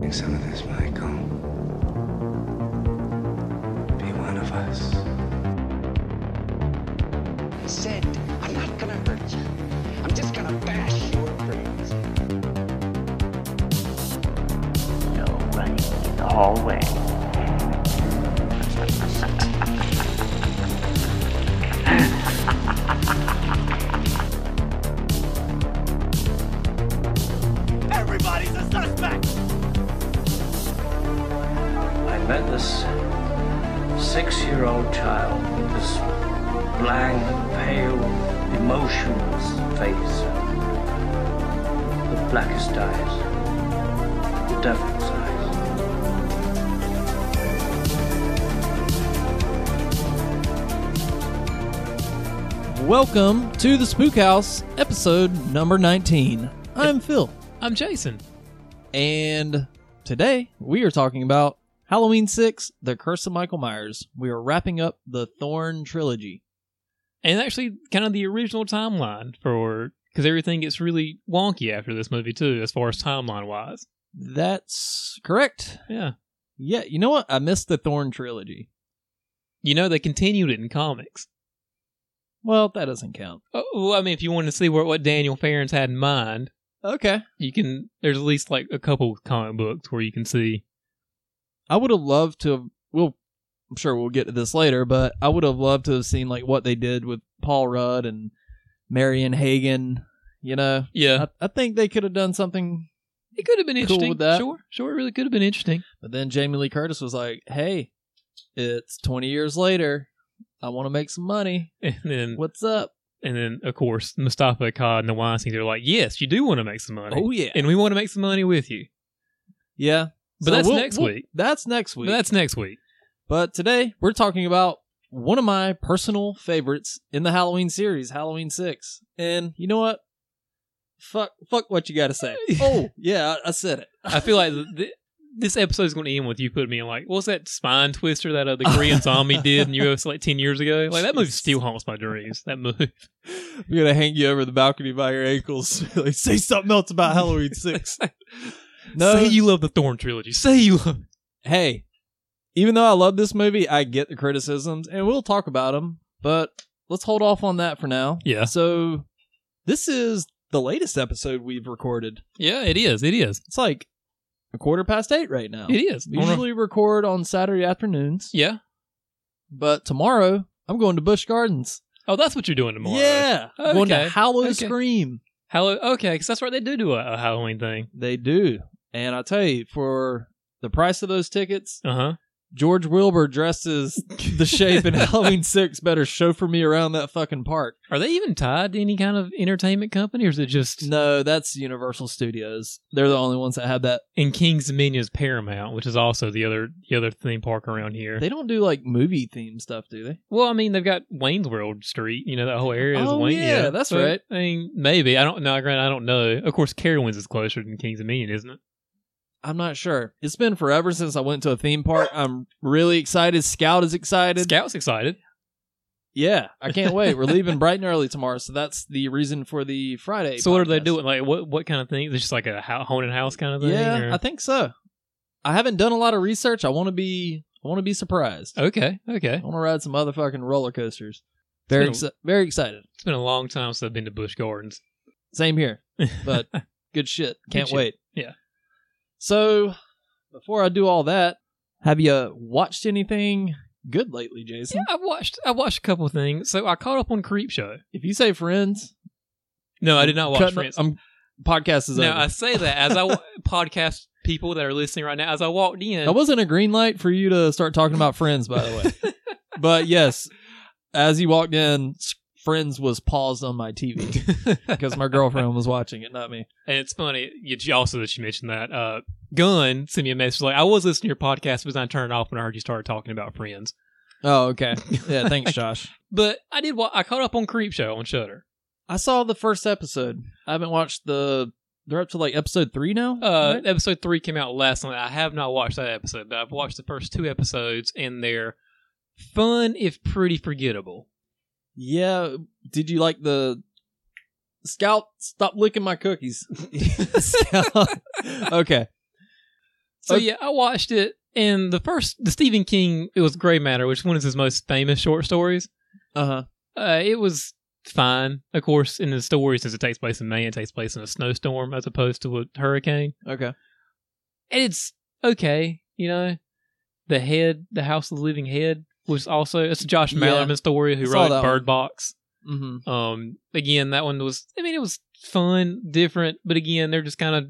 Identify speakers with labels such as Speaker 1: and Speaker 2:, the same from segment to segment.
Speaker 1: take some of this, Michael. Be one of us.
Speaker 2: I said, I'm not gonna hurt you. I'm just gonna bash your brains.
Speaker 3: No running in the hallway.
Speaker 4: Everybody's a suspect!
Speaker 5: I met this six year old child with this blank, pale, emotionless face, the blackest eyes, the devil's eyes.
Speaker 6: Welcome to the Spook House, episode number 19. I'm Phil,
Speaker 7: I'm Jason.
Speaker 6: and today we are talking about Halloween 6 The Curse of Michael Myers. We are wrapping up the Thorn trilogy.
Speaker 7: And actually, kind of the original timeline for. Because everything gets really wonky after this movie, too, as far as timeline wise.
Speaker 6: That's correct.
Speaker 7: Yeah.
Speaker 6: Yeah, you know what? I missed the Thorn trilogy.
Speaker 7: You know, they continued it in comics.
Speaker 6: Well, that doesn't count.
Speaker 7: Oh, well, I mean, if you want to see what, what Daniel Farrens had in mind,
Speaker 6: Okay.
Speaker 7: you can. There's at least like a couple comic books where you can see.
Speaker 6: I would have loved to have, well, I'm sure we'll get to this later, but I would have loved to have seen like what they did with Paul Rudd and Marion Hagen, you know?
Speaker 7: Yeah.
Speaker 6: I, I think they could have done something,
Speaker 7: It could have been interesting.
Speaker 6: with that.
Speaker 7: Sure. Sure. It really could have been interesting.
Speaker 6: but then Jamie Lee Curtis was like, "Hey, it's 20 years later. I want to make some money.
Speaker 7: And then,
Speaker 6: What's up?"
Speaker 7: and then of course, Mustafa, Akkad, and the Weinsteins are like, yes, you do want to make some money.
Speaker 6: Oh, yeah,
Speaker 7: And we want to make some money with you.
Speaker 6: yeah.
Speaker 7: But that's next week.
Speaker 6: That's next
Speaker 7: But
Speaker 6: week.
Speaker 7: that's next week.
Speaker 6: but today we're talking about one of my personal favorites in the Halloween series, Halloween Six. And you know what? Fuck, fuck what you got to say. oh yeah, I, I said it.
Speaker 7: I feel like th- this episode is going to end with you putting me in like, what's that spine twister that uh, the Korean zombie did in US like 10 years ago? Like, that movie still haunts my dreams. That movie.
Speaker 6: I'm gonna hang you over the balcony by your ankles. like, say something else about Halloween Six. no,
Speaker 7: Say you love the Thorn trilogy. Say you love.
Speaker 6: hey, even though I love this movie, I get the criticisms and we'll talk about them, but let's hold off on that for now.
Speaker 7: Yeah.
Speaker 6: So, this is the latest episode we've recorded.
Speaker 7: Yeah, it is. It is.
Speaker 6: It's like a quarter past eight right now.
Speaker 7: It is.
Speaker 6: Oh, We usually record on Saturday afternoons,
Speaker 7: yeah.
Speaker 6: but tomorrow I'm going to Busch Gardens.
Speaker 7: Oh, that's what you're doing tomorrow.
Speaker 6: Yeah. I'm going to
Speaker 7: Okay.
Speaker 6: Hallow
Speaker 7: Okay.
Speaker 6: Scream.
Speaker 7: Hallow- okay, because that's right. They do do a, a Halloween thing.
Speaker 6: They do. And I tell you, for the price of those tickets,
Speaker 7: Uh huh.
Speaker 6: George Wilbur dresses the shape in Halloween 6 better chauffeur me around that fucking park.
Speaker 7: Are they even tied to any kind of entertainment company, or is it just
Speaker 6: No, that's Universal Studios. They're the only ones that have that.
Speaker 7: in King's Dominion is Paramount, which is also the other the other theme park around here?
Speaker 6: They don't do like movie themed stuff, do they?
Speaker 7: Well, I mean, they've got Wayne's World Street. You know, that whole area is
Speaker 6: Oh,
Speaker 7: Wayne.
Speaker 6: yeah, that's right.
Speaker 7: I mean, maybe. I don't know. Grant, I don't know. Of course, Carowinds is closer than Kings Dominion, isn't it?
Speaker 6: I'm not sure. It's been forever since I went to a theme park. I'm really excited. Scout is excited.
Speaker 7: Scout's excited.
Speaker 6: Yeah, I can't wait. We're leaving bright and early tomorrow, so that's the reason for the Friday.
Speaker 7: so, what are they
Speaker 6: podcast.
Speaker 7: doing? Like, what what kind of thing? It's just like a ho- haunted house kind of thing?
Speaker 6: Yeah,
Speaker 7: or-
Speaker 6: I think so. I haven't done a lot of research. I want to be. I want to be surprised.
Speaker 7: Okay, okay.
Speaker 6: I want to ride some motherfucking roller coasters. Very,
Speaker 7: It's been,
Speaker 6: exci- very excited.
Speaker 7: it's been a long time since I've been to Busch Gardens.
Speaker 6: Same here. But good shit. Can't
Speaker 7: shit.
Speaker 6: wait.
Speaker 7: Yeah.
Speaker 6: So, before I do all that, have you watched anything good lately, Jason?
Speaker 7: Yeah, I watched I watched a couple of things. So, I caught up on Creep Show.
Speaker 6: If you say Friends,
Speaker 7: No, I did not watch
Speaker 6: cutting-
Speaker 7: Friends.
Speaker 6: I'm podcast is
Speaker 7: no,
Speaker 6: over.
Speaker 7: I say that as I wa- podcast people that are listening right now. As I walked in,
Speaker 6: that wasn't a green light for you to start talking about Friends, by the way. but yes, as you walked in, s- Friends was paused on my TV because my girlfriend was watching it, not me.
Speaker 7: And it's funny, you you also that you mentioned that. Uh, Gunn sent me a message like, I was listening to your podcast, but then I turned it off when I heard you started talking about friends.
Speaker 6: Oh, okay. Yeah, thanks, Josh.
Speaker 7: But I did. Wa- I caught up on Creep Show on Shutter.
Speaker 6: I saw the first episode. I haven't watched the. They're up to like episode three now.
Speaker 7: Uh,
Speaker 6: right?
Speaker 7: Episode three came out last night. I have not watched that episode, but I've watched the first two episodes, and they're fun if pretty forgettable.
Speaker 6: yeah. Did you like the Scout? Stop licking my cookies. Scout. okay.
Speaker 7: So
Speaker 6: Okay.
Speaker 7: yeah, I watched it, and the first, the Stephen King, it was Gray Matter, which is one of his most famous short stories.
Speaker 6: Uh huh.
Speaker 7: Uh, it was fine, of course, in the story since it takes place in May, it takes place in a snowstorm as opposed to a hurricane,
Speaker 6: Okay.
Speaker 7: and it's okay, you know. The head, the House of the Living Head, was also it's a Josh
Speaker 6: Yeah.
Speaker 7: Mallerman story who
Speaker 6: Saw
Speaker 7: wrote
Speaker 6: that
Speaker 7: Bird
Speaker 6: one.
Speaker 7: Box.
Speaker 6: Mm-hmm.
Speaker 7: Um, again, that one was, I mean, it was fun, different, but again, they're just kind of,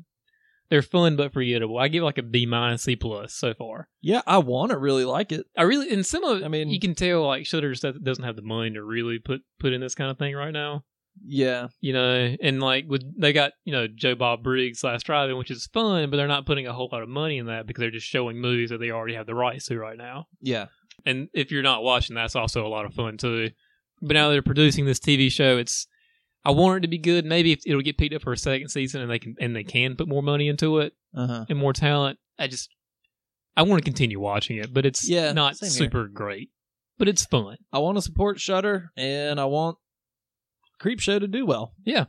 Speaker 7: they're fun but forgettable. I give like a B minus C plus so far.
Speaker 6: Yeah, I want to really like it.
Speaker 7: I really, and some of,
Speaker 6: I
Speaker 7: I
Speaker 6: mean-
Speaker 7: mean, you can tell like Shutter just doesn't have the money to really put put in this kind of thing right now,
Speaker 6: Yeah.
Speaker 7: you know. And like with they got you know Joe Bob Briggs Last Driving, which is fun, but they're not putting a whole lot of money in that because they're just showing movies that they already have the rights to right now.
Speaker 6: Yeah.
Speaker 7: And if you're not watching, that's also a lot of fun too. But now they're producing this TV show. It's I want it to be good. Maybe if it'll get picked up for a second season, and they can and they can put more money into it
Speaker 6: Uh huh.
Speaker 7: and more talent. I just I want to continue watching it, but it's
Speaker 6: Yeah,
Speaker 7: not
Speaker 6: same here.
Speaker 7: super great. But it's fun.
Speaker 6: I want to support Shutter, and I want Creep Show to do well.
Speaker 7: Yeah.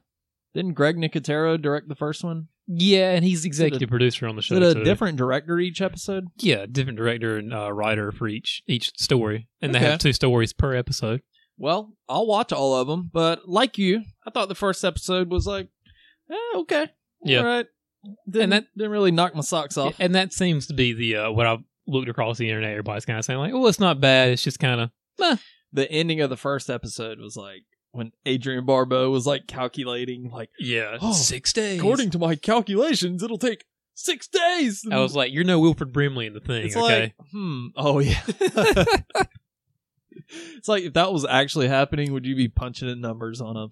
Speaker 6: Didn't Greg Nicotero direct the first one?
Speaker 7: Yeah, and he's executive producer on the
Speaker 6: Is
Speaker 7: show.
Speaker 6: it a
Speaker 7: too.
Speaker 6: different director each episode?
Speaker 7: yeah, different director and uh, writer for each each story, and they have
Speaker 6: Okay.
Speaker 7: two stories per episode.
Speaker 6: Well, I'll watch all of them, but like you, I thought the first episode was like, eh, okay,
Speaker 7: Yeah.
Speaker 6: all right. Didn't,
Speaker 7: that-
Speaker 6: didn't really knock my socks off.
Speaker 7: And that seems to be the uh, what I've looked across the internet. Everybody's kind of saying like, "Oh, it's not bad. It's just kind of."
Speaker 6: The ending of the first episode was like when Adrian Barbeau was like calculating, like
Speaker 7: Yeah,
Speaker 6: Oh,
Speaker 7: six days.
Speaker 6: according to my calculations, it'll take six days.
Speaker 7: I was like, "You're no Wilfred Brimley in the thing."
Speaker 6: It's
Speaker 7: okay,
Speaker 6: like, hmm, oh yeah. it's like if that was actually happening, would you be punching in numbers on a?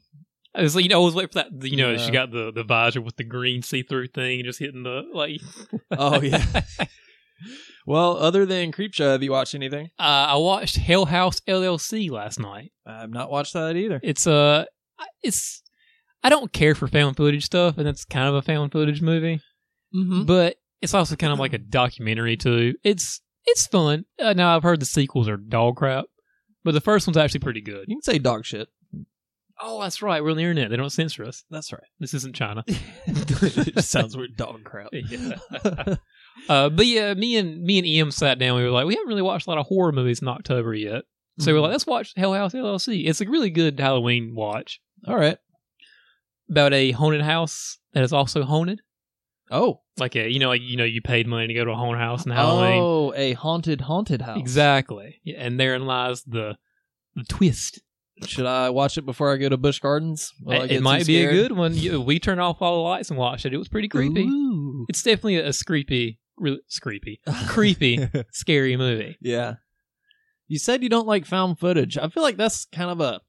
Speaker 7: I was like, you know, I was waiting for that. You know,
Speaker 6: Yeah.
Speaker 7: she got the the visor with the green see through thing, and just hitting the like.
Speaker 6: Oh yeah. well, other than Creepshow, have you watched anything?
Speaker 7: Uh, I watched Hell House LLC last night.
Speaker 6: I've not watched that either.
Speaker 7: It's uh, it's I don't care for found footage stuff, and that's kind of a found footage movie,
Speaker 6: Mm-hmm.
Speaker 7: but it's also kind of like a documentary too. It's it's fun. Uh, now I've heard the sequels are dog crap, but the first one's actually pretty good.
Speaker 6: You can say dog shit.
Speaker 7: Oh, that's right. We're on the internet. They don't censor us.
Speaker 6: That's right.
Speaker 7: This isn't China.
Speaker 6: it just sounds weird. Dog crap.
Speaker 7: Yeah. Uh, but yeah, me and me and Em sat down. We were like, we haven't really watched a lot of horror movies in October yet, so
Speaker 6: Mm-hmm.
Speaker 7: we we're like, let's watch Hell House LLC. It's a really good Halloween watch
Speaker 6: All right.
Speaker 7: about a haunted house that is also haunted.
Speaker 6: Oh.
Speaker 7: Like a you know like, you know you paid money to go to a haunted house in Halloween.
Speaker 6: Oh, a haunted haunted house.
Speaker 7: Exactly, Yeah, and therein lies the the twist.
Speaker 6: Should I watch it before I go to Bush Gardens? Will I
Speaker 7: it
Speaker 6: get
Speaker 7: it
Speaker 6: too
Speaker 7: might be a
Speaker 6: scared?
Speaker 7: good one. You- We turned off all the lights and watched it. It was pretty creepy.
Speaker 6: Ooh.
Speaker 7: It's definitely a, a creepy, really creepy, creepy, scary movie.
Speaker 6: Yeah. You said you don't like found footage. I feel like that's kind of a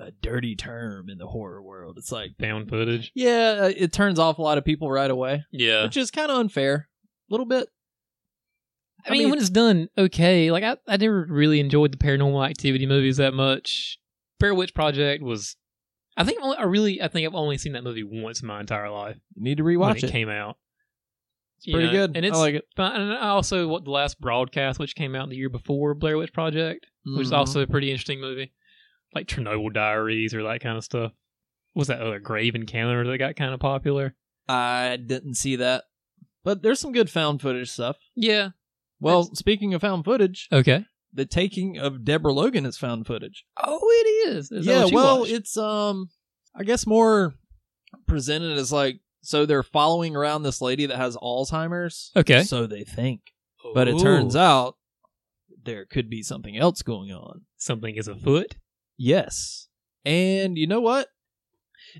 Speaker 6: a dirty term in the horror world. It's like,
Speaker 7: Found footage.
Speaker 6: yeah, uh, it turns off a lot of people right away,
Speaker 7: Yeah.
Speaker 6: which is kind of unfair. A little bit.
Speaker 7: I mean, when it's done okay, like I, I never really enjoyed the paranormal activity movies that much. Fair Witch Project was, I think only, I really, I think I've only seen that movie once in my entire life
Speaker 6: you need to
Speaker 7: when
Speaker 6: rewatch
Speaker 7: it,
Speaker 6: it.
Speaker 7: came out.
Speaker 6: It's pretty good.
Speaker 7: and it's
Speaker 6: I like it.
Speaker 7: fun. And I also what the last broadcast, which came out the year before Blair Witch Project, which is
Speaker 6: Mhm.
Speaker 7: also a pretty interesting movie, like Chernobyl Diaries or that kind of stuff. What Was that other Grave Encounter that got kind of popular?
Speaker 6: I didn't see that, but there's some good found footage stuff.
Speaker 7: Yeah.
Speaker 6: Well, speaking of found footage,
Speaker 7: Okay.
Speaker 6: the taking of Deborah Logan is found footage.
Speaker 7: Oh, it is. Is that
Speaker 6: yeah,
Speaker 7: what you
Speaker 6: well,
Speaker 7: watched?
Speaker 6: it's um, I guess more presented as like so they're following around this lady that has Alzheimer's.
Speaker 7: okay.
Speaker 6: So they think, but it turns out there could be something else going on.
Speaker 7: something is afoot.
Speaker 6: Yes, and you know what?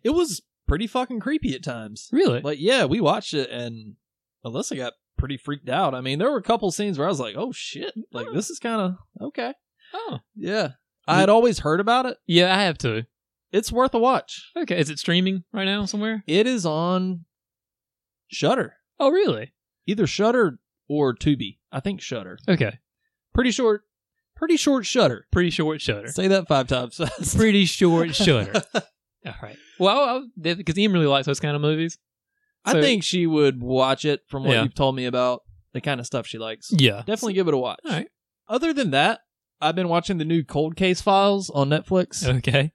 Speaker 6: It was pretty fucking creepy at times.
Speaker 7: Really?
Speaker 6: Like, yeah, we watched it, and Alyssa got pretty freaked out. I mean, there were a couple scenes where I was like, "Oh shit!" Like, this is kind of okay.
Speaker 7: oh.
Speaker 6: Yeah, I had always heard about it.
Speaker 7: Yeah, I have to.
Speaker 6: It's worth a watch.
Speaker 7: Okay. Is it streaming right now somewhere?
Speaker 6: It is on Shutter,
Speaker 7: Oh, really?
Speaker 6: either Shutter or Tubi. I think Shutter.
Speaker 7: Okay.
Speaker 6: Pretty short. Pretty short Shutter.
Speaker 7: Pretty short shutter.
Speaker 6: Say that five times. fast.
Speaker 7: Pretty short shutter. All right. Well, because Ian really likes those kind of movies.
Speaker 6: I
Speaker 7: So-
Speaker 6: think she would watch it from what
Speaker 7: Yeah.
Speaker 6: you've told me about the kind of stuff she likes.
Speaker 7: Yeah.
Speaker 6: Definitely give it a watch.
Speaker 7: All right.
Speaker 6: Other than that, I've been watching the new Cold Case Files on Netflix.
Speaker 7: Okay.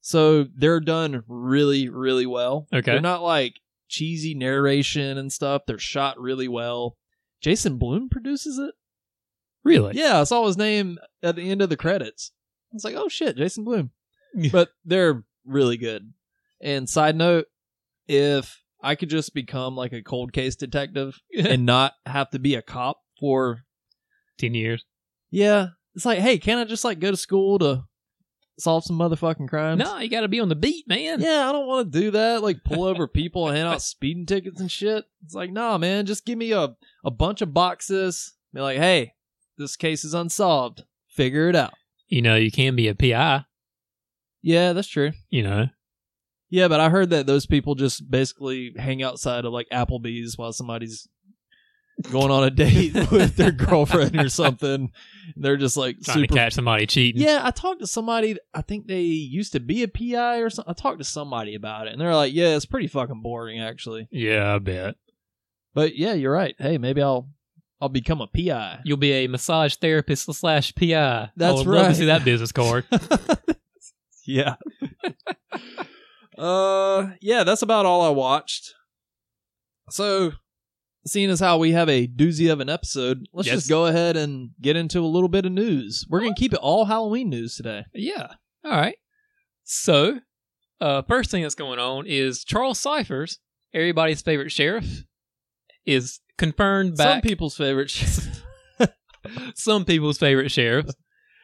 Speaker 6: So they're done really, really well.
Speaker 7: Okay.
Speaker 6: They're not like cheesy narration and stuff. They're shot really well. Jason Bloom produces it.
Speaker 7: Really?
Speaker 6: Yeah, I saw his name at the end of the credits. I was like, oh shit, Jason Bloom. but they're really good. And side note, if I could just become like a cold case detective and not have to be a cop for
Speaker 7: Ten years.
Speaker 6: yeah, it's like, hey, can I just like go to school to solve some motherfucking crimes?
Speaker 7: No, you got to be on the beat, man.
Speaker 6: Um, Yeah, I don't want to do that. Like pull over people and hand out speeding tickets and shit. It's like, nah, man, just give me a, a bunch of boxes. Be like, hey, this case is unsolved. Figure it out.
Speaker 7: You know, you can be a PI.
Speaker 6: Yeah, that's true.
Speaker 7: You know,
Speaker 6: Yeah, but I heard that those people just basically hang outside of like Applebee's while somebody's going on a date with their girlfriend or something. They're just like
Speaker 7: trying
Speaker 6: super
Speaker 7: to catch somebody cheating.
Speaker 6: Yeah, I talked to somebody. I think they used to be a PI or something. I talked to somebody about it, and they're like, "Yeah, it's pretty fucking boring, actually."
Speaker 7: Yeah, I bet.
Speaker 6: But yeah, you're right. Hey, maybe I'll I'll become a PI.
Speaker 7: You'll be a massage therapist slash PI.
Speaker 6: That's
Speaker 7: I would Love
Speaker 6: right.
Speaker 7: to see that business card.
Speaker 6: yeah. uh, yeah, that's about all I watched. So, seeing as how we have a doozy of an episode, let's
Speaker 7: Yes.
Speaker 6: just go ahead and get into a little bit of news. We're gonna keep it all Halloween news today.
Speaker 7: yeah. All right. So, uh, first thing that's going on is Charles Cyphers, everybody's favorite sheriff, is confirmed
Speaker 6: Some
Speaker 7: back.
Speaker 6: people's favorite. sh-
Speaker 7: some people's favorite sheriff.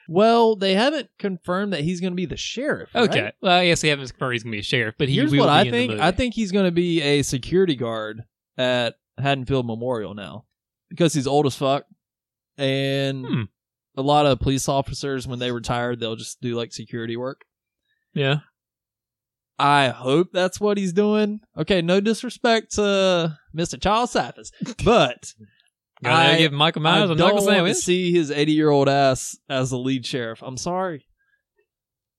Speaker 6: well, they haven't confirmed that he's gonna be the sheriff. right?
Speaker 7: Okay. Well, I guess he haven't confirmed he's going to be a sheriff, but he
Speaker 6: Here's what
Speaker 7: will be in
Speaker 6: I
Speaker 7: the
Speaker 6: think.
Speaker 7: movie.
Speaker 6: I think he's going to be a security guard at Haddonfield Memorial now because he's old as fuck, and
Speaker 7: Hmm.
Speaker 6: a lot of police officers when they retire they'll just do like security work.
Speaker 7: Yeah.
Speaker 6: I hope that's what he's doing. Okay, no disrespect to Mr. Charles Saffis, but
Speaker 7: Gotta
Speaker 6: I-
Speaker 7: give Michael
Speaker 6: I
Speaker 7: Myers a
Speaker 6: don't
Speaker 7: knuckle
Speaker 6: want to
Speaker 7: sandwich.
Speaker 6: see his eighty-year-old ass as the lead sheriff. I'm sorry.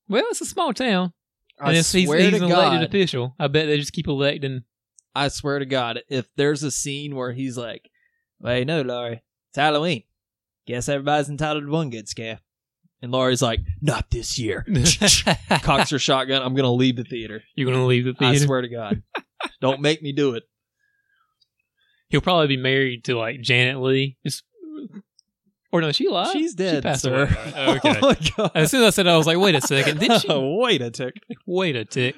Speaker 7: Well, it's a small town.
Speaker 6: I
Speaker 7: and if he's,
Speaker 6: swear
Speaker 7: he's
Speaker 6: to
Speaker 7: an
Speaker 6: God,
Speaker 7: elected official, I bet they just keep electing.
Speaker 6: I swear to God, if there's a scene where he's like, "Well, you know, Laurie, it's Halloween. Guess everybody's entitled to one good scare." And Laurie's like, "Not this year." Cocks her shotgun. I'm gonna leave the theater.
Speaker 7: You're gonna leave the
Speaker 6: I
Speaker 7: theater.
Speaker 6: swear to God, don't make me do it.
Speaker 7: He'll probably be married to like Janet Lee. Just- or no, she lied.
Speaker 6: She's
Speaker 7: she
Speaker 6: dead,
Speaker 7: passed
Speaker 6: sir.
Speaker 7: away. Oh, Okay.
Speaker 6: oh my God.
Speaker 7: as soon as I said, that, I was like, wait a second. Did she?
Speaker 6: Wait a tick.
Speaker 7: Wait a tick.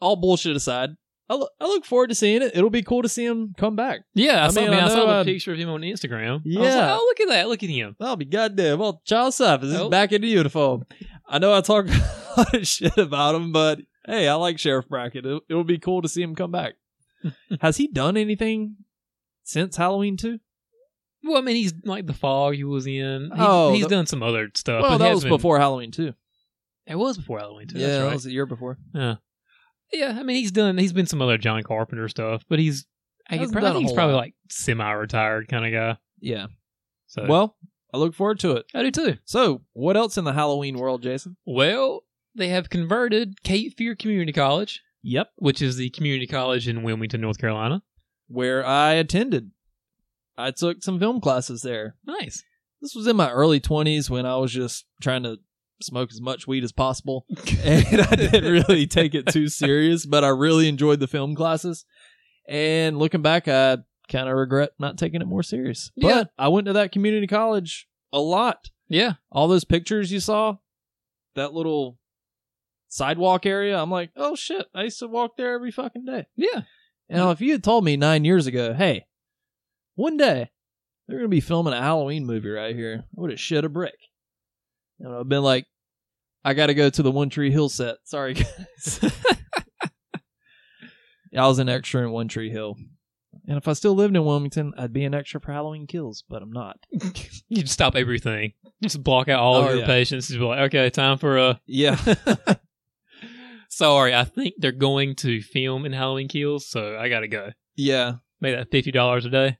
Speaker 6: All bullshit aside, I look, I look forward to seeing it. It'll be cool to see him come back.
Speaker 7: Yeah, I,
Speaker 6: I
Speaker 7: saw,
Speaker 6: mean,
Speaker 7: man,
Speaker 6: I
Speaker 7: I
Speaker 6: know
Speaker 7: saw
Speaker 6: I-
Speaker 7: a picture of him on Instagram. I was like,
Speaker 6: Yeah.
Speaker 7: oh, look at that. Look at him.
Speaker 6: I'll be goddamn. Well, Charles Saff is
Speaker 7: Oh.
Speaker 6: back in the uniform. I know I talk a lot of shit about him, but hey, I like Sheriff Brackett. It, it'll be cool to see him come back. Has he done anything since Halloween 2?
Speaker 7: Well, I mean, he's like the fog he was in. He's,
Speaker 6: Oh,
Speaker 7: he's
Speaker 6: the-
Speaker 7: done some other stuff.
Speaker 6: well,
Speaker 7: Uh, but
Speaker 6: that
Speaker 7: he has
Speaker 6: was
Speaker 7: been-
Speaker 6: before Halloween 2.
Speaker 7: It was before Halloween. Too,
Speaker 6: yeah,
Speaker 7: that's
Speaker 6: that
Speaker 7: right.
Speaker 6: was a year before.
Speaker 7: Yeah, I mean, he's done. He's been some other John Carpenter stuff, but he's. I,
Speaker 6: Hasn't
Speaker 7: could probably,
Speaker 6: done a
Speaker 7: think he's
Speaker 6: whole
Speaker 7: probably
Speaker 6: lot.
Speaker 7: like semi-retired kind of guy.
Speaker 6: Yeah.
Speaker 7: So
Speaker 6: Well, I look forward to it.
Speaker 7: I do too.
Speaker 6: So, what else in the Halloween world, Jason?
Speaker 7: Well, they have converted Cape Fear Community College,
Speaker 6: Yep.
Speaker 7: which is the community college in Wilmington, North Carolina.
Speaker 6: Where I attended. I took some film classes there.
Speaker 7: Nice.
Speaker 6: this was in my early 20s when I was just trying to smoke as much weed as possible. and I didn't really take it too serious, but I really enjoyed the film classes. And looking back, I kind of regret not taking it more serious.
Speaker 7: Yeah.
Speaker 6: But I went to that community college a lot.
Speaker 7: Yeah.
Speaker 6: All those pictures you saw, that little sidewalk area, I'm like, oh shit, I used to walk there every fucking day.
Speaker 7: Yeah.
Speaker 6: Now, if you had told me nine years ago, hey, one day they're going to be filming a Halloween movie right here, I would have shed a brick. And I've been like, I got to go to the One Tree Hill set. Sorry, guys. Yeah, I was an extra in One Tree Hill. And if I still lived in Wilmington, I'd be an extra for Halloween Kills, but I'm not.
Speaker 7: You just stop everything. Just block out all
Speaker 6: Oh,
Speaker 7: of your
Speaker 6: yeah.
Speaker 7: patients. Just be like, okay, time for a.
Speaker 6: Yeah.
Speaker 7: Sorry, I think they're going to film in Halloween Kills, so I gotta go.
Speaker 6: yeah.
Speaker 7: Make that fifty dollars a day.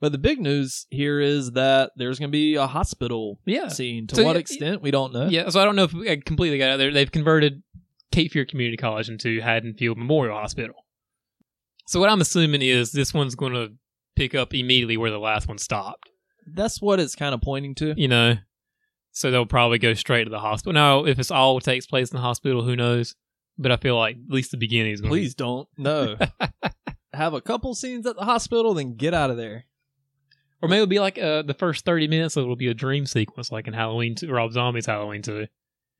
Speaker 6: But the big news here is that there's going to be a hospital
Speaker 7: Yeah.
Speaker 6: scene. To
Speaker 7: So,
Speaker 6: what
Speaker 7: yeah,
Speaker 6: extent, we don't know.
Speaker 7: Yeah, so I don't know if I completely got out there. They've converted Cape Fear Community College into Haddonfield Memorial Hospital. So what I'm assuming is this one's going to pick up immediately where the last one stopped.
Speaker 6: That's what it's kind of pointing to.
Speaker 7: You know, so they'll probably go straight to the hospital. Now, if it's all takes place in the hospital, who knows? But I feel like at least the beginning is going.
Speaker 6: Please don't. No. Have a couple scenes at the hospital, then get out of there.
Speaker 7: Or maybe it'll be like uh, the first 30 minutes, it'll be a dream sequence like in Halloween 2, Rob Zombie's Halloween 2.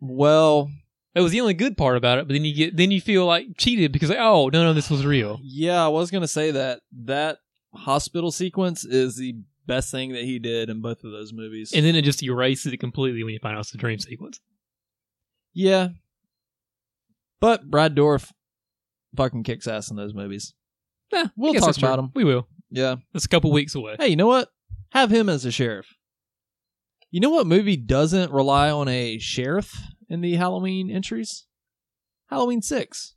Speaker 6: Well,
Speaker 7: That was the only good part about it, but then you get then you feel like cheated because like, oh no no this was real.
Speaker 6: yeah, I was gonna say that that hospital sequence is the best thing that he did in both of those movies.
Speaker 7: And then it just erases it completely when you find out it's a dream sequence.
Speaker 6: yeah, but Brad Dorf fucking kicks ass in those movies.
Speaker 7: Yeah,
Speaker 6: we'll talk about him.
Speaker 7: We will.
Speaker 6: Yeah.
Speaker 7: It's a couple weeks away.
Speaker 6: Hey, you know what? Have him as a sheriff. You know what movie doesn't rely on a sheriff in the Halloween entries? Halloween 6.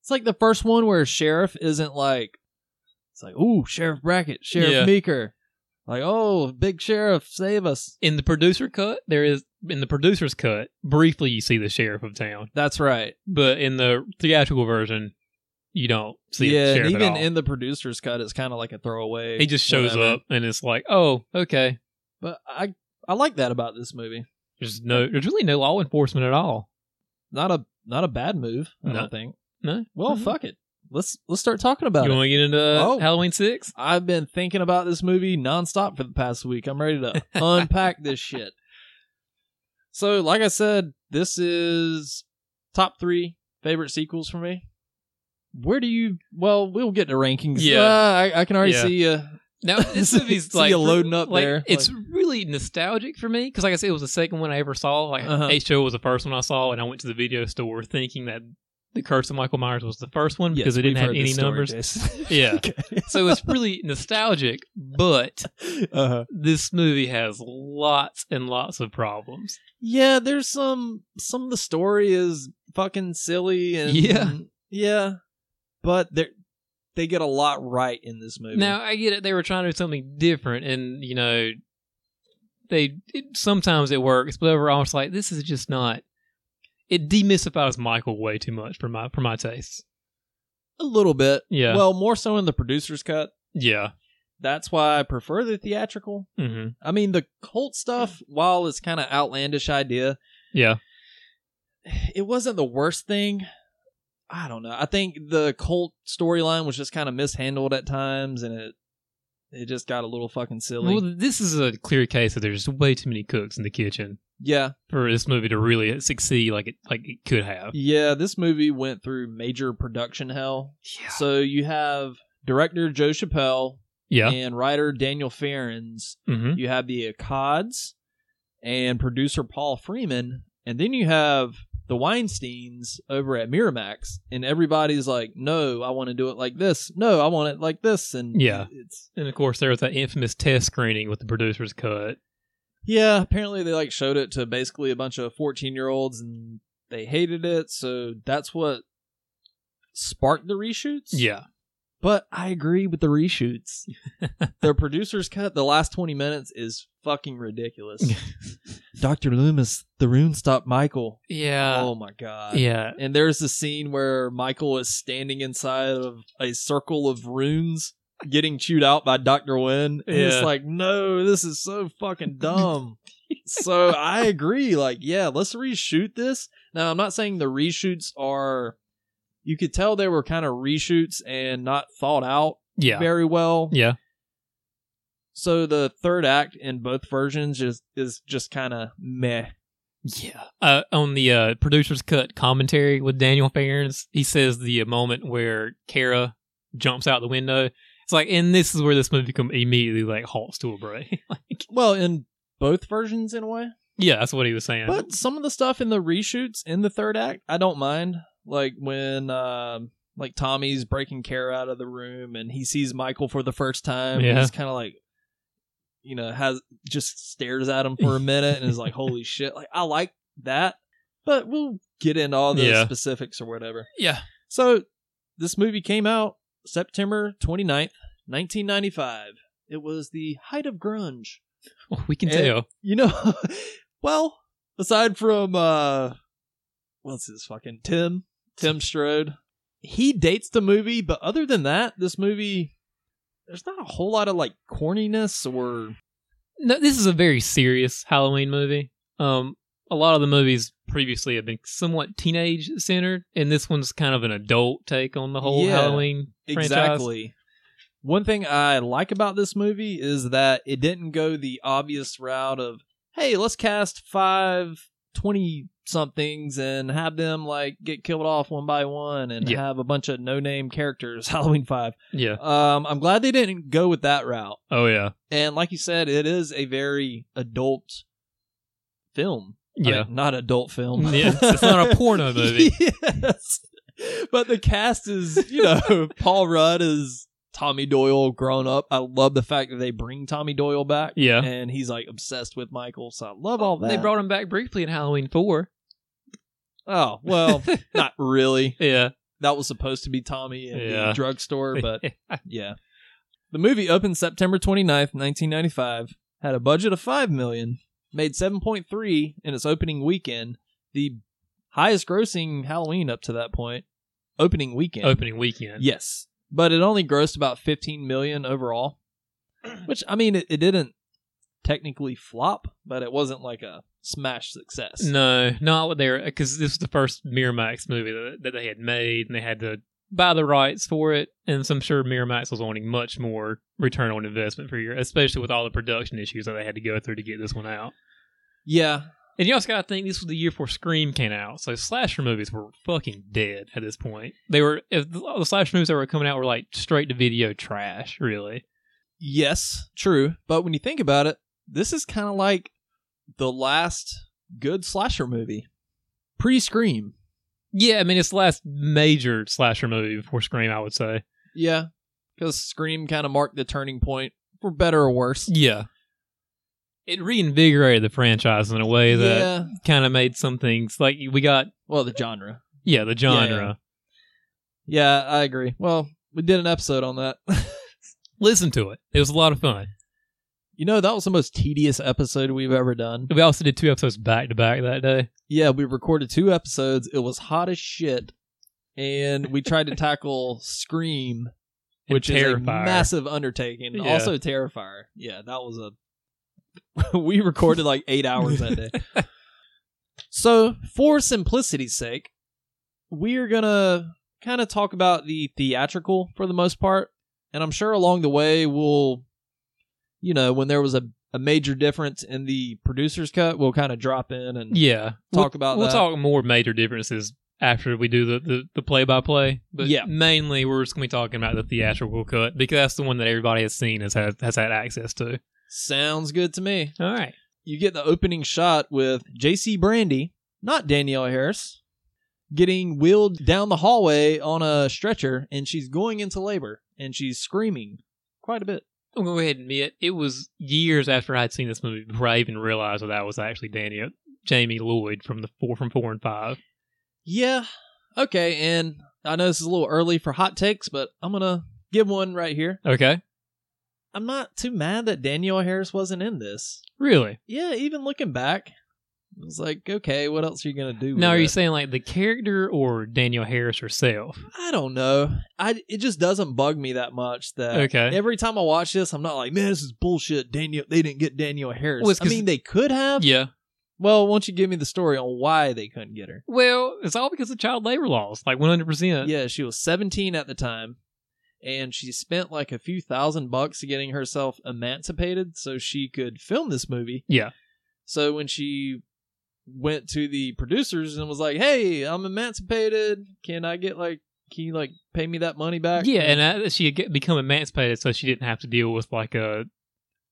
Speaker 6: It's like the first one where sheriff isn't like, it's like, ooh, Sheriff Brackett, Sheriff
Speaker 7: Yeah.
Speaker 6: Meeker. Like, oh, big sheriff, save us.
Speaker 7: In the producer cut, there is in the producer's cut, briefly you see the sheriff of town,
Speaker 6: That's right.
Speaker 7: but in the theatrical version, you don't see
Speaker 6: yeah,
Speaker 7: the
Speaker 6: and
Speaker 7: sheriff
Speaker 6: even
Speaker 7: at all.
Speaker 6: in the producer's cut, it's kind of like a throwaway.
Speaker 7: he just shows
Speaker 6: whatever.
Speaker 7: up and it's like, oh, okay.
Speaker 6: But I, I like that about this movie.
Speaker 7: There's no, there's really no law enforcement at all.
Speaker 6: Not a, not a bad move. I
Speaker 7: No.
Speaker 6: don't think.
Speaker 7: No.
Speaker 6: Well,
Speaker 7: Mhm.
Speaker 6: fuck it. Let's let's start talking about
Speaker 7: You
Speaker 6: it.
Speaker 7: want to get into uh,
Speaker 6: Oh.
Speaker 7: Halloween six?
Speaker 6: I've been thinking about this movie nonstop for the past week. I'm ready to unpack this shit. So, like I said, this is top three favorite sequels for me. Where do you? Well, we'll get to rankings.
Speaker 7: Yeah.
Speaker 6: Uh, I, I can already
Speaker 7: Yeah.
Speaker 6: see uh, you.
Speaker 7: Now this movie's
Speaker 6: See
Speaker 7: like
Speaker 6: you loading up
Speaker 7: like,
Speaker 6: there.
Speaker 7: It's really nostalgic for me because, like I said, it was the second one I ever saw. Like
Speaker 6: Uh-huh.
Speaker 7: H.O. was the first one I saw, and I went to the video store thinking that the Curse of Michael Myers was the first one because it
Speaker 6: Yes,
Speaker 7: didn't
Speaker 6: we've
Speaker 7: have
Speaker 6: heard
Speaker 7: any
Speaker 6: this story, Jason.
Speaker 7: numbers. Yeah.
Speaker 6: Okay.
Speaker 7: so it's really nostalgic, but
Speaker 6: Uh-huh.
Speaker 7: this movie has lots and lots of problems.
Speaker 6: Yeah, there's some some of the story is fucking silly and
Speaker 7: Yeah.
Speaker 6: yeah, but they they get a lot right in this movie.
Speaker 7: Now I get it; they were trying to do something different, and you know, they it, sometimes it works, but overall, I was like, this is just not. It demystifies Michael way too much for my for my taste.
Speaker 6: a little bit,
Speaker 7: Yeah,
Speaker 6: Well, more so in the producer's cut.
Speaker 7: yeah,
Speaker 6: That's why I prefer the theatrical.
Speaker 7: hmm
Speaker 6: I mean, the cult stuff, while it's kind of outlandish idea,
Speaker 7: yeah.
Speaker 6: it wasn't the worst thing. I don't know. I think the cult storyline was just kind of mishandled at times, and it it just got a little fucking silly.
Speaker 7: Well, this is a clear case that there's way too many cooks in the kitchen
Speaker 6: yeah,
Speaker 7: for this movie to really succeed like it like it could have.
Speaker 6: yeah. This movie went through major production hell.
Speaker 7: Yeah,
Speaker 6: So you have director Joe Chappelle
Speaker 7: yeah.
Speaker 6: and writer Daniel Ferrens
Speaker 7: hmm
Speaker 6: You have the Akkads and producer Paul Freeman, and then you have the Weinsteins over at Miramax, and everybody's like, "No, I want to do it like this. No, I want it like this." And
Speaker 7: Yeah.
Speaker 6: it's
Speaker 7: And of course, there was that infamous test screening with the producer's cut.
Speaker 6: yeah. Apparently, they like showed it to basically a bunch of fourteen-year-olds, and they hated it. So that's what sparked the reshoots.
Speaker 7: Yeah,
Speaker 6: But I agree with the reshoots. the producer's cut, the last 20 minutes is fucking ridiculous. Dr. Loomis, the rune stopped Michael.
Speaker 7: yeah,
Speaker 6: oh my God.
Speaker 7: yeah.
Speaker 6: And there's the scene where Michael is standing inside of a circle of runes getting chewed out by Dr. Wynn. And
Speaker 7: Yeah.
Speaker 6: it's like, no, this is so fucking dumb. so I agree. Like, yeah, let's reshoot this. Now, I'm not saying the reshoots are. You could tell they were kind of reshoots and not thought out
Speaker 7: Yeah.
Speaker 6: very well.
Speaker 7: yeah.
Speaker 6: So the third act in both versions is is just kind of meh.
Speaker 7: Yeah. Uh, on the uh, producer's cut commentary with Daniel Ferrens, he says the moment where Kara jumps out the window. It's like, and this is where this movie com- immediately like halts to a break. like,
Speaker 6: Well, in both versions in a way.
Speaker 7: yeah, that's what he was saying.
Speaker 6: But some of the stuff in the reshoots in the third act, I don't mind. Like when um like Tommy's breaking Kara out of the room and he sees Michael for the first time.
Speaker 7: Yeah.
Speaker 6: He's kind of like, you know, has just stares at him for a minute and is like, "Holy shit!" Like I like that. But we'll get into all the
Speaker 7: Yeah.
Speaker 6: specifics or whatever.
Speaker 7: yeah,
Speaker 6: So this movie came out September 29th, 1995. It was the height of grunge
Speaker 7: well, we can
Speaker 6: And-
Speaker 7: tell.
Speaker 6: you know, well, aside from uh, what's his fucking Tim Tim Strode, he dates the movie, but other than that, this movie there's not a whole lot of like corniness or
Speaker 7: No, this is a very serious Halloween movie. Um, a lot of the movies previously have been somewhat teenage centered, and this one's kind of an adult take on the whole
Speaker 6: Yeah,
Speaker 7: Halloween franchise.
Speaker 6: exactly. One thing I like about this movie is that it didn't go the obvious route of, hey, let's cast five 20 somethings and have them like get killed off one by one and
Speaker 7: Yeah.
Speaker 6: have a bunch of no name characters, Halloween 5.
Speaker 7: Yeah.
Speaker 6: Um, I'm glad they didn't go with that route.
Speaker 7: Oh yeah.
Speaker 6: And like you said, it is a very adult film. I mean,
Speaker 7: Yeah. Mm,
Speaker 6: not adult film.
Speaker 7: Yeah, it's- it's not a porno movie.
Speaker 6: yes. But the cast is, you know, Paul Rudd is Tommy Doyle grown up. I love the fact that they bring Tommy Doyle back.
Speaker 7: Yeah.
Speaker 6: And he's like obsessed with Michael. So I love all that.
Speaker 7: They brought him back briefly in Halloween four.
Speaker 6: oh, well, not really.
Speaker 7: Yeah.
Speaker 6: That was supposed to be Tommy in
Speaker 7: Yeah.
Speaker 6: the drugstore, but yeah. The movie opened September 29th, 1995, had a budget of 5 million, made 7.3 in its opening weekend, the highest grossing Halloween up to that point, opening weekend.
Speaker 7: opening weekend.
Speaker 6: Yes. But it only grossed about 15 million overall, which I mean it, it didn't technically flop, but it wasn't like a smash success.
Speaker 7: No, not what they were because this was the first Miramax movie that, that they had made, and they had to buy the rights for it. And so I'm sure Miramax was wanting much more return on investment for your, especially with all the production issues that they had to go through to get this one out.
Speaker 6: Yeah.
Speaker 7: And you also got to think this was the year before Scream came out, so slasher movies were fucking dead at this point. They were if the, all the slasher movies that were coming out were like straight to video trash, really.
Speaker 6: Yes, true. But when you think about it, this is kind of like the last good slasher movie. Pre Scream.
Speaker 7: Yeah, I mean it's the last major slasher movie before Scream, I would say.
Speaker 6: Yeah. Because Scream kind of marked the turning point, for better or worse.
Speaker 7: Yeah. It reinvigorated the franchise in a way that
Speaker 6: Yeah.
Speaker 7: kind of made some things like we got
Speaker 6: Well, the genre.
Speaker 7: yeah the genre.
Speaker 6: Yeah, I agree. Well, we did an episode on that.
Speaker 7: Listen to it; it was a lot of fun.
Speaker 6: you know, that was the most tedious episode we've ever done.
Speaker 7: We also did two episodes back to back that day.
Speaker 6: Yeah, we recorded two episodes. It was hot as shit. And we tried to tackle Scream
Speaker 7: And
Speaker 6: which is a
Speaker 7: Terrifier.
Speaker 6: massive undertaking.
Speaker 7: Yeah.
Speaker 6: Also, Terrifier. Yeah, that was a. we recorded like eight hours that day. So, for simplicity's sake, we're gonna kind of talk about the theatrical for the most part, and I'm sure along the way we'll, you know, when there was a a major difference in the producer's cut, we'll kind of drop in and
Speaker 7: Yeah,
Speaker 6: Talk
Speaker 7: We'll-
Speaker 6: about
Speaker 7: We'll
Speaker 6: that.
Speaker 7: talk more major differences after we do the the, the play by play. But
Speaker 6: Yeah.
Speaker 7: mainly we're just gonna be talking about the theatrical cut because that's the one that everybody has seen has had, has had access to.
Speaker 6: sounds good to me.
Speaker 7: All right.
Speaker 6: you get the opening shot with J.C. Brandy, not Danielle Harris, getting wheeled down the hallway on a stretcher, and she's going into labor, and she's screaming quite a bit.
Speaker 7: I'm gonna go ahead and admit it was years after I'd seen this movie before I even realized that that was actually Daniel Jamie Lloyd from the four from four and five.
Speaker 6: Yeah, okay, and I know this is a little early for hot takes, but I'm gonna give one right here.
Speaker 7: Okay,
Speaker 6: I'm not too mad that Danielle Harris wasn't in this.
Speaker 7: really?
Speaker 6: Yeah, even looking back, I was like, okay, what else are you gonna do?
Speaker 7: Now,
Speaker 6: with
Speaker 7: are you
Speaker 6: it?
Speaker 7: saying like the character or Daniel Harris herself?
Speaker 6: I don't know. I it just doesn't bug me that much that
Speaker 7: Okay.
Speaker 6: every time I watch this, I'm not like, man, this is bullshit. Daniel, they didn't get Daniel Harris.
Speaker 7: Well, it's
Speaker 6: I
Speaker 7: 'cause-
Speaker 6: mean, they could have.
Speaker 7: Yeah.
Speaker 6: Well, won't you give me the story on why they couldn't get her?
Speaker 7: Well, it's all because of child labor laws, like 100. percent
Speaker 6: Yeah, she was 17 at the time, and she spent like a few thousand bucks getting herself emancipated so she could film this movie.
Speaker 7: Yeah.
Speaker 6: So when she went to the producers and was like, "Hey, I'm emancipated. Can I get like, can you like pay me that money back?"
Speaker 7: Yeah, and uh she had get, become emancipated, so she didn't have to deal with like uh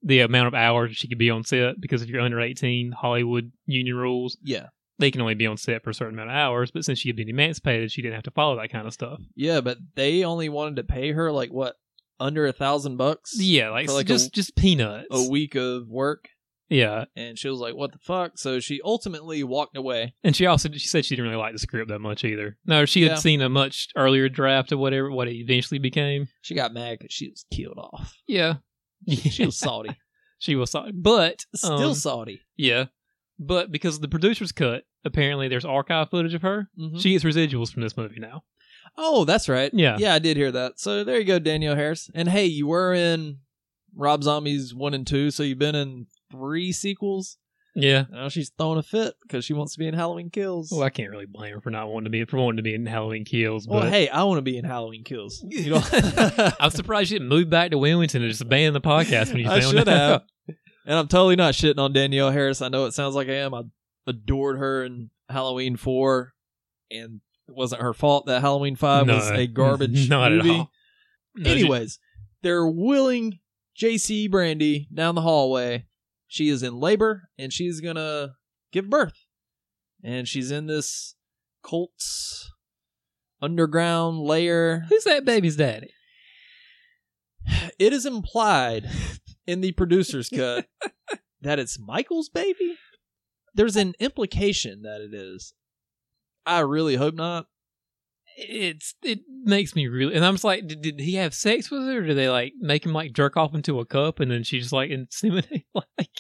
Speaker 7: the amount of hours she could be on set because if you're under 18, Hollywood union rules,
Speaker 6: yeah.
Speaker 7: they can only be on set for a certain amount of hours. But since she had been emancipated, she didn't have to follow that kind of stuff.
Speaker 6: Yeah, but they only wanted to pay her like what under a thousand bucks.
Speaker 7: Yeah, like,
Speaker 6: For, like,
Speaker 7: just
Speaker 6: a-
Speaker 7: just peanuts.
Speaker 6: a week of work,
Speaker 7: yeah,
Speaker 6: and she was like, "What the fuck?" So she ultimately walked away.
Speaker 7: and she also she said she didn't really like the script that much either. No, she had
Speaker 6: Yeah.
Speaker 7: seen a much earlier draft of whatever what it eventually became.
Speaker 6: She got mad because she was killed off.
Speaker 7: Yeah,
Speaker 6: She was salty,
Speaker 7: she was sorry, but
Speaker 6: still
Speaker 7: um,
Speaker 6: salty.
Speaker 7: yeah, but because of the producer's cut, apparently there's archive footage of her.
Speaker 6: Mhm.
Speaker 7: She gets residuals from this movie now.
Speaker 6: oh, that's right.
Speaker 7: Yeah.
Speaker 6: yeah, I did hear that. So there you go, Danielle Harris. And hey, you were in Rob Zombie's one and two, so you've been in three sequels.
Speaker 7: Yeah.
Speaker 6: Now she's throwing a fit because she wants to be in Halloween Kills.
Speaker 7: Well, I can't really blame her for not wanting to be for wanting to be in Halloween Kills. But
Speaker 6: Well, hey, I want to be in Halloween Kills. You know,
Speaker 7: I'm surprised you didn't move back to Wilmington and just abandon the podcast when you
Speaker 6: I
Speaker 7: found
Speaker 6: should
Speaker 7: out.
Speaker 6: have. And I'm totally not shitting on Danielle Harris. I know it sounds like I am. I adored her in Halloween Four, and it wasn't her fault that Halloween Five
Speaker 7: No,
Speaker 6: was a garbage
Speaker 7: not
Speaker 6: movie.
Speaker 7: at all. No, she-
Speaker 6: Anyways, they're willing JC Brandy down the hallway. She is in labor and she's going to give birth. And she's in this cult's underground lair.
Speaker 7: who's that baby's daddy?
Speaker 6: It is implied in the producer's cut that it's Michael's baby. There's an implication that it is. I really hope not.
Speaker 7: It's it makes me really, and I'm just like, did, did he have sex with her? Or did they like make him like jerk off into a cup, and then she just like inseminate? Like,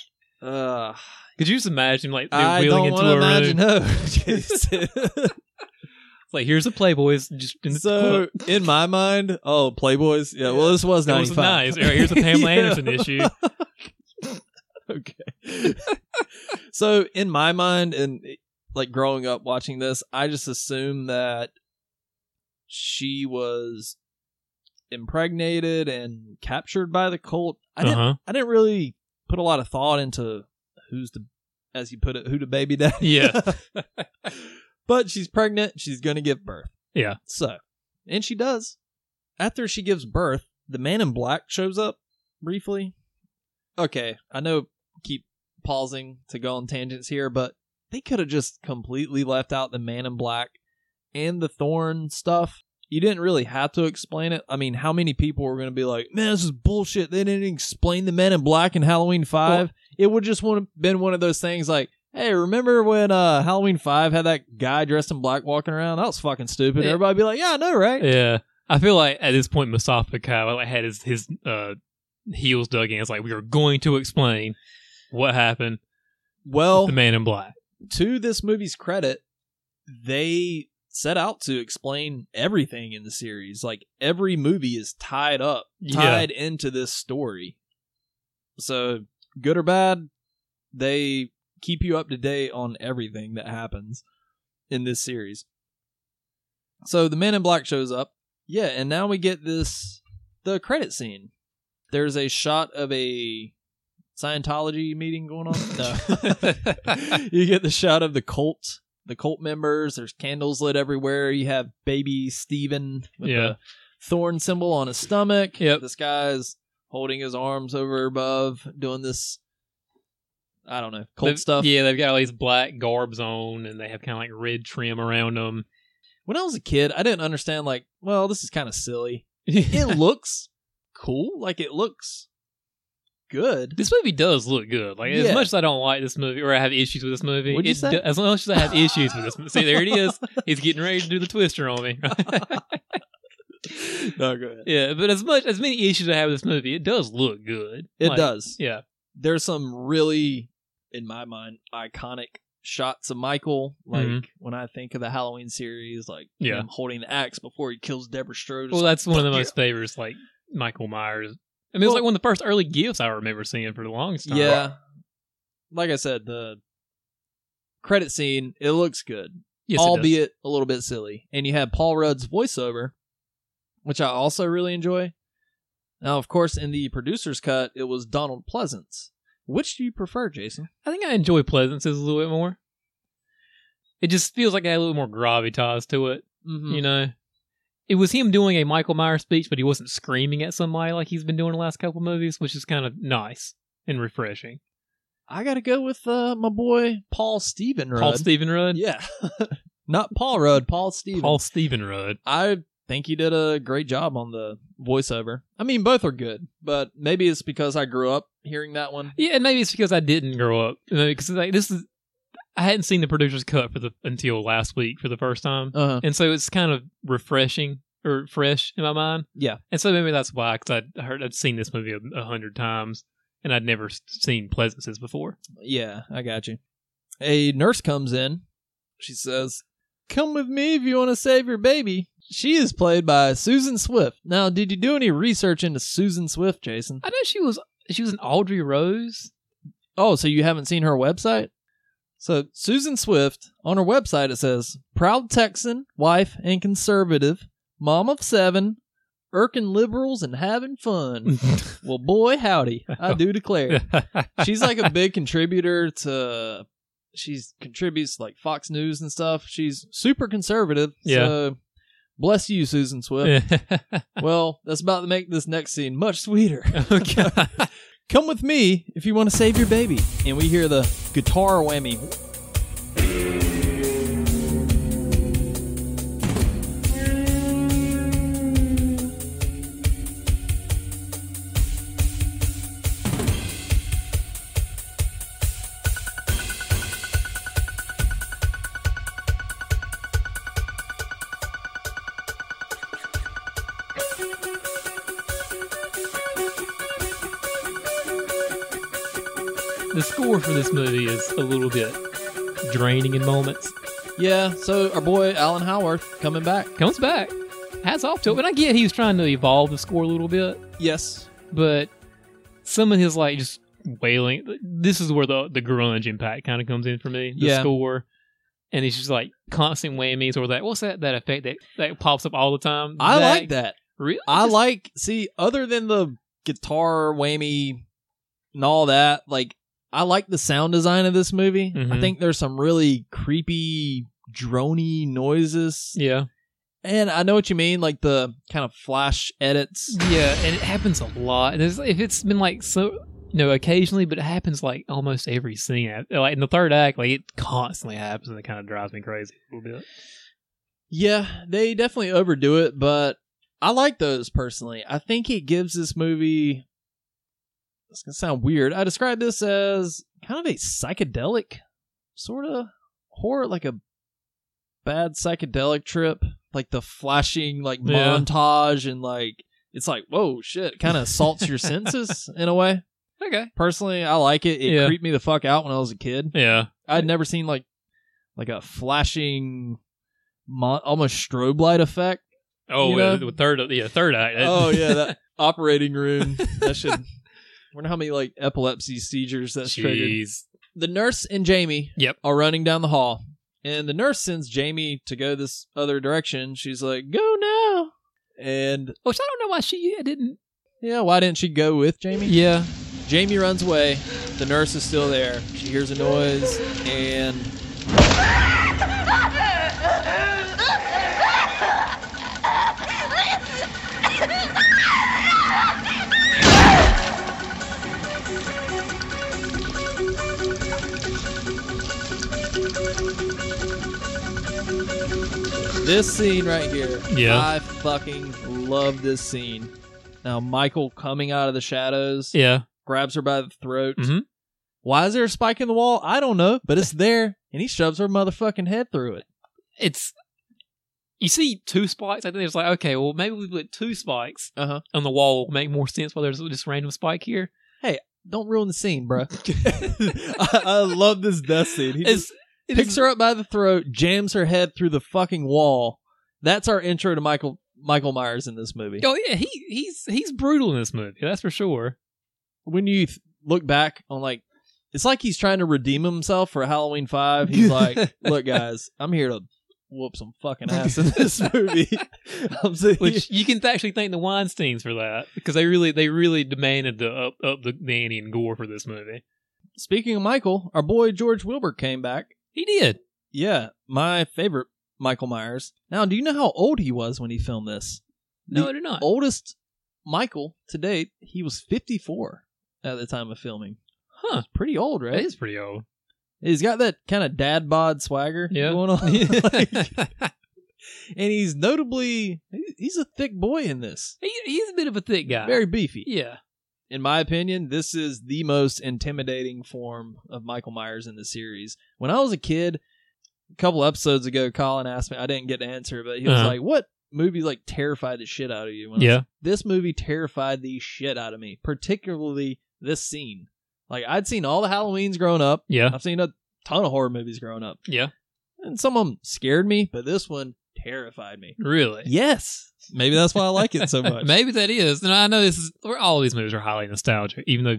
Speaker 6: Uh,
Speaker 7: could you just imagine like they're
Speaker 6: I
Speaker 7: wheeling
Speaker 6: don't
Speaker 7: into
Speaker 6: want to
Speaker 7: a
Speaker 6: imagine
Speaker 7: room?
Speaker 6: no. Jason.
Speaker 7: It's like here's a Playboy's just in the
Speaker 6: So
Speaker 7: cup.
Speaker 6: in my mind, oh Playboys, yeah. Well, this was
Speaker 7: It was
Speaker 6: ninety five.
Speaker 7: nice. All right, Here's a Pamela Anderson issue.
Speaker 6: Okay. so in my mind, and like growing up watching this, I just assumed that she was impregnated and captured by the cult. I
Speaker 7: Uh
Speaker 6: didn't.
Speaker 7: huh.
Speaker 6: I didn't really put a lot of thought into who's the, as you put it, who the baby daddy.
Speaker 7: Yeah.
Speaker 6: but she's pregnant. She's going to give birth.
Speaker 7: Yeah.
Speaker 6: So, and she does. After she gives birth, the man in black shows up briefly. Okay, I know keep pausing to go on tangents here, but they could have just completely left out the man in black and the thorn stuff. You didn't really have to explain it. I mean, how many people were going to be like, "Man, this is bullshit. They didn't explain the man in black in Halloween 5." it would just want to been one of those things like, "Hey, remember when uh Halloween 5 had that guy dressed in black walking around? That was fucking stupid."
Speaker 7: Yeah.
Speaker 6: Everybody be like, "Yeah, I know, right?"
Speaker 7: Yeah, I feel like at this point Mustafa Kai like, had his his uh, heels dug in. It's like we are going to explain what happened. with
Speaker 6: Well,
Speaker 7: the Man in Black.
Speaker 6: to this movie's credit, they set out to explain everything in the series. Like every movie is tied up,
Speaker 7: Yeah.
Speaker 6: tied into this story. So, good or bad, they keep you up to date on everything that happens in this series. So the Man in Black shows up. Yeah, and now we get this the credit scene. There's a shot of a Scientology meeting going on. No. you get the shot of the cult, the cult members. There's candles lit everywhere. You have baby Steven with
Speaker 7: Yeah.
Speaker 6: the thorn symbol on his stomach.
Speaker 7: Yep.
Speaker 6: This guy's holding his arms over above, doing this I don't know, cult
Speaker 7: They've-
Speaker 6: stuff.
Speaker 7: Yeah, they've got all these black garbs on, and they have kind of like red trim around them.
Speaker 6: When I was a kid, I didn't understand like, well, this is kind of silly. It looks cool. Like it looks good.
Speaker 7: this movie does look good. Like
Speaker 6: Yeah.
Speaker 7: as much as I don't like this movie or I have issues with this movie,
Speaker 6: What'd you
Speaker 7: it
Speaker 6: say?
Speaker 7: do- as much as I have issues with this movie, see there it is. He's getting ready to do the twister on me.
Speaker 6: no, go ahead.
Speaker 7: yeah, but as much as many issues I have with this movie, it does look good.
Speaker 6: It
Speaker 7: Like,
Speaker 6: does.
Speaker 7: Yeah.
Speaker 6: There's some really, in my mind, iconic shots of Michael. Like
Speaker 7: Mhm.
Speaker 6: when I think of the Halloween series, like
Speaker 7: Yeah.
Speaker 6: him holding the axe before he kills Deborah Strode.
Speaker 7: Well, that's one of the
Speaker 6: fuck
Speaker 7: most favorites. Like Michael Myers. I mean, it was
Speaker 6: Well-
Speaker 7: like one of the first early gifts I remember seeing for the longest time.
Speaker 6: yeah. Like I said, the credit scene it looks good.
Speaker 7: yes, it does.
Speaker 6: albeit a little bit silly. And you had Paul Rudd's voiceover, which I also really enjoy. Now, of course, in the producer's cut, it was Donald Pleasance. Which do you prefer, Jason?
Speaker 7: I think I enjoy Pleasance's a little bit more. It just feels like it had a little more gravitas to it,
Speaker 6: Mm-hmm.
Speaker 7: you know. It was him doing a Michael Myers speech, but he wasn't screaming at somebody like he's been doing the last couple movies, which is kind of nice and refreshing.
Speaker 6: I got to go with uh, my boy Paul Steven Rudd.
Speaker 7: Paul Stephen Rudd,
Speaker 6: Yeah. Not Paul Rudd, Paul Steven.
Speaker 7: Paul Stephen Rudd.
Speaker 6: I think he did a great job on the voiceover. I mean, both are good, but maybe it's because I grew up hearing that one.
Speaker 7: Yeah, and maybe it's because I didn't grow up because like this is I hadn't seen the producer's cut for the until last week for the first time.
Speaker 6: Uh-huh.
Speaker 7: and so it's kind of refreshing or fresh in my mind.
Speaker 6: Yeah.
Speaker 7: and so maybe that's why because I heard I'd seen this movie a, a hundred times and I'd never s- seen Pleasances before.
Speaker 6: Yeah, I got you. A nurse comes in. She says, Come with me if you want to save your baby. She is played by Susan Swift. Now, did you do any research into Susan Swift, Jason?
Speaker 7: I know she was she was an Audrey Rose
Speaker 6: Oh, so you haven't seen her website? So Susan Swift on her website it says proud Texan, wife and conservative, mom of seven, irking liberals and having fun. well, boy howdy, I do declare. She's like a big contributor to. She's contributes like Fox News and stuff. She's super conservative. So bless you, Susan Swift. Well, that's about to make this next scene much sweeter.
Speaker 7: okay.
Speaker 6: Come with me if you want to save your baby. And we hear the guitar whammy.
Speaker 7: The score for this movie is a little bit draining in moments.
Speaker 6: Yeah, so our boy Alan Howarth coming back.
Speaker 7: Comes back. Hats off to it. And I get he was trying to evolve the score a little bit,
Speaker 6: Yes.
Speaker 7: but some of his like just wailing this is where the the grunge impact kind of comes in for me. The
Speaker 6: Yeah.
Speaker 7: score. And it's just like constant whammies or that what's that that effect that, that pops up all the time?
Speaker 6: I like that.
Speaker 7: Really?
Speaker 6: I
Speaker 7: Just-
Speaker 6: like see, other than the guitar whammy and all that, like I like the sound design of this movie. I
Speaker 7: Mhm.
Speaker 6: think there's some really creepy drony noises.
Speaker 7: Yeah.
Speaker 6: And I know what you mean, like the kind of flash edits.
Speaker 7: Yeah, and it happens a lot. And it's, if it's been like so, you know, occasionally, but it happens like almost every scene. Like in the third act, like it constantly happens, and it kind of drives me crazy a little bit.
Speaker 6: Yeah, they definitely overdo it, but I like those personally. I think it gives this movie. It's gonna sound weird. I describe this as kind of a psychedelic sort of horror, like a bad psychedelic trip, like the flashing like
Speaker 7: Yeah.
Speaker 6: montage and like it's like whoa shit, kind of assaults your senses in a way.
Speaker 7: Okay.
Speaker 6: Personally, I like it. It
Speaker 7: Yeah.
Speaker 6: creeped me the fuck out when I was a kid.
Speaker 7: Yeah.
Speaker 6: I'd never seen like like a flashing, mo- almost strobe light effect.
Speaker 7: Oh,
Speaker 6: You know?
Speaker 7: uh, the third, yeah, third act. that-
Speaker 6: Oh yeah, that operating room. That should. Wonder how many like epilepsy seizures that's triggered.
Speaker 7: Jeez.
Speaker 6: The nurse and Jamie
Speaker 7: Yep.
Speaker 6: are running down the hall, and the nurse sends Jamie to go this other direction. She's like, "Go now," and
Speaker 7: Which Oh, I don't know why she didn't.
Speaker 6: yeah, why didn't she go with Jamie?
Speaker 7: Yeah.
Speaker 6: Jamie runs away. The nurse is still there. She hears a noise and. This scene right here.
Speaker 7: Yeah.
Speaker 6: I fucking love this scene. Now, Michael coming out of the shadows
Speaker 7: Yeah.
Speaker 6: grabs her by the throat.
Speaker 7: Mhm.
Speaker 6: Why is there a spike in the wall? I don't know, but it's there, and he shoves her motherfucking head through it.
Speaker 7: It's. You see two spikes. I think it's like okay, well maybe we put two spikes
Speaker 6: Uh huh.
Speaker 7: on the wall will make more sense. Why there's just a random spike here.
Speaker 6: Don't ruin the scene, bro. I, I love this death scene. He just
Speaker 7: It's it
Speaker 6: picks
Speaker 7: is-
Speaker 6: her up by the throat, jams her head through the fucking wall. That's our intro to Michael Michael Myers in this movie.
Speaker 7: Oh yeah, he he's he's brutal in this movie. That's for sure.
Speaker 6: When you th- look back on like, it's like he's trying to redeem himself for Halloween Five. He's like, "Look, guys, I'm here to whoop some fucking ass in this movie." I'm sitting here-
Speaker 7: Which you can actually thank the Weinstein's for that because they really they really demanded the up up the nanny and gore for this movie.
Speaker 6: Speaking of Michael, our boy George Wilbur came back.
Speaker 7: He did.
Speaker 6: Yeah, my favorite Michael Myers. Now, do you know how old he was when he filmed this?
Speaker 7: No,
Speaker 6: The
Speaker 7: I do not.
Speaker 6: Oldest Michael to date, he was 54 at the time of filming.
Speaker 7: Huh.
Speaker 6: Pretty old,
Speaker 7: That
Speaker 6: right?
Speaker 7: is pretty old.
Speaker 6: He's got that kind of dad bod swagger
Speaker 7: Yeah.
Speaker 6: going on. Like, and he's notably, he- he's a thick boy in this.
Speaker 7: he, he's a bit of a thick guy.
Speaker 6: Very beefy.
Speaker 7: yeah.
Speaker 6: in my opinion, this is the most intimidating form of Michael Myers in the series. When I was a kid, a couple episodes ago, Colin asked me, I didn't get to answer, but he was
Speaker 7: Uh-huh.
Speaker 6: like, What movie like terrified the shit out of you? When I was-
Speaker 7: Yeah.
Speaker 6: this movie terrified the shit out of me, particularly this scene. Like, I'd seen all the Halloweens growing up,
Speaker 7: Yeah.
Speaker 6: I've seen a ton of horror movies growing up.
Speaker 7: Yeah.
Speaker 6: And some of them scared me, but this one terrified me.
Speaker 7: Really.
Speaker 6: Yes. Maybe that's why I like it so much.
Speaker 7: Maybe that is. And I know this is. We're, all these movies are highly nostalgic, even though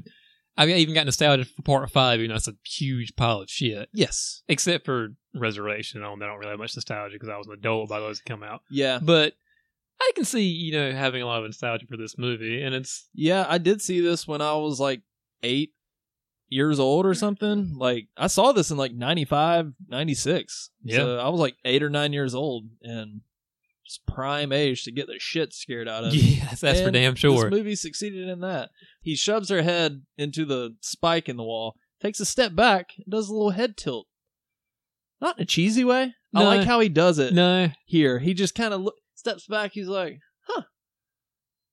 Speaker 7: I've even got nostalgia for part five, even though it's a huge pile of shit.
Speaker 6: Yes.
Speaker 7: Except for Resurrection, I don't, I don't really have much nostalgia because I was an adult by those that come out.
Speaker 6: Yeah.
Speaker 7: But I can see, you know, having a lot of nostalgia for this movie, and it's
Speaker 6: Yeah, I did see this when I was like eight years old or something. Like, I saw this in like 95, 96. So
Speaker 7: Yeah.
Speaker 6: I was like eight or nine years old and it's prime age to get the shit scared out of.
Speaker 7: yes, that's for
Speaker 6: And
Speaker 7: damn sure.
Speaker 6: This movie succeeded in that. He shoves her head into the spike in the wall, takes a step back, and does a little head tilt. Not in a cheesy way. I
Speaker 7: No.
Speaker 6: like how he does it
Speaker 7: No,
Speaker 6: here. He just kind of look, steps back. He's like, huh.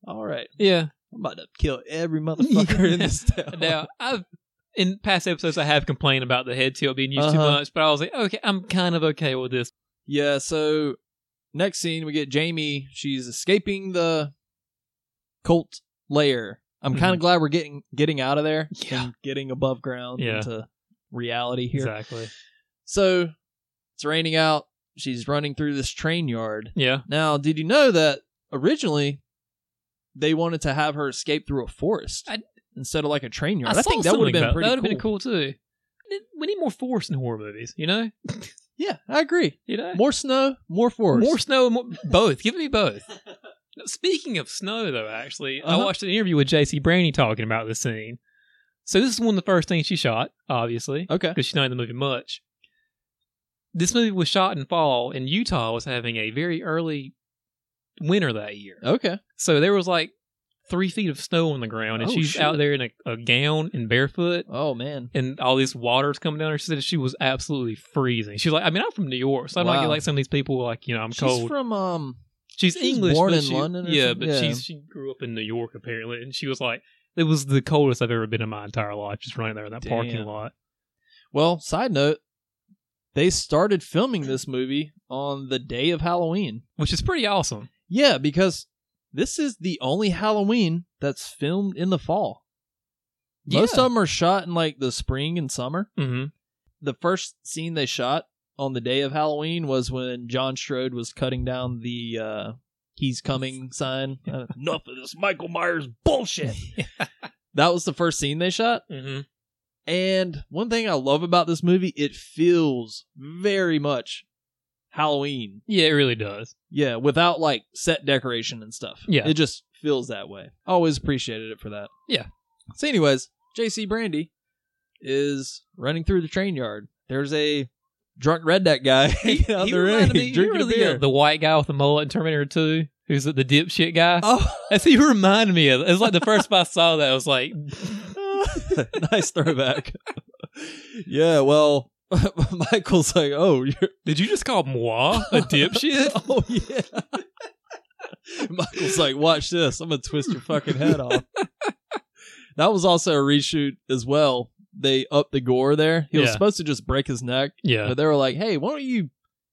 Speaker 6: All right.
Speaker 7: yeah.
Speaker 6: I'm about to kill every motherfucker in this town.
Speaker 7: Now I've in past episodes I have complained about the head tilt being used too
Speaker 6: Uh-huh.
Speaker 7: much, but I was like, okay, I'm kind of okay with this.
Speaker 6: Yeah, so next scene we get Jamie. She's escaping the cult lair. I'm kind of glad we're getting getting out of there
Speaker 7: Mm-hmm. Yeah.
Speaker 6: and getting above ground
Speaker 7: Yeah.
Speaker 6: into reality here.
Speaker 7: Exactly.
Speaker 6: So it's raining out. She's running through this train yard.
Speaker 7: Yeah.
Speaker 6: Now, did you know that originally they wanted to have her escape through a forest
Speaker 7: I-
Speaker 6: instead of like a train yard?
Speaker 7: I,
Speaker 6: I, think
Speaker 7: saw
Speaker 6: that would have
Speaker 7: something
Speaker 6: been
Speaker 7: about-
Speaker 6: pretty
Speaker 7: that
Speaker 6: cool.
Speaker 7: would've been cool too. We need more forest in horror movies, you know?
Speaker 6: Yeah, I agree.
Speaker 7: You know?
Speaker 6: More snow, more forest.
Speaker 7: More snow, more, both. Give me both. Now, Speaking of snow, though, actually, I
Speaker 6: Uh-huh.
Speaker 7: watched an interview with J.C. Brandy talking about this scene. So this is one of the first things she shot, obviously,
Speaker 6: Okay.
Speaker 7: because she's not in the movie much. This movie was shot in fall, and Utah was having a very early winter that year.
Speaker 6: Okay.
Speaker 7: So there was like three feet of snow on the ground, and
Speaker 6: Oh,
Speaker 7: she's
Speaker 6: shit.
Speaker 7: out there in a, a gown and barefoot
Speaker 6: Oh, man.
Speaker 7: and all this water's coming down her. She said she was absolutely freezing. She's like, I mean, I'm from New York, so I'm not
Speaker 6: Wow.
Speaker 7: getting like some of these people like, you know, I'm
Speaker 6: She's
Speaker 7: cold.
Speaker 6: from, um,
Speaker 7: she's
Speaker 6: she was
Speaker 7: English,
Speaker 6: born
Speaker 7: but
Speaker 6: in
Speaker 7: she-
Speaker 6: London or
Speaker 7: yeah,
Speaker 6: something?
Speaker 7: but
Speaker 6: Yeah.
Speaker 7: she's she grew up in New York apparently, and she was like, it was the coldest I've ever been in my entire life, just running there in that parking
Speaker 6: Damn.
Speaker 7: lot.
Speaker 6: well, side note, they started filming this movie on the day of Halloween.
Speaker 7: Which is pretty awesome.
Speaker 6: Yeah, because this is the only Halloween that's filmed in the fall. Most of them are shot in like the spring and summer.
Speaker 7: hmm
Speaker 6: The first scene they shot on the day of Halloween was when John Strode was cutting down the uh, "He's coming" sign. Uh,
Speaker 4: Enough of this Michael Myers bullshit.
Speaker 6: that was the first scene they shot.
Speaker 7: hmm
Speaker 6: And one thing I love about this movie, it feels very much Halloween.
Speaker 7: Yeah, it really does.
Speaker 6: Yeah, without like set decoration and stuff.
Speaker 7: Yeah.
Speaker 6: It just feels that way. I always appreciated it for that.
Speaker 7: Yeah.
Speaker 6: So, anyways, JC Brandy is running through the train yard. There's a drunk redneck guy hanging out
Speaker 7: he
Speaker 6: the
Speaker 7: reminded
Speaker 6: rain,
Speaker 7: me- he
Speaker 6: drinking
Speaker 7: really
Speaker 6: a beer.
Speaker 7: is the white guy with the mullet in Terminator Two, who's the dipshit guy.
Speaker 6: oh,
Speaker 7: That's he reminded me of. It's like the first time I saw that, I was like,
Speaker 6: nice throwback. yeah, well, Michael's like, oh, you're
Speaker 7: "Did you just call moi a dipshit?"
Speaker 6: Oh yeah. Michael's like, watch this. I'm gonna twist your fucking head off. That was also a reshoot as well. They upped the gore there. He was
Speaker 7: Yeah.
Speaker 6: supposed to just break his neck,
Speaker 7: Yeah,
Speaker 6: but they were like, "Hey, why don't you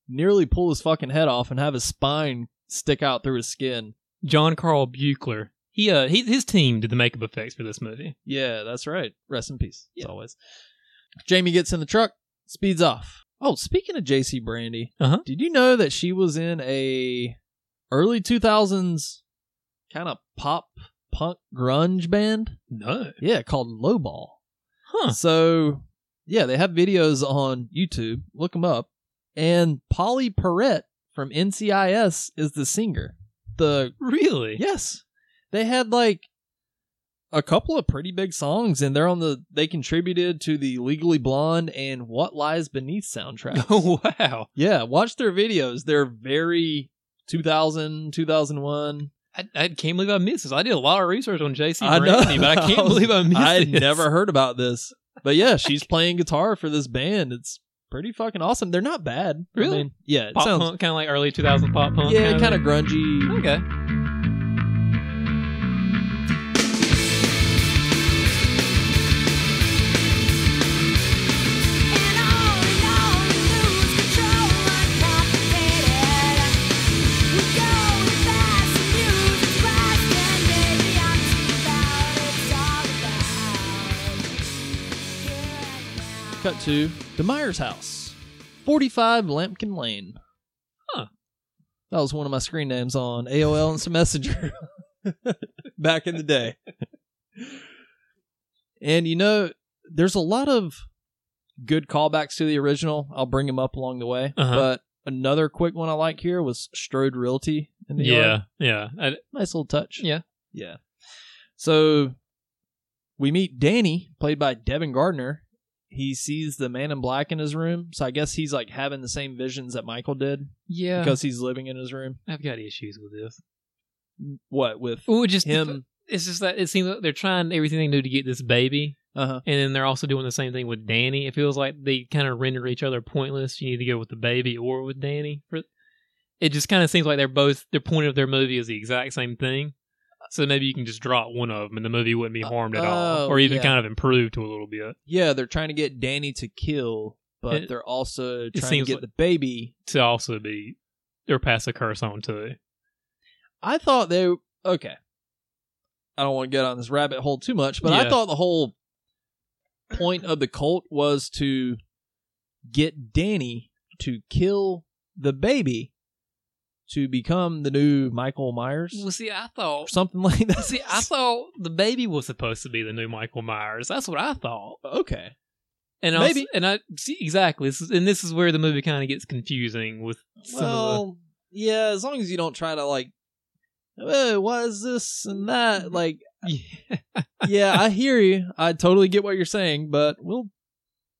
Speaker 6: nearly pull his fucking head off and have his spine stick out through his skin?"
Speaker 7: John Carl Buechler. He uh he, his team did the makeup effects for this movie.
Speaker 6: Yeah, that's right. Rest in peace, as always. Jamie gets in the truck, speeds off. Oh, speaking of JC Brandy,
Speaker 7: Uh-huh.
Speaker 6: did you know that she was in a early 2000s kind of pop punk grunge band?
Speaker 7: No.
Speaker 6: Yeah, called Lowball.
Speaker 7: Huh.
Speaker 6: So, yeah, they have videos on YouTube. Look them up. And Polly Perrette from NCIS is the singer. The
Speaker 7: Really?
Speaker 6: Yes. They had like a couple of pretty big songs and they're on the they contributed to the Legally Blonde and What Lies Beneath soundtrack.
Speaker 7: Oh wow.
Speaker 6: yeah, watch their videos. They're very 2000, 2001.
Speaker 7: I, I can't believe I missed this. I did a lot of research on JC
Speaker 6: I know.
Speaker 7: Brandy, but I can't
Speaker 6: I was-
Speaker 7: believe I missed
Speaker 6: I had
Speaker 7: this.
Speaker 6: never heard about this. But yeah, she's playing guitar for this band. It's pretty fucking awesome. They're not bad. I
Speaker 7: Really?
Speaker 6: mean, yeah, it
Speaker 7: pop
Speaker 6: sounds
Speaker 7: punk, kind of like early 2000 pop punk.
Speaker 6: yeah, kind
Speaker 7: kinda.
Speaker 6: of grungy.
Speaker 7: Okay.
Speaker 8: And all we always do is control uncomplicated. We go to fast and use it fast, and maybe I'm too loud. It's all about
Speaker 6: Cut to the Myers house, 45 Lampkin Lane.
Speaker 7: Huh.
Speaker 6: That was one of my screen names on AOL Instant Messenger back in the day. And you know, there's a lot of good callbacks to the original. I'll bring them up along the way.
Speaker 7: Uh-huh.
Speaker 6: But another quick one I like here was Strode Realty in the yard.
Speaker 7: yeah, yeah. I-
Speaker 6: Nice little touch.
Speaker 7: Yeah.
Speaker 6: Yeah. So we meet Danny, played by Devin Gardner. He sees the man in black in his room. So I guess he's like having the same visions that Michael did
Speaker 7: yeah.
Speaker 6: because he's living in his room.
Speaker 7: I've got issues with this.
Speaker 6: What with
Speaker 7: Ooh, just
Speaker 6: him?
Speaker 7: It's just that it seems like they're trying everything they do to get this baby,
Speaker 6: Uh huh.
Speaker 7: and then they're also doing the same thing with Danny. It feels like they kind of render each other pointless. You need to go with the baby or with Danny. For it just kind of seems like they're both their point of their movie is the exact same thing. So maybe you can just drop one of them, and the movie wouldn't be harmed at all,
Speaker 6: Oh,
Speaker 7: or even
Speaker 6: yeah.
Speaker 7: kind of improved to a little bit.
Speaker 6: Yeah, they're trying to get Danny to kill, but
Speaker 7: It-
Speaker 6: they're also trying to
Speaker 7: seems
Speaker 6: get
Speaker 7: like-
Speaker 6: the baby.
Speaker 7: to also be or pass a curse on too.
Speaker 6: I thought they okay. I don't want to get on this rabbit hole too much, but I
Speaker 7: Yeah.
Speaker 6: thought the whole point of the cult was to get Danny to kill the baby to become the new Michael Myers
Speaker 7: Well, see, I
Speaker 6: or
Speaker 7: thought.
Speaker 6: something like that.
Speaker 7: See, I thought the baby was supposed to be the new Michael Myers. That's what I thought.
Speaker 6: okay.
Speaker 7: And I was-
Speaker 6: Maybe.
Speaker 7: and I see exactly. This is, and this is where the movie kind of gets confusing with some of
Speaker 6: Well, yeah, as long as you don't try to like "Hey, why is this and that like
Speaker 7: the.
Speaker 6: yeah, I hear you. I totally get what you're saying, but we'll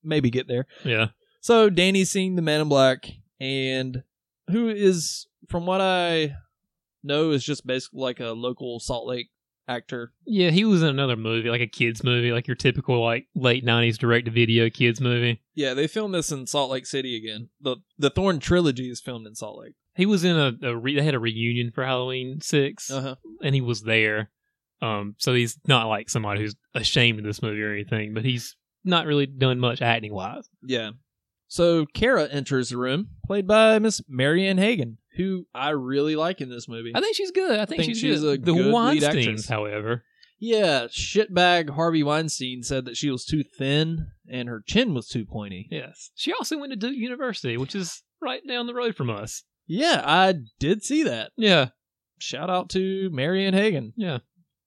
Speaker 6: maybe get there.
Speaker 7: Yeah.
Speaker 6: So Danny's seeing the man in black, and who is, from what I know, is just basically like a local Salt Lake actor.
Speaker 7: Yeah, he was in another movie, like a kids movie, like your typical like late '90s direct-to-video kids movie.
Speaker 6: Yeah, they filmed this in Salt Lake City again. the The Thorn trilogy is filmed in Salt Lake.
Speaker 7: He was in a, a re- they had a reunion for Halloween Six,
Speaker 6: huh.
Speaker 7: and he was there. Um, so he's not like somebody who's ashamed of this movie or anything, but he's not really done much acting wise.
Speaker 6: Yeah. So Kara enters the room, played by Miss Marianne Hagen, who I really like in this movie.
Speaker 7: I think she's good. I think,
Speaker 6: Think
Speaker 7: she's,
Speaker 6: she's
Speaker 7: good.
Speaker 6: a
Speaker 7: the
Speaker 6: good lead
Speaker 7: Weinstein's,
Speaker 6: actress.
Speaker 7: however,
Speaker 6: Yeah, shitbag Harvey Weinstein said that she was too thin and her chin was too pointy.
Speaker 7: yes, she also went to Duke University, which is right down the road from us.
Speaker 6: Yeah, I did see that.
Speaker 7: Yeah,
Speaker 6: Shout out to Marianne Hagen.
Speaker 7: Yeah.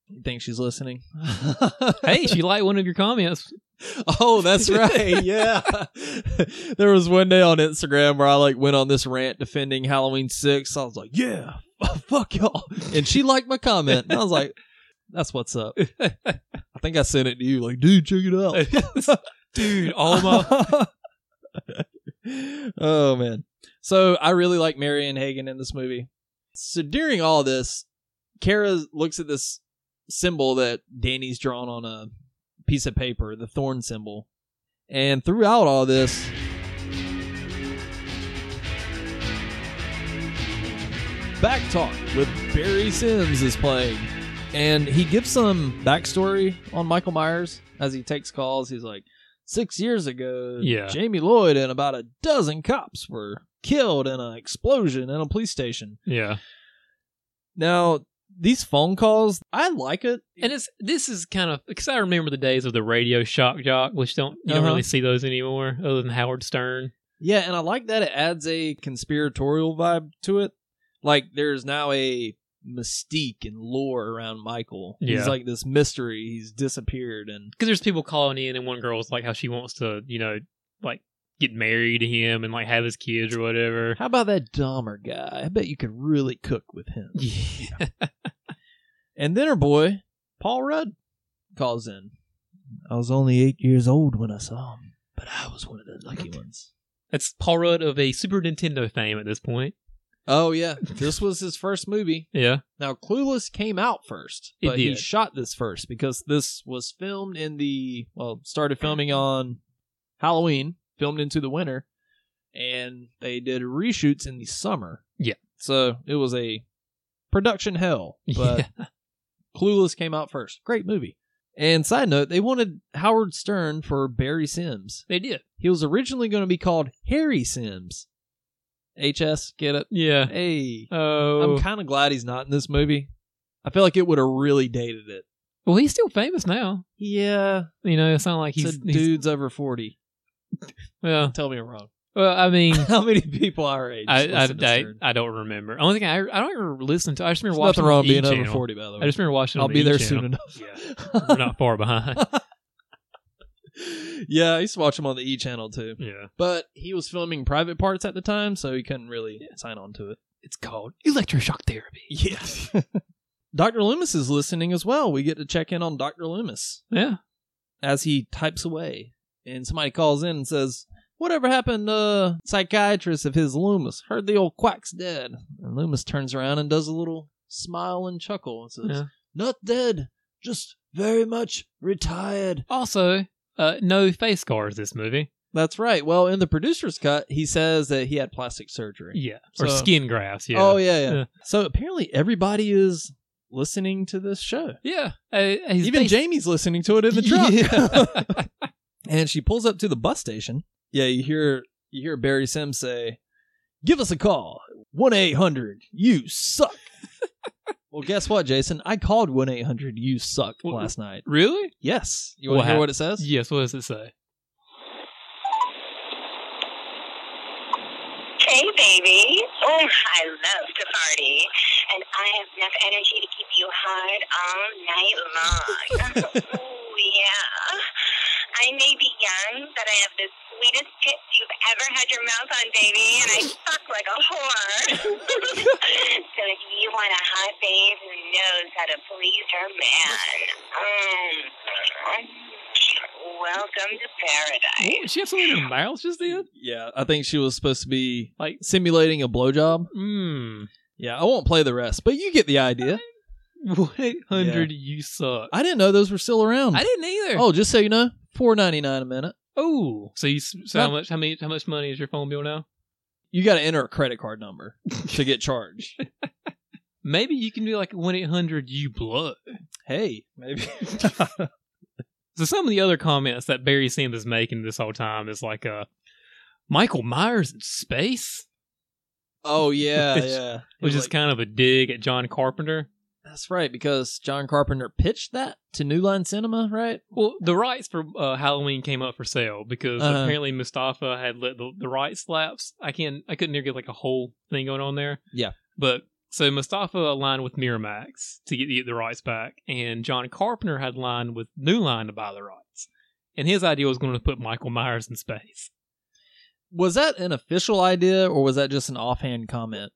Speaker 6: You think she's listening?
Speaker 7: hey, she liked one of your comments.
Speaker 6: Oh, that's right. Yeah. there was one day on Instagram where I like went on this rant defending Halloween 6. I was like, "Yeah, oh, fuck y'all." And she liked my comment. And I was like, "That's what's up." I think I sent it to you like, "Dude, check it out."
Speaker 7: Dude, Alma.
Speaker 6: oh man. So I really like Marianne Hagen in this movie. So during all this, Kara looks at this symbol that Danny's drawn on a piece of paper, the thorn symbol. And throughout all this, Back Talk with Barry Sims is playing. And he gives some backstory on Michael Myers as he takes calls. He's like, six years ago,
Speaker 7: Yeah.
Speaker 6: Jamie Lloyd and about a dozen cops were killed in an explosion in a police station.
Speaker 7: yeah,
Speaker 6: Now, these phone calls, I like it.
Speaker 7: and it's this is kind of because I remember the days of the radio shock jock, which don't you don't
Speaker 6: Uh-huh.
Speaker 7: really see those anymore, other than Howard Stern.
Speaker 6: Yeah, and I like that it adds a conspiratorial vibe to it. Like there's now a mystique and lore around Michael.
Speaker 7: Yeah.
Speaker 6: He's like this mystery. He's disappeared and
Speaker 7: because there's people calling in, and one girl's like how she wants to, you know, like get married to him and like have his kids or whatever.
Speaker 6: how about that Dahmer guy? I bet you could really cook with him.
Speaker 7: Yeah.
Speaker 6: And then her boy, Paul Rudd, calls in. I was only eight years old when I saw him, but I was one of the lucky ones.
Speaker 7: That's Paul Rudd of a Super Nintendo fame at this point.
Speaker 6: Oh yeah. This was his first movie.
Speaker 7: Yeah,
Speaker 6: Now, Clueless came out first,
Speaker 7: It
Speaker 6: but he
Speaker 7: did.
Speaker 6: shot this first because this was filmed in the well, started filming on Halloween, filmed into the winter, and they did reshoots in the summer.
Speaker 7: Yeah.
Speaker 6: so it was a production hell. But Clueless came out first. Great movie. And side note, they wanted Howard Stern for Barry Sims.
Speaker 7: they did.
Speaker 6: He was originally going to be called Harry Sims. HS, get it?
Speaker 7: Yeah.
Speaker 6: Hey.
Speaker 7: Oh,
Speaker 6: I'm kind of glad he's not in this movie. I feel like it would have really dated it.
Speaker 7: well, he's still famous now.
Speaker 6: Yeah,
Speaker 7: You know, it's not like
Speaker 6: he's,
Speaker 7: he's,
Speaker 6: a
Speaker 7: he's-
Speaker 6: dude's over forty.
Speaker 7: Well,
Speaker 6: Tell me I'm wrong.
Speaker 7: well, I mean,
Speaker 6: How many people our age?
Speaker 7: I I,
Speaker 6: listen to
Speaker 7: I,
Speaker 6: Stern?
Speaker 7: I don't remember. Only thing I I don't ever listen to. I just remember
Speaker 6: There's
Speaker 7: watching
Speaker 6: nothing wrong
Speaker 7: the
Speaker 6: being
Speaker 7: E
Speaker 6: over
Speaker 7: channel.
Speaker 6: forty, by the way.
Speaker 7: I just remember watching.
Speaker 6: I'll
Speaker 7: on
Speaker 6: be
Speaker 7: the E
Speaker 6: there
Speaker 7: channel.
Speaker 6: soon enough.
Speaker 7: We're not far behind.
Speaker 6: yeah, I used to watch him on the E channel too.
Speaker 7: Yeah.
Speaker 6: But he was filming private parts at the time, so he couldn't really sign on to it.
Speaker 7: It's called electroshock therapy.
Speaker 6: Yes. Dr. Loomis is listening as well. We get to check in on Dr. Loomis
Speaker 7: Yeah.
Speaker 6: as he types away. And somebody calls in and says, Whatever happened to uh, psychiatrist of his Loomis? Heard the old quack's dead. And Loomis turns around and does a little smile and chuckle and says,
Speaker 7: Yeah.
Speaker 6: Not dead, just very much retired.
Speaker 7: Also, uh, no face scars this movie.
Speaker 6: That's right. Well, in the producer's cut, he says that he had plastic surgery.
Speaker 7: Yeah. Or
Speaker 6: So-
Speaker 7: skin grafts. Yeah.
Speaker 6: Oh, yeah, yeah.
Speaker 7: Yeah.
Speaker 6: So apparently everybody is listening to this show.
Speaker 7: Yeah. Uh, his
Speaker 6: Even
Speaker 7: face-
Speaker 6: Jamie's listening to it in the truck.
Speaker 7: Yeah.
Speaker 6: and she pulls up to the bus station. Yeah, you hear you hear Barry Sims say, "Give us a call, one eight hundred. You suck." well, guess what, Jason? I called one eight hundred. You suck
Speaker 7: Wha-
Speaker 6: last night.
Speaker 7: really?
Speaker 6: Yes, you want
Speaker 7: What
Speaker 6: to hear
Speaker 7: hap-
Speaker 6: what it says?
Speaker 7: Yes. What does it say?
Speaker 9: Hey, baby. Oh, I love to party. And I have enough energy to keep you hard all night long. oh, yeah. I may be young, but I have the sweetest tits you've ever had your mouth on, baby. And I fuck like a whore. so if you want a hot babe who knows how to please her man, um, welcome to paradise.
Speaker 7: Ooh, she have something in her mouth just then?
Speaker 6: Yeah, I think she was supposed to be
Speaker 7: Like-
Speaker 6: simulating a blowjob.
Speaker 7: Mmm.
Speaker 6: Yeah, I won't play the rest, but you get the idea.
Speaker 7: 100 you suck.
Speaker 6: I didn't know those were still around.
Speaker 7: I didn't either.
Speaker 6: Oh, just so you know, four ninety nine a minute.
Speaker 7: Oh. So you s- so how
Speaker 6: Not-
Speaker 7: much how many how much money is your phone bill now?
Speaker 6: You got to enter a credit card number to get charged.
Speaker 7: Maybe you can do like 1-800 you blood.
Speaker 6: hey, maybe.
Speaker 7: So some of the other comments that Barry Sims is making this whole time is like uh Michael Myers in space,
Speaker 6: oh yeah,
Speaker 7: Which-
Speaker 6: yeah. He
Speaker 7: which
Speaker 6: was
Speaker 7: is
Speaker 6: like,
Speaker 7: kind of a dig at John Carpenter.
Speaker 6: that's right because John Carpenter pitched that to New Line Cinema, right?
Speaker 7: Well, the rights for uh, Halloween came up for sale because
Speaker 6: Uh-huh.
Speaker 7: apparently Mustafa had let the, the rights lapse. I can I couldn't near get like a whole thing going on there.
Speaker 6: Yeah.
Speaker 7: but so Mustafa aligned with Miramax to get the, the rights back, and John Carpenter had aligned with New Line to buy the rights. And his idea was going to put Michael Myers in space.
Speaker 6: Was that an official idea or was that just an offhand comment?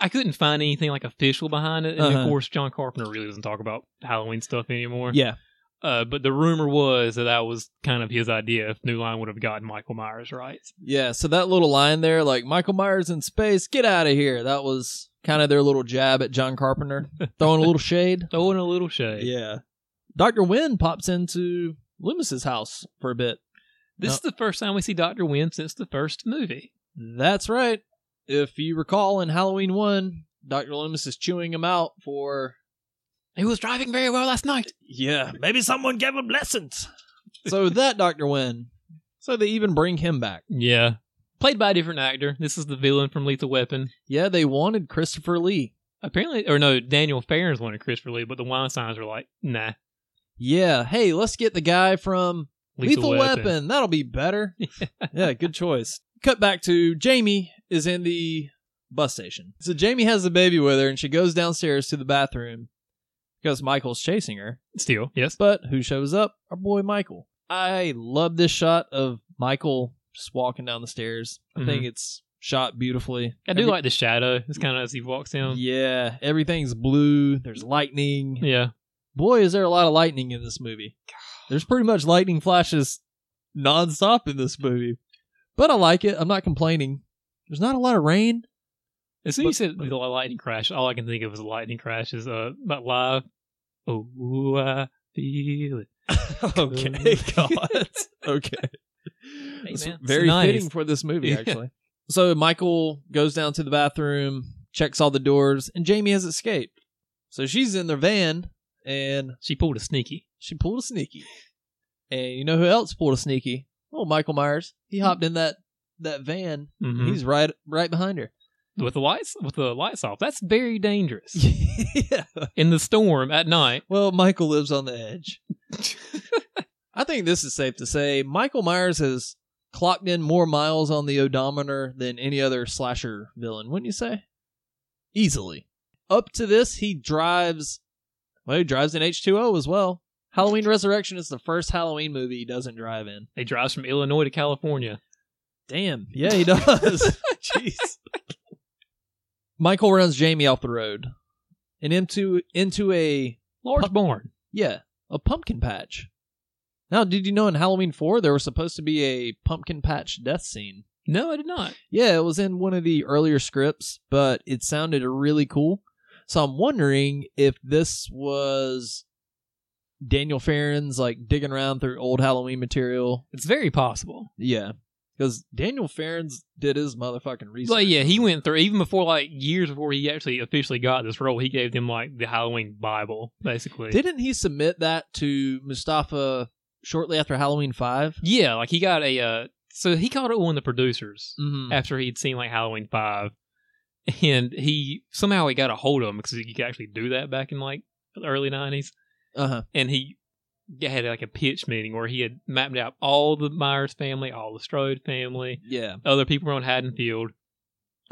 Speaker 7: I couldn't find anything like official behind it, and
Speaker 6: Uh-huh.
Speaker 7: of course John Carpenter really doesn't talk about Halloween stuff anymore.
Speaker 6: Yeah,
Speaker 7: uh, but the rumor was that that was kind of his idea. If New Line would have gotten Michael Myers rights.
Speaker 6: yeah. So that little line there, like Michael Myers in space, get out of here. That was kind of their little jab at John Carpenter, throwing a little shade.
Speaker 7: Throw in a little shade.
Speaker 6: Yeah. Dr. Wynne pops into Loomis's house for a bit.
Speaker 7: This is the first time we see Doctor Wynn since the first movie.
Speaker 6: That's right. If you recall in Halloween 1, Dr. Loomis is chewing him out for.
Speaker 7: He was driving very well last night.
Speaker 6: Yeah.
Speaker 4: Maybe someone gave him lessons.
Speaker 6: so that Dr. Wynne. So they even bring him back.
Speaker 7: Yeah, played by a different actor. This is the villain from Lethal Weapon.
Speaker 6: Yeah, they wanted Christopher Lee.
Speaker 7: Apparently, or no, Daniel Farren's one of Christopher Lee, but the Weinsteins were like, nah,
Speaker 6: Yeah. Hey, let's get the guy from Lethal, Weapon. That'll be better. yeah, good choice. Cut back to Jamie is in the bus station. So Jamie has the baby with her and she goes downstairs to the bathroom because Michael's chasing her.
Speaker 7: Still, yes.
Speaker 6: But who shows up? Our boy Michael. I love this shot of Michael just walking down the stairs. I think it's shot beautifully.
Speaker 7: Mm-hmm. I do
Speaker 6: Every-
Speaker 7: like the shadow. It's kind of as he walks down.
Speaker 6: Yeah, everything's blue. There's lightning.
Speaker 7: yeah.
Speaker 6: Boy, is there a lot of lightning in this movie. There's pretty much lightning flashes nonstop in this movie. But I like it. I'm not complaining. There's not a lot of rain.
Speaker 7: As soon as you said the lightning crash, all I can think of is lightning crashes. Uh, but live. Oh, I feel it.
Speaker 6: okay, God. Okay. It's
Speaker 7: man, it's
Speaker 6: very
Speaker 7: nice.
Speaker 6: fitting for this movie,
Speaker 7: Yeah.
Speaker 6: actually. So Michael goes down to the bathroom, checks all the doors, and Jamie has escaped. So she's in their van, and
Speaker 7: She pulled a sneaky.
Speaker 6: she pulled a sneaky. And you know who else pulled a sneaky? Oh, Michael Myers. He hopped in that that van.
Speaker 7: Mhm.
Speaker 6: He's right right behind her.
Speaker 7: with the lights with the lights off. That's very dangerous
Speaker 6: yeah.
Speaker 7: in the storm at night.
Speaker 6: Well, Michael lives on the edge. I think this is safe to say Michael Myers has clocked in more miles on the odometer than any other slasher villain, wouldn't you say? Easily. Up to this, he drives. Well, he drives an H2O as well. Halloween Resurrection is the first Halloween movie he doesn't drive in.
Speaker 7: He drives from Illinois to California.
Speaker 6: Damn. Yeah, he does. Jeez. Michael runs Jamie off the road and into into a
Speaker 7: Large
Speaker 6: Pu-
Speaker 7: barn.
Speaker 6: yeah a pumpkin patch. Now, did you know in Halloween Four there was supposed to be a pumpkin patch death scene?
Speaker 7: No, I did not.
Speaker 6: Yeah, it was in one of the earlier scripts, but it sounded really cool. So I'm wondering if this was Daniel Farron's like digging around through old Halloween material.
Speaker 7: It's very possible.
Speaker 6: Yeah. Because Daniel Farron's did his motherfucking research.
Speaker 7: Like, yeah, he went through even before like years before he actually officially got this role. He gave them like the Halloween Bible, basically.
Speaker 6: Didn't he submit that to Mustafa shortly after Halloween 5?
Speaker 7: yeah, like he got a. Uh, so he called it one of the producers
Speaker 6: Mm-hmm.
Speaker 7: after he'd seen like Halloween Five, and he somehow he got a hold of him because you could actually do that back in like the early nineties.
Speaker 6: Uh-huh.
Speaker 7: and he had like a pitch meeting where he had mapped out all the Myers family, all the Strode family,
Speaker 6: Yeah.
Speaker 7: other people on Haddonfield,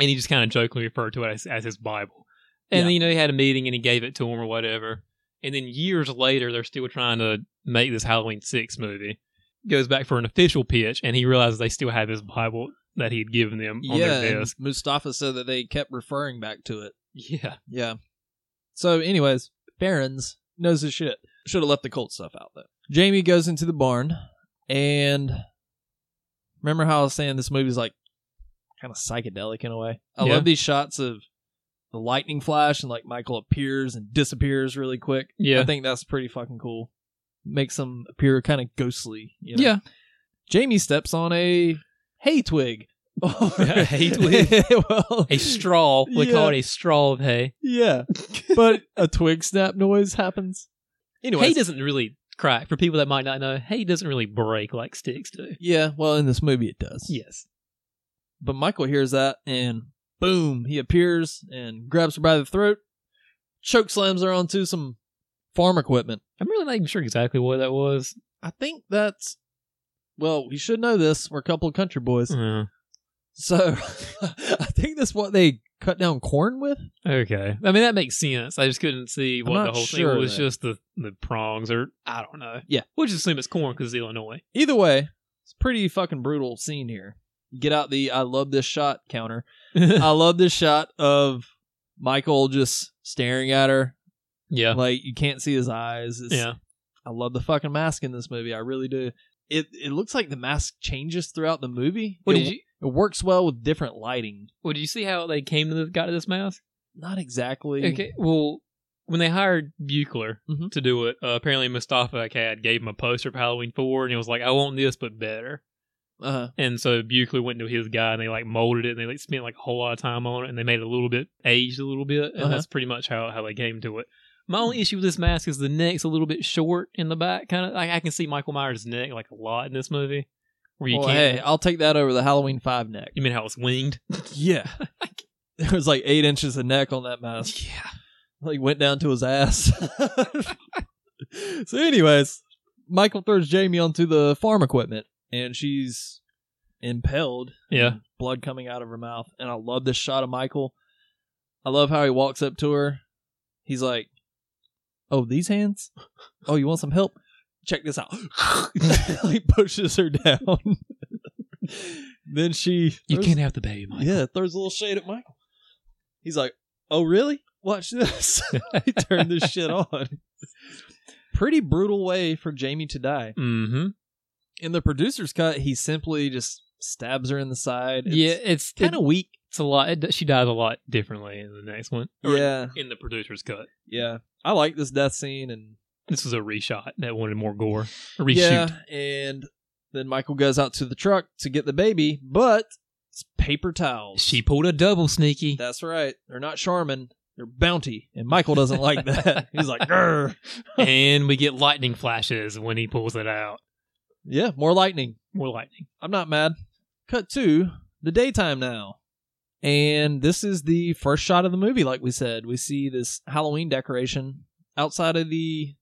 Speaker 7: and he just kind of jokingly referred to it as, as his Bible. And
Speaker 6: Yeah.
Speaker 7: then, you know, he had a meeting and he gave it to him or whatever. And then years later, they're still trying to make this Halloween Six movie. Goes back for an official pitch, and he realizes they still have his Bible that he'd given them on
Speaker 6: yeah,
Speaker 7: their
Speaker 6: and
Speaker 7: desk.
Speaker 6: Mustafa said that they kept referring back to it.
Speaker 7: Yeah,
Speaker 6: Yeah. So, anyways, Barons knows his shit. Should have left the cult stuff out though. Jamie goes into the barn, and remember how I was saying this movie's like kind of psychedelic in a way. I
Speaker 7: Yeah.
Speaker 6: love these shots of the lightning flash and like Michael appears and disappears really quick.
Speaker 7: yeah,
Speaker 6: I think that's pretty fucking cool. Makes them appear kind of ghostly. You know?
Speaker 7: yeah.
Speaker 6: Jamie steps on a hay twig.
Speaker 7: a hay twig.
Speaker 6: well,
Speaker 7: A straw. We call
Speaker 6: Yeah.
Speaker 7: it a straw of hay.
Speaker 6: yeah. But a twig snap noise happens. Anyways.
Speaker 7: Hay doesn't really crack. For people that might not know, hay doesn't really break like sticks do.
Speaker 6: yeah, well, in this movie it does.
Speaker 7: Yes.
Speaker 6: But Michael hears that and boom, he appears and grabs her by the throat, choke slams her onto some farm equipment.
Speaker 7: I'm really not even sure exactly what that was.
Speaker 6: I think that's. Well, we should know this. We're a couple of country boys.
Speaker 7: Mm.
Speaker 6: So I think that's what they cut down corn with.
Speaker 7: Okay. I mean, that makes sense. I just couldn't see
Speaker 6: I'm
Speaker 7: what the
Speaker 6: not
Speaker 7: whole
Speaker 6: sure
Speaker 7: thing was.
Speaker 6: though.
Speaker 7: Just the, the prongs, or I don't know.
Speaker 6: Yeah.
Speaker 7: We'll just assume it's corn because Illinois.
Speaker 6: Either way, it's a pretty fucking brutal scene here. Get out the I love this shot counter. I love this shot of Michael just staring at her.
Speaker 7: yeah.
Speaker 6: Like you can't see his eyes. It's-
Speaker 7: yeah.
Speaker 6: I love the fucking mask in this movie. I really do. It it looks like the mask changes throughout the movie.
Speaker 7: Well,
Speaker 6: it,
Speaker 7: did you?
Speaker 6: it works well with different lighting.
Speaker 7: Well, did you see how they came to the, got to this mask?
Speaker 6: Not exactly.
Speaker 7: Okay. Well, when they hired Buchler
Speaker 6: Mhm.
Speaker 7: to do it, uh, apparently Mustafa Akkad gave him a poster of Halloween Four, and he was like, "I want this, but better."
Speaker 6: Uh,
Speaker 7: And so Buchler went to his guy and they like molded it and they like spent like a whole lot of time on it and they made it a little bit aged a little bit. And
Speaker 6: Uh-huh.
Speaker 7: that's pretty much how, how they came to it. My only issue with this mask is the neck's a little bit short in the back, kind of like I can see Michael Myers' neck like a lot in this movie. Where you
Speaker 6: well,
Speaker 7: can't.
Speaker 6: hey, I'll take that over the Halloween Five neck.
Speaker 7: You mean how it's winged?
Speaker 6: Yeah, there was like eight inches of neck on that mask.
Speaker 7: Yeah.
Speaker 6: like went down to his ass. so, anyways, Michael throws Jamie onto the farm equipment, and she's impaled.
Speaker 7: Yeah.
Speaker 6: blood coming out of her mouth, and I love this shot of Michael. I love how he walks up to her. He's like, "Oh, these hands? Oh, you want some help? Check this out." he pushes her down. then she
Speaker 7: You
Speaker 6: throws-
Speaker 7: can't have the baby, Michael.
Speaker 6: yeah, throws a little shade at Michael. He's like, "Oh, really? Watch this." he turned this shit on. Pretty brutal way for Jamie to die.
Speaker 7: Mm-hmm.
Speaker 6: In the producer's cut, he simply just stabs her in the side. It's
Speaker 7: yeah, it's
Speaker 6: kind of weak.
Speaker 7: It's a lot. It, she dies a lot differently in the next one. Or
Speaker 6: Yeah,
Speaker 7: In the producer's cut,
Speaker 6: yeah. I like this death scene and
Speaker 7: this was a reshot that wanted more gore. A reshoot.
Speaker 6: yeah, and then Michael goes out to the truck to get the baby, but it's paper towels.
Speaker 7: She pulled a double sneaky.
Speaker 6: That's right. They're not Charmin. They're Bounty, and Michael doesn't like that. He's like, "Grr."
Speaker 7: and we get lightning flashes when he pulls it out.
Speaker 6: Yeah, more lightning.
Speaker 7: More lightning.
Speaker 6: I'm not mad. Cut to the daytime now. And this is the first shot of the movie, like we said. We see this Halloween decoration outside of the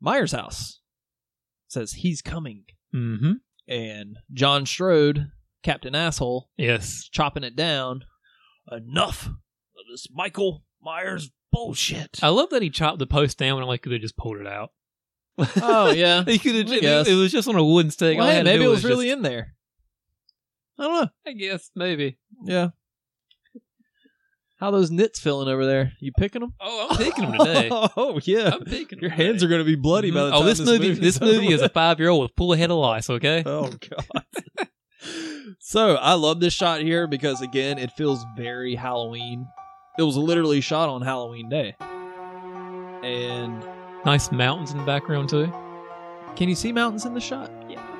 Speaker 6: Myers house. It says, He's coming.
Speaker 7: Mm-hmm.
Speaker 6: And John Strode, Captain Asshole,
Speaker 7: Yes.
Speaker 6: chopping it down. Enough of this Michael Myers bullshit.
Speaker 7: I love that he chopped the post down when I like could have just pulled it out.
Speaker 6: Oh yeah.
Speaker 7: You could
Speaker 6: I
Speaker 7: have.
Speaker 6: guess.
Speaker 7: It, it was just on a wooden stake.
Speaker 6: Well,
Speaker 7: All I
Speaker 6: hey,
Speaker 7: had to
Speaker 6: maybe
Speaker 7: do
Speaker 6: it was really
Speaker 7: just-
Speaker 6: in there. I don't know.
Speaker 7: I guess maybe.
Speaker 6: Yeah. How those knits feeling over there? You picking them?
Speaker 7: Oh, I'm picking them today.
Speaker 6: oh yeah. Mm-hmm.
Speaker 7: I'm picking 'em
Speaker 6: Your hands
Speaker 7: today.
Speaker 6: are going to be bloody by the
Speaker 7: Mhm.
Speaker 6: time
Speaker 7: Oh, this, movie.
Speaker 6: movie's
Speaker 7: This movie
Speaker 6: over
Speaker 7: is a five year old with full head of lice. Okay.
Speaker 6: Oh god. so I love this shot here because again, it feels very Halloween. It was literally shot on Halloween Day. And
Speaker 7: Nice mountains in the background too.
Speaker 6: can you see mountains in the shot?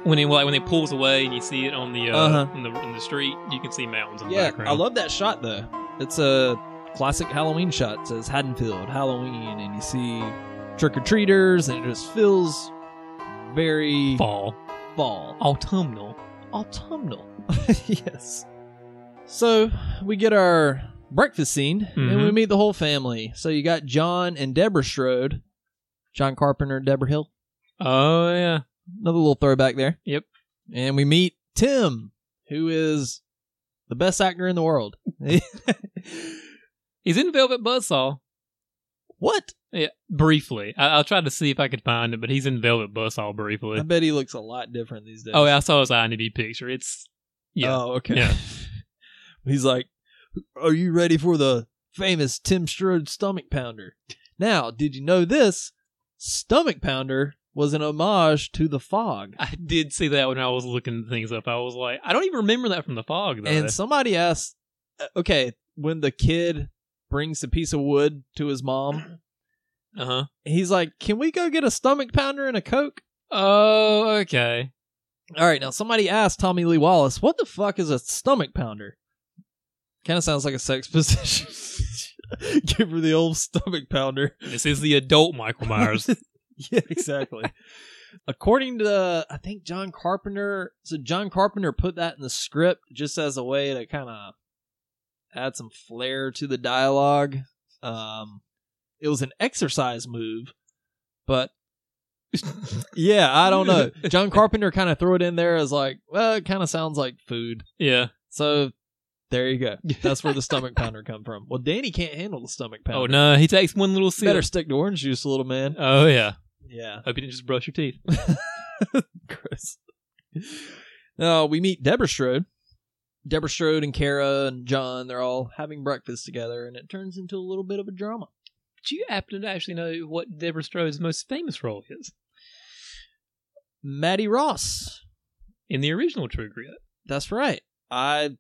Speaker 7: When he like when he pulls away and you see it on the uh,
Speaker 6: Uh-huh.
Speaker 7: in the in the street, you can see mountains in the
Speaker 6: Yeah,
Speaker 7: background.
Speaker 6: I love that shot though. It's a classic Halloween shot. It says Haddonfield Halloween, and you see trick or treaters, and it just feels very
Speaker 7: fall
Speaker 6: fall.
Speaker 7: autumnal.
Speaker 6: autumnal. yes. So we get our breakfast scene and we
Speaker 7: Mhm.
Speaker 6: meet the whole family. So you got John and Deborah Strode, John Carpenter and Deborah Hill.
Speaker 7: Oh yeah.
Speaker 6: Another little throwback there.
Speaker 7: Yep.
Speaker 6: And we meet Tim, who is the best actor in the world.
Speaker 7: He's in Velvet Buzzsaw.
Speaker 6: what?
Speaker 7: Yeah, briefly. I, I'll try to see if I could find it, but he's in Velvet Buzzsaw
Speaker 6: I
Speaker 7: briefly.
Speaker 6: bet he looks a lot different these days.
Speaker 7: Oh, yeah, I saw his IMDb picture. It's yeah,
Speaker 6: Oh, okay.
Speaker 7: yeah.
Speaker 6: He's like, Are you ready for the famous Tim Strode stomach pounder? Now, did you know this? Stomach pounder was an homage to the fog.
Speaker 7: I did see that when I was looking things up. I was like, I don't even remember that from the fog though.
Speaker 6: And somebody asked, uh, Okay, when the kid brings a piece of wood to his mom,
Speaker 7: uh huh.
Speaker 6: he's like, Can we go get a stomach pounder and a Coke?
Speaker 7: Oh, okay.
Speaker 6: All right, now somebody asked Tommy Lee Wallace, "What the fuck is a stomach pounder?" Kind of sounds like a sex position. Give her the old stomach pounder.
Speaker 7: This is the adult Michael Myers.
Speaker 6: yeah, exactly. According to I think John Carpenter, so John Carpenter put that in the script just as a way to kind of add some flair to the dialogue. Um, it was an exercise move, but yeah, I don't know. John Carpenter kind of threw it in there as like, well, it kind of sounds like food.
Speaker 7: yeah.
Speaker 6: So there you go. That's where the stomach pounder come from. Well, Danny can't handle the stomach pounder.
Speaker 7: Oh no, he takes one little
Speaker 6: You better
Speaker 7: sip.
Speaker 6: stick to orange juice, little man.
Speaker 7: Oh yeah.
Speaker 6: Yeah.
Speaker 7: Hope you didn't just brush your teeth.
Speaker 6: Chris. Uh, we meet Deborah Strode. Deborah Strode and Kara and John, they're all having breakfast together, and it turns into a little bit of a drama.
Speaker 7: Do you happen to actually know what Deborah Strode's most famous role is
Speaker 6: Maddie Ross.
Speaker 7: in the original True Grit?
Speaker 6: That's right. I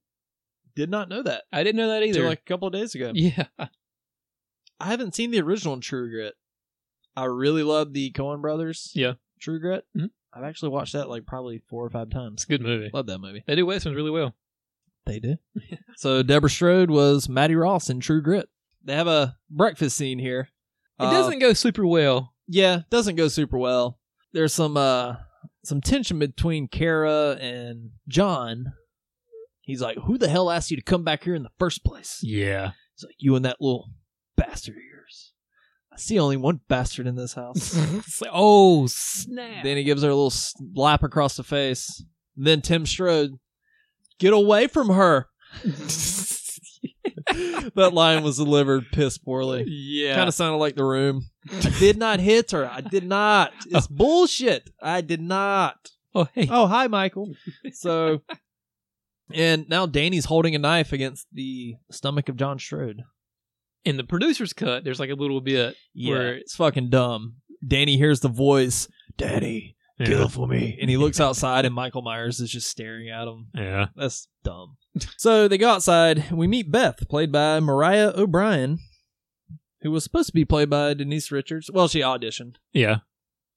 Speaker 6: did not know that
Speaker 7: I didn't know that
Speaker 6: until
Speaker 7: either.
Speaker 6: like a couple of days ago.
Speaker 7: yeah.
Speaker 6: I haven't seen the original True Grit. I really love the Coen Brothers.
Speaker 7: Yeah.
Speaker 6: True Grit.
Speaker 7: Mhm.
Speaker 6: I've actually watched that like probably four or five times.
Speaker 7: It's a good movie.
Speaker 6: Love that movie.
Speaker 7: They do westerns really well.
Speaker 6: They do. so Deborah Strode was Maddie Ross in True Grit. They have a breakfast scene here.
Speaker 7: It
Speaker 6: Uh,
Speaker 7: doesn't go super well.
Speaker 6: Yeah, doesn't go super well. There's some uh some tension between Kara and John. He's like, "Who the hell asked you to come back here in the first place?"
Speaker 7: Yeah.
Speaker 6: He's like, "You and that little bastard of yours." I see only one bastard in this house.
Speaker 7: oh snap!
Speaker 6: then he gives her a little slap across the face. then Tim Strode, "Get away from her." that line was delivered piss poorly.
Speaker 7: yeah,
Speaker 6: Kind of sounded like the room. I did not hit her. I did not. It's bullshit. I did not.
Speaker 7: Oh hey,
Speaker 6: Oh, hi, Michael. So, and now Danny's holding a knife against the stomach of John Strode.
Speaker 7: in the producer's cut, there's like a little bit
Speaker 6: Where
Speaker 7: where
Speaker 6: it's fucking dumb. Danny hears the voice, Danny, kill for me. And he looks outside, and Michael Myers is just staring at him.
Speaker 7: yeah,
Speaker 6: That's dumb. so they go outside. and We meet Beth, played by Mariah O'Brien, who was supposed to be played by Denise Richards. Well, she auditioned.
Speaker 7: yeah.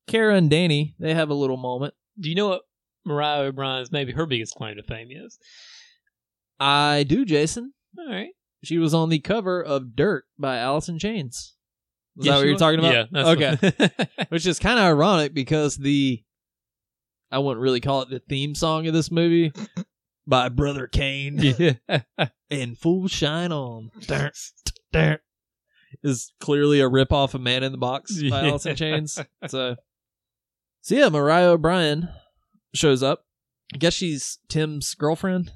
Speaker 6: Kara and Danny, they have a little moment.
Speaker 7: Do you know what Mariah O'Brien's maybe her biggest claim to fame is?
Speaker 6: I do, Jason.
Speaker 7: All right,
Speaker 6: She was on the cover of Dirt by Allison Chains. Is
Speaker 7: Yeah,
Speaker 6: that what
Speaker 7: she
Speaker 6: you're
Speaker 7: was.
Speaker 6: talking about?
Speaker 7: Yeah, that's
Speaker 6: okay. Which is kind of ironic because the I wouldn't really call it the theme song of this movie by Brother Kane
Speaker 7: yeah.
Speaker 6: and Fool Shine On. is clearly a rip off of Man in the Box by
Speaker 7: Yeah.
Speaker 6: Alice in Chains. So, so yeah, Mariah O'Brien shows up. I guess she's Tim's girlfriend.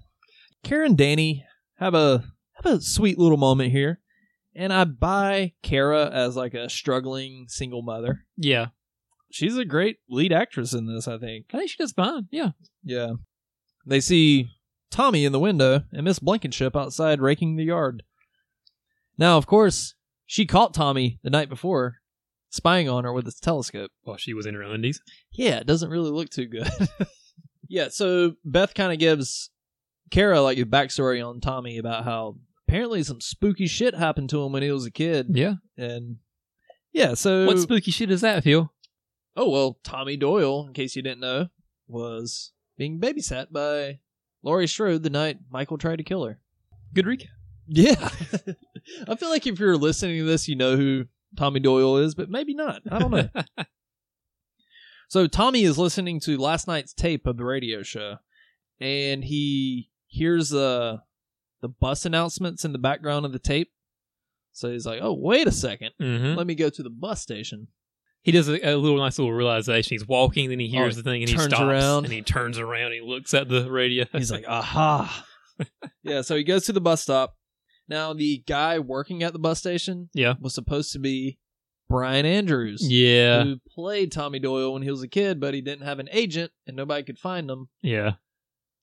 Speaker 6: Karen Danny have a have a sweet little moment here, and I buy Kara as like a struggling single mother.
Speaker 7: yeah,
Speaker 6: she's a great lead actress in this. I think.
Speaker 7: I think she does fine. Yeah.
Speaker 6: Yeah. They see Tommy in the window and Miss Blankenship outside raking the yard. Now, of course, she caught Tommy the night before spying on her with his telescope.
Speaker 7: Well, she was in her undies.
Speaker 6: Yeah, it doesn't really look too good. yeah, so Beth kind of gives Kara like a backstory on Tommy about how apparently some spooky shit happened to him when he was a kid.
Speaker 7: Yeah.
Speaker 6: And yeah, so
Speaker 7: What spooky shit is that, Phil?
Speaker 6: Oh well, Tommy Doyle, in case you didn't know, was being babysat by Laurie Strode the night Michael tried to kill her.
Speaker 7: Good recap.
Speaker 6: Yeah, I feel like if you're listening to this, you know who Tommy Doyle is, but maybe not. I don't know. so Tommy is listening to last night's tape of the radio show, and he hears uh, the bus announcements in the background of the tape. So he's like, "Oh, wait a 2nd
Speaker 7: mm-hmm.
Speaker 6: let me go to the bus station."
Speaker 7: He does a, a little nice little realization. He's walking, then he hears the thing, and he
Speaker 6: Oh, turns
Speaker 7: stops,
Speaker 6: around.
Speaker 7: and he turns around, and he looks at the radio.
Speaker 6: He's like, aha. yeah, so he goes to the bus stop. Now, the guy working at the bus station
Speaker 7: Yeah.
Speaker 6: was supposed to be Brian Andrews,
Speaker 7: "Yeah,
Speaker 6: who played Tommy Doyle when he was a kid, but he didn't have an agent and nobody could find him.
Speaker 7: yeah."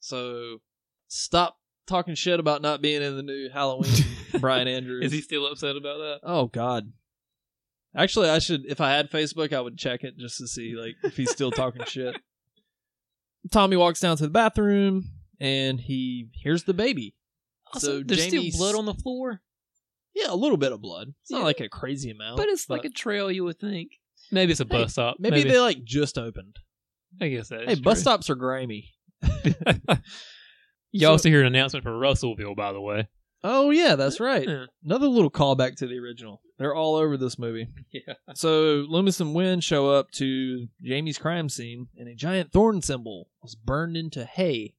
Speaker 6: So stop talking shit about not being in the new Halloween Brian Andrews.
Speaker 7: Is he still upset about that?
Speaker 6: Oh, God. Actually, I should, if I had Facebook, I would check it just to see like if he's still talking shit. Tommy walks down to the bathroom and he hears the baby.
Speaker 7: Also,
Speaker 6: So
Speaker 7: there's
Speaker 6: Jamie's-
Speaker 7: still blood on the floor,
Speaker 6: Yeah, a little bit of blood. It's
Speaker 7: Yeah.
Speaker 6: not like a crazy amount,
Speaker 7: but it's like a trail. You would think maybe it's a bus stop.
Speaker 6: maybe, they like just opened.
Speaker 7: I guess that. Is
Speaker 6: hey, bus
Speaker 7: true.
Speaker 6: stops are grimy.
Speaker 7: you
Speaker 6: So-
Speaker 7: also hear an announcement for Russellville, by the way.
Speaker 6: Oh yeah, that's right.
Speaker 7: Yeah.
Speaker 6: Another little callback to the original. They're all over this movie.
Speaker 7: Yeah.
Speaker 6: So Loomis and Wynn show up to Jamie's crime scene, and a giant thorn symbol was burned into hay.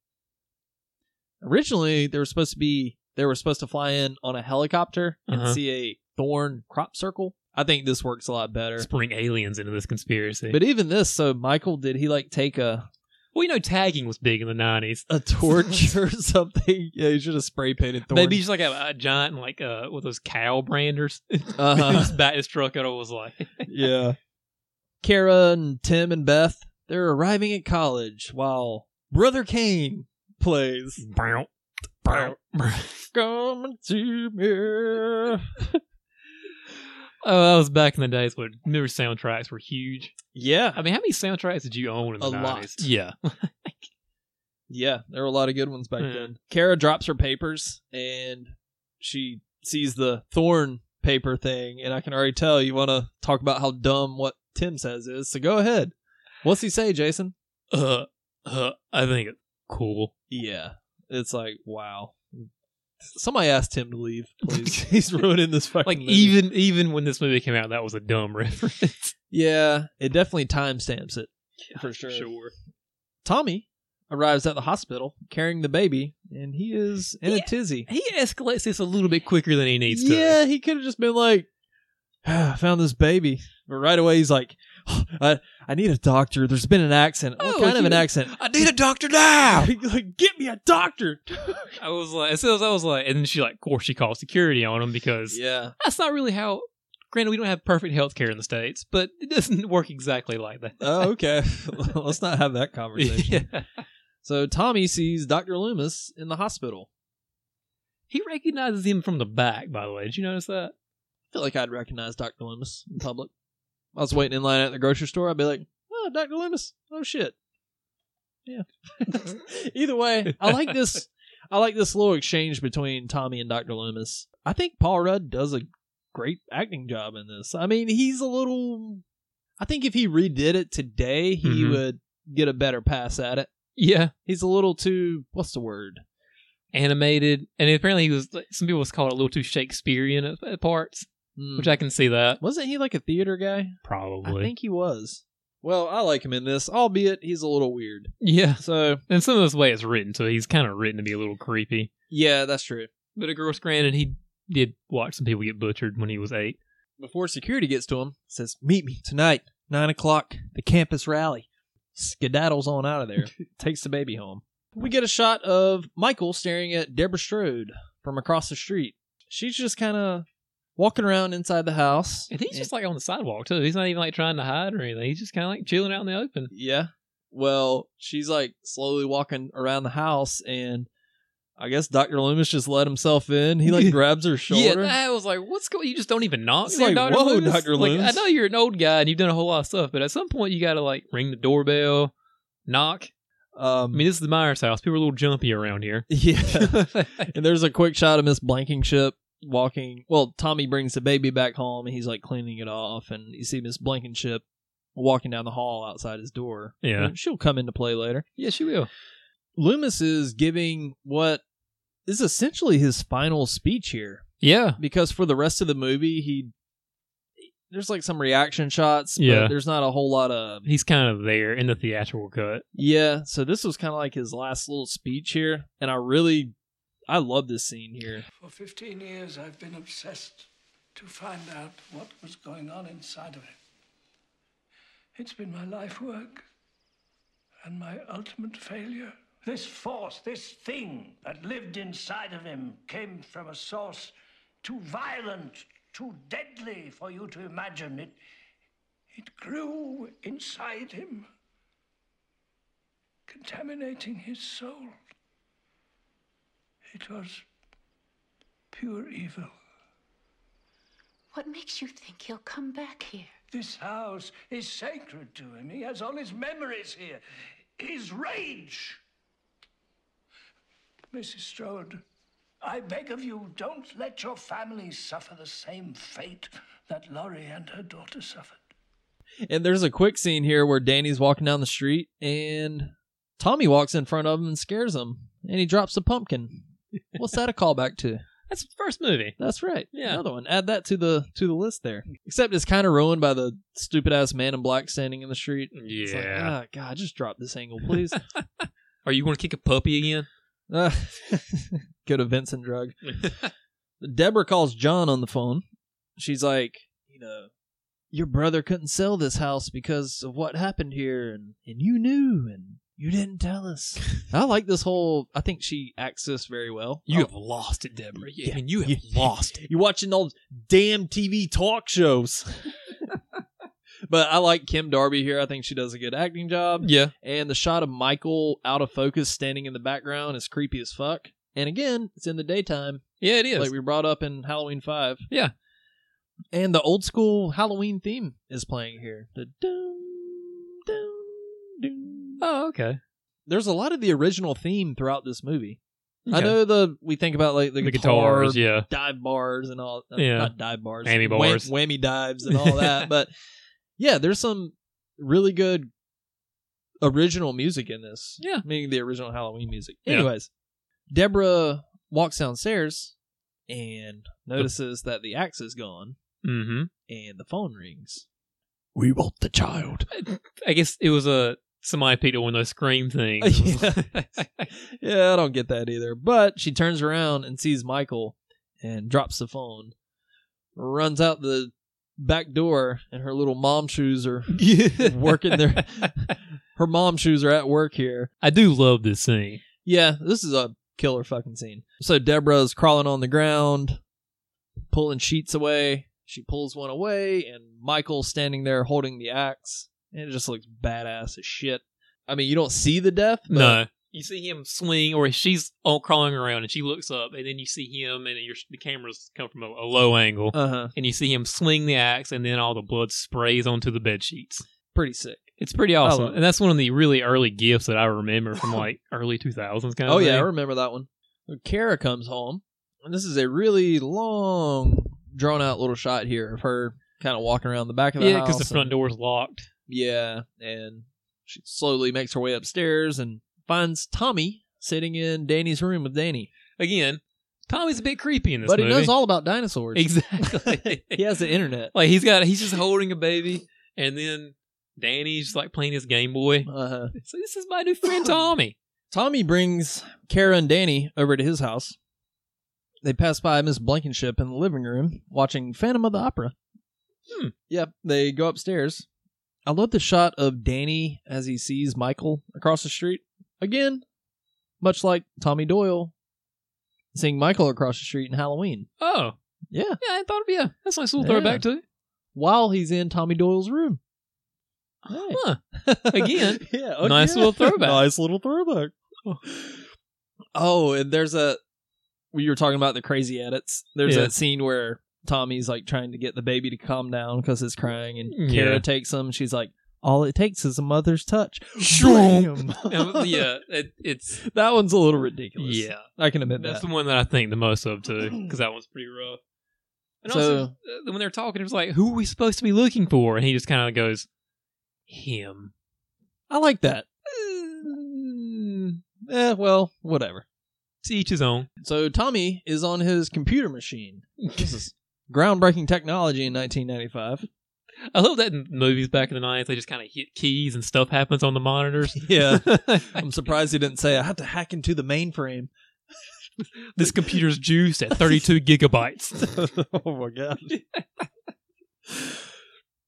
Speaker 6: Originally, they were supposed to be they were supposed to fly in on a helicopter and
Speaker 7: Uh-huh.
Speaker 6: see a thorn crop circle. I think this works a lot better.
Speaker 7: Let's bring aliens into this conspiracy.
Speaker 6: But even this, so Michael, did he like take a
Speaker 7: well, you know, tagging was big in the nineties. Uh,
Speaker 6: a torch or something. Yeah, you should have spray painted thorn.
Speaker 7: Maybe just like a, a giant, like uh, what those cow branders.
Speaker 6: Uh-huh.
Speaker 7: just bat his truck and I was like,
Speaker 6: yeah. Kara and Tim and Beth, they're arriving at college while Brother Kane plays.
Speaker 7: "Bow, bow, bow."
Speaker 6: Come to me.
Speaker 7: oh, that was back in the days when newer soundtracks were huge.
Speaker 6: Yeah.
Speaker 7: I mean, how many soundtracks did you own in the
Speaker 6: A lot.
Speaker 7: 90s? Yeah.
Speaker 6: Yeah, there were a lot of good ones back
Speaker 7: Yeah.
Speaker 6: then. Kara drops her papers and she sees the thorn paper thing, and I can already tell you want to talk about how dumb what Tim says is. So go ahead. What's he say, Jason?
Speaker 7: Uh, uh, I think it's cool.
Speaker 6: Yeah. It's like, wow. Somebody asked him to leave, please. He's ruining this fucking
Speaker 7: Like
Speaker 6: movie.
Speaker 7: even even when this movie came out, that was a dumb reference.
Speaker 6: Yeah, it definitely timestamps it. For sure. Tommy arrives at the hospital carrying the baby, and he is in a
Speaker 7: Yeah.
Speaker 6: tizzy.
Speaker 7: He escalates this a little bit quicker than he needs
Speaker 6: Yeah, he could have just been like, "Ah, I found this baby. But right away, he's like, "Oh, I, I need a doctor. There's been an accident. What
Speaker 7: Oh,
Speaker 6: kind of
Speaker 7: he-
Speaker 6: an accident?
Speaker 7: to. I need a doctor now.
Speaker 6: like, get me a doctor.
Speaker 7: I was like, as soon as I was like, and then she like, of course, she called security on him because
Speaker 6: yeah.
Speaker 7: that's not really how. Granted, we don't have perfect health care in the states, but it doesn't work exactly like that.
Speaker 6: Oh, okay. Let's not have that conversation.
Speaker 7: Yeah.
Speaker 6: So Tommy sees Dr. Loomis in the hospital.
Speaker 7: He recognizes him from the back, by the way. Did you notice that?
Speaker 6: I feel like I'd recognize Dr. Loomis in public. I was waiting in line at the grocery store. I'd be like, oh, Dr. Loomis. Oh, shit. Yeah. Either way, I like this. I like this little exchange between Tommy and Dr. Loomis. I think Paul Rudd does a great acting job in this. I mean, he's a little. I think if he redid it today, he
Speaker 7: Mhm.
Speaker 6: would get a better pass at it.
Speaker 7: Yeah.
Speaker 6: He's a little too. What's the word?
Speaker 7: Animated, and apparently he was. Like, some people was called a little too Shakespearean at, at parts,
Speaker 6: Hmm.
Speaker 7: which I can see that
Speaker 6: Wasn't he like a theater guy?
Speaker 7: probably.
Speaker 6: I think he was. Well, I like him in this, albeit he's a little weird.
Speaker 7: Yeah,
Speaker 6: So
Speaker 7: and some of this way it's written, so he's kind of written to be a little creepy.
Speaker 6: yeah, that's true.
Speaker 7: But of course, granted, he did watch some people get butchered when he was eight.
Speaker 6: Before security gets to him, says, "Meet me tonight, nine o'clock, the campus rally." Skedaddles on out of there. takes the baby home. We get a shot of Michael staring at Deborah Strode from across the street. She's just kind of walking around inside the house.
Speaker 7: And he's just like on the sidewalk too. He's not even like trying to hide or anything. He's just kind of like chilling out in the open.
Speaker 6: Yeah. Well, she's like slowly walking around the house, and I guess Doctor Loomis just let himself in. He like grabs her shoulder.
Speaker 7: Yeah, I was like, "What's going? You just don't even knock."
Speaker 6: It's
Speaker 7: there,
Speaker 6: like,
Speaker 7: Dr.
Speaker 6: whoa,
Speaker 7: Loomis?
Speaker 6: Dr.
Speaker 7: Like,
Speaker 6: Loomis.
Speaker 7: I know you're an old guy and you've done a whole lot of stuff, but at some point you got to like ring the doorbell, knock.
Speaker 6: um,
Speaker 7: I mean, this is the Myers house. People are a little jumpy around here.
Speaker 6: yeah. and there's a quick shot of Miss Blankenship walking. Well, Tommy brings the baby back home, and he's like cleaning it off, and you see Miss Blankenship walking down the hall outside his door.
Speaker 7: Yeah.
Speaker 6: And she'll come into play later.
Speaker 7: yes, you will.
Speaker 6: Loomis is giving what is essentially his final speech here.
Speaker 7: Yeah,
Speaker 6: because for the rest of the movie he there's like some reaction shots but
Speaker 7: Yeah.
Speaker 6: there's not a whole lot of
Speaker 7: he's kind of there in the theatrical cut.
Speaker 6: yeah so this was kind of like his last little speech here and i really i love this scene here
Speaker 5: For 15 years, I've been obsessed to find out what was going on inside of him. It's been my life work and my ultimate failure.
Speaker 10: This force, this thing that lived inside of him, came from a source too violent, too deadly for you to imagine. It,
Speaker 5: It grew inside him, contaminating his soul. It was pure evil.
Speaker 11: What makes you think he'll come back here?
Speaker 5: This house is sacred to him. He has all his memories here, his rage. Mrs. Strode, I beg of you, don't let your family suffer the same fate that Laurie and her daughter suffered.
Speaker 6: and there's a quick scene here where danny's walking down the street and tommy walks in front of him and scares him and he drops a pumpkin what's that a callback to
Speaker 7: That's the first movie.
Speaker 6: that's right
Speaker 7: Yeah.
Speaker 6: another one add that to the to the list there except it's kind of ruined by the stupid ass man in black standing in the street It's like,
Speaker 7: uh,
Speaker 6: ah, God, just drop this angle, please.
Speaker 7: Are you going to kick a puppy again?
Speaker 6: Uh, go to Vincent Drug. Deborah calls John on the phone. She's like, you know, your brother couldn't sell this house because of what happened here, and, and you knew, and you didn't tell us. I like this whole. I think she acts this very well.
Speaker 7: You
Speaker 6: Oh,
Speaker 7: have lost it, Deborah. Yeah, and you have lost it.
Speaker 6: you're watching all those damn TV talk shows. but I like Kim Darby here. I think she does a good acting job.
Speaker 7: Yeah,
Speaker 6: And the shot of Michael out of focus standing in the background is creepy as fuck. And again, it's in the daytime,
Speaker 7: yeah, it is.
Speaker 6: like we brought up in Halloween 5.
Speaker 7: Yeah.
Speaker 6: And the old school Halloween theme is playing here. The dum, dum, dum.
Speaker 7: oh, okay.
Speaker 6: There's a lot of the original theme throughout this movie. I
Speaker 7: Okay.
Speaker 6: know the we think about like the,
Speaker 7: the
Speaker 6: guitar,
Speaker 7: guitars. Yeah,
Speaker 6: dive bars and all. uh,
Speaker 7: Yeah.
Speaker 6: Not dive bars.
Speaker 7: Whammy
Speaker 6: wha-
Speaker 7: bars.
Speaker 6: whammy dives and all that. but yeah, there's some really good original music in this.
Speaker 7: Yeah.
Speaker 6: Meaning the original Halloween music.
Speaker 7: Yeah.
Speaker 6: Anyways, Deborah walks downstairs and notices that the axe is gone
Speaker 7: mm-hmm.
Speaker 6: and the phone rings.
Speaker 4: We want the child.
Speaker 7: I guess it was a somebody picked up one of those scream things.
Speaker 6: yeah. yeah, I don't get that either. But she turns around and sees Michael and drops the phone, runs out the back door, and her little mom shoes are working their her mom shoes are at work here.
Speaker 7: I do love this scene.
Speaker 6: Yeah, this is a killer fucking scene. So Deborah's crawling on the ground, pulling sheets away. She pulls one away, and Michael's standing there holding the axe, and it just looks badass as shit. I mean, you don't see the death, but
Speaker 7: no, you see him swing, or she's all crawling around, and she looks up, and then you see him, and your, the cameras come from a, a low angle,
Speaker 6: uh huh,
Speaker 7: and you see him swing the axe, and then all the blood sprays onto the bed sheets.
Speaker 6: pretty sick.
Speaker 7: It's pretty
Speaker 6: love
Speaker 7: awesome,
Speaker 6: it.
Speaker 7: and that's one of the really early gifts that I remember from like early two thousands kind of.
Speaker 6: Oh yeah, I
Speaker 7: thing.
Speaker 6: remember that one. Kara comes home, and this is a really long, drawn out little shot here of her kind of walking around the back of the
Speaker 7: yeah,
Speaker 6: house.
Speaker 7: because the
Speaker 6: and-
Speaker 7: front door's locked.
Speaker 6: Yeah, and she slowly makes her way upstairs and finds Tommy sitting in Danny's room with Danny.
Speaker 7: Again, Tommy's a bit creepy in this
Speaker 6: But
Speaker 7: movie.
Speaker 6: he knows all about dinosaurs.
Speaker 7: exactly.
Speaker 6: He has the internet.
Speaker 7: like he's got he's just holding a baby, and then Danny's like playing his Game Boy.
Speaker 6: Uh-huh.
Speaker 7: So this is my new friend Tommy.
Speaker 6: Tommy brings Kara and Danny over to his house. They pass by Miss Blankenship in the living room watching Phantom of the Opera.
Speaker 7: Hmm.
Speaker 6: Yep, they go upstairs. I love the shot of Danny as he sees Michael across the street. Again, much like Tommy Doyle seeing Michael across the street in Halloween.
Speaker 7: Oh,
Speaker 6: Yeah.
Speaker 7: Yeah, I thought, yeah, that's a nice little
Speaker 6: Yeah.
Speaker 7: throwback too.
Speaker 6: While he's in Tommy Doyle's room. Hey.
Speaker 7: Huh. Again,
Speaker 6: yeah.
Speaker 7: nice little throwback.
Speaker 6: nice little throwback. Oh, and there's a. We were talking about the crazy edits. There's
Speaker 7: Yeah.
Speaker 6: that scene where Tommy's like trying to get the baby to calm down because it's crying, and
Speaker 7: Yeah.
Speaker 6: Kara takes him. She's like, "All it takes is a mother's touch."
Speaker 7: Shroom.
Speaker 6: Bam. Um,
Speaker 7: yeah, it, it's
Speaker 6: that one's a little ridiculous.
Speaker 7: yeah.
Speaker 6: I can admit
Speaker 7: That's
Speaker 6: that.
Speaker 7: the one that I think the most of too, because that one's pretty rough. And also,
Speaker 6: So-
Speaker 7: uh, when they're talking, it was like, "Who are we supposed to be looking for?" And he just kind of goes, "Him."
Speaker 6: I like that. Mm, eh, well, whatever.
Speaker 7: To each his own.
Speaker 6: So Tommy is on his computer machine. This is groundbreaking technology in 1995.
Speaker 7: I love that in movies back in the night, they just kind of hit keys and stuff happens on the monitors.
Speaker 6: Yeah. I'm surprised he didn't say I have to hack into the mainframe.
Speaker 7: this computer's juiced at 32 gigabytes.
Speaker 6: oh my god.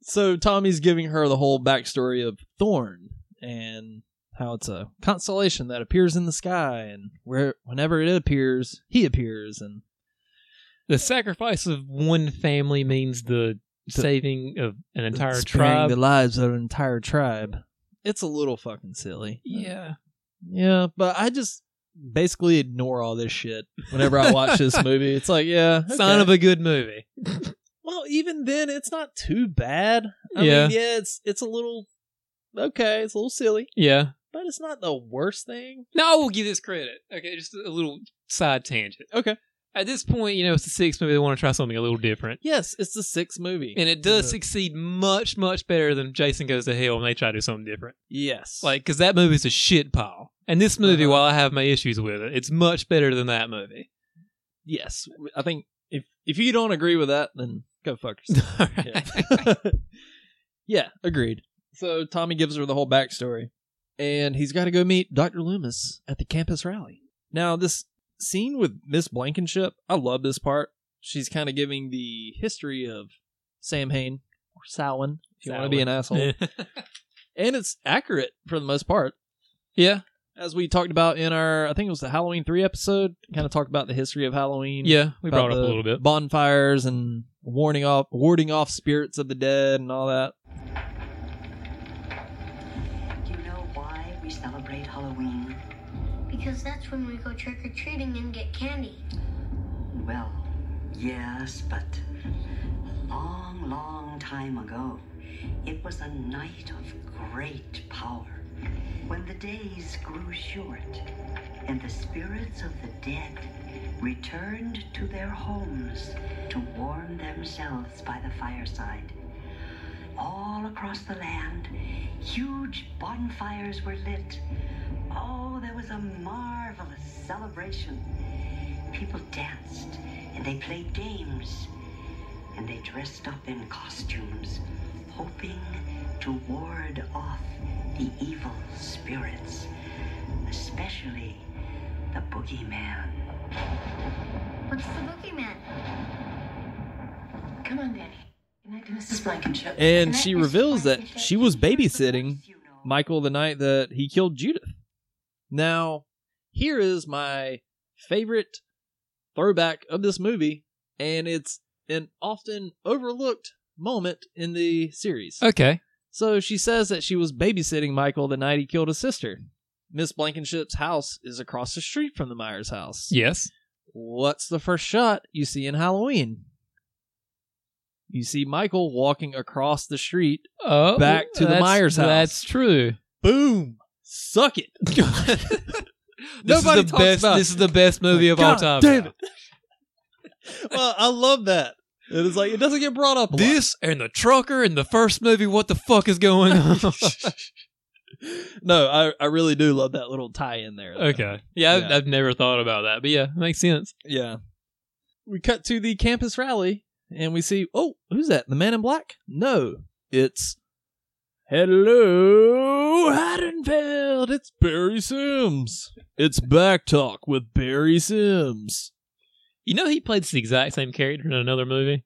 Speaker 6: so Tommy's giving her the whole backstory of Thorn and how it's a constellation that appears in the sky and where whenever it appears, he appears and
Speaker 7: The sacrifice of one family means the saving of an entire
Speaker 6: sparing
Speaker 7: tribe.
Speaker 6: the lives of an entire tribe. It's a little fucking silly.
Speaker 7: yeah.
Speaker 6: Yeah, but I just basically ignore all this shit whenever I watch this movie. It's like, yeah,
Speaker 7: Sign
Speaker 6: okay.
Speaker 7: of a good movie.
Speaker 6: Well, even then, it's not too bad. I
Speaker 7: Yeah.
Speaker 6: mean, yeah, it's it's a little okay. It's a little silly,
Speaker 7: Yeah.
Speaker 6: but it's not the worst thing.
Speaker 7: No, I will give this credit. Okay, just a little side tangent.
Speaker 6: Okay.
Speaker 7: At this point, you know, it's the sixth movie. They want to try something a little different.
Speaker 6: Yes, it's the sixth movie.
Speaker 7: And it does
Speaker 6: Mhm.
Speaker 7: succeed much, much better than Jason Goes to Hell when they try to do something different.
Speaker 6: yes,
Speaker 7: Like, because that movie's a shit pile. And this movie,
Speaker 6: Uh-huh.
Speaker 7: while I have my issues with it, it's much better than that movie.
Speaker 6: yes, I think if if you don't agree with that, then go fuck yourself. yeah. yeah, agreed. So Tommy gives her the whole backstory, and he's got to go meet Doctor Loomis at the campus rally. Now, this scene with Miss Blankenship, I love this part. She's kind of giving the history of Sam Hain or Samhain, if you want to be an asshole, and it's accurate for the most part.
Speaker 7: yeah.
Speaker 6: As we talked about in our, I think it was the Halloween three episode, kind of talked about the history of Halloween.
Speaker 7: Yeah. We
Speaker 6: about
Speaker 7: brought it up
Speaker 6: the
Speaker 7: a little bit.
Speaker 6: bonfires and warning off warding off spirits of the dead and all that.
Speaker 12: Do you know why we celebrate Halloween?
Speaker 11: Because that's when we go trick or treating and get candy.
Speaker 12: Well, yes, but a long, long time ago, it was a night of great power when the days grew short and the spirits of the dead returned to their homes to warm themselves by the fireside. All across the land, huge bonfires were lit. Oh, there was a marvelous celebration. People danced and they played games and they dressed up in costumes, hoping to ward off the evil spirits, especially the boogeyman.
Speaker 11: What's the boogeyman? Come on, Danny. Good night to Mrs. Blankenship.
Speaker 6: And
Speaker 11: Good night,
Speaker 6: she
Speaker 11: Mrs.
Speaker 6: reveals that
Speaker 11: Blankenship.
Speaker 6: she was babysitting
Speaker 12: You know,
Speaker 6: Michael the night that he killed Judith. Now, here is my favorite throwback of this movie, and it's an often overlooked moment in the series.
Speaker 7: Okay.
Speaker 6: So she says that she was babysitting Michael the night he killed his sister. Miss Blankenship's house is across the street from the Myers house.
Speaker 7: Yes.
Speaker 6: What's the first shot you see in Halloween? You see Michael walking across the street.
Speaker 7: Oh,
Speaker 6: Back to the
Speaker 7: that's-
Speaker 6: Myers house.
Speaker 7: That's true.
Speaker 6: Boom! Suck it.
Speaker 7: This
Speaker 6: Nobody
Speaker 7: is the
Speaker 6: talks
Speaker 7: best.
Speaker 6: about-
Speaker 7: This is the best movie of all
Speaker 6: God
Speaker 7: time.
Speaker 6: damn
Speaker 7: now.
Speaker 6: well, I love that. It is like it doesn't get brought up. a lot.
Speaker 7: This and the trucker in the first movie. What the fuck is going on?
Speaker 6: no, I, I really do love that little tie in there. though.
Speaker 7: okay. Yeah, I've,
Speaker 6: Yeah.
Speaker 7: I've never thought about that, but yeah, it makes sense.
Speaker 6: Yeah. We cut to the campus rally and we see, oh, who's that? The man in black? No, it's Hello, Haddonfield. It's Barry Sims. It's Back Talk with Barry Sims.
Speaker 7: You know, he plays the exact same character in another movie.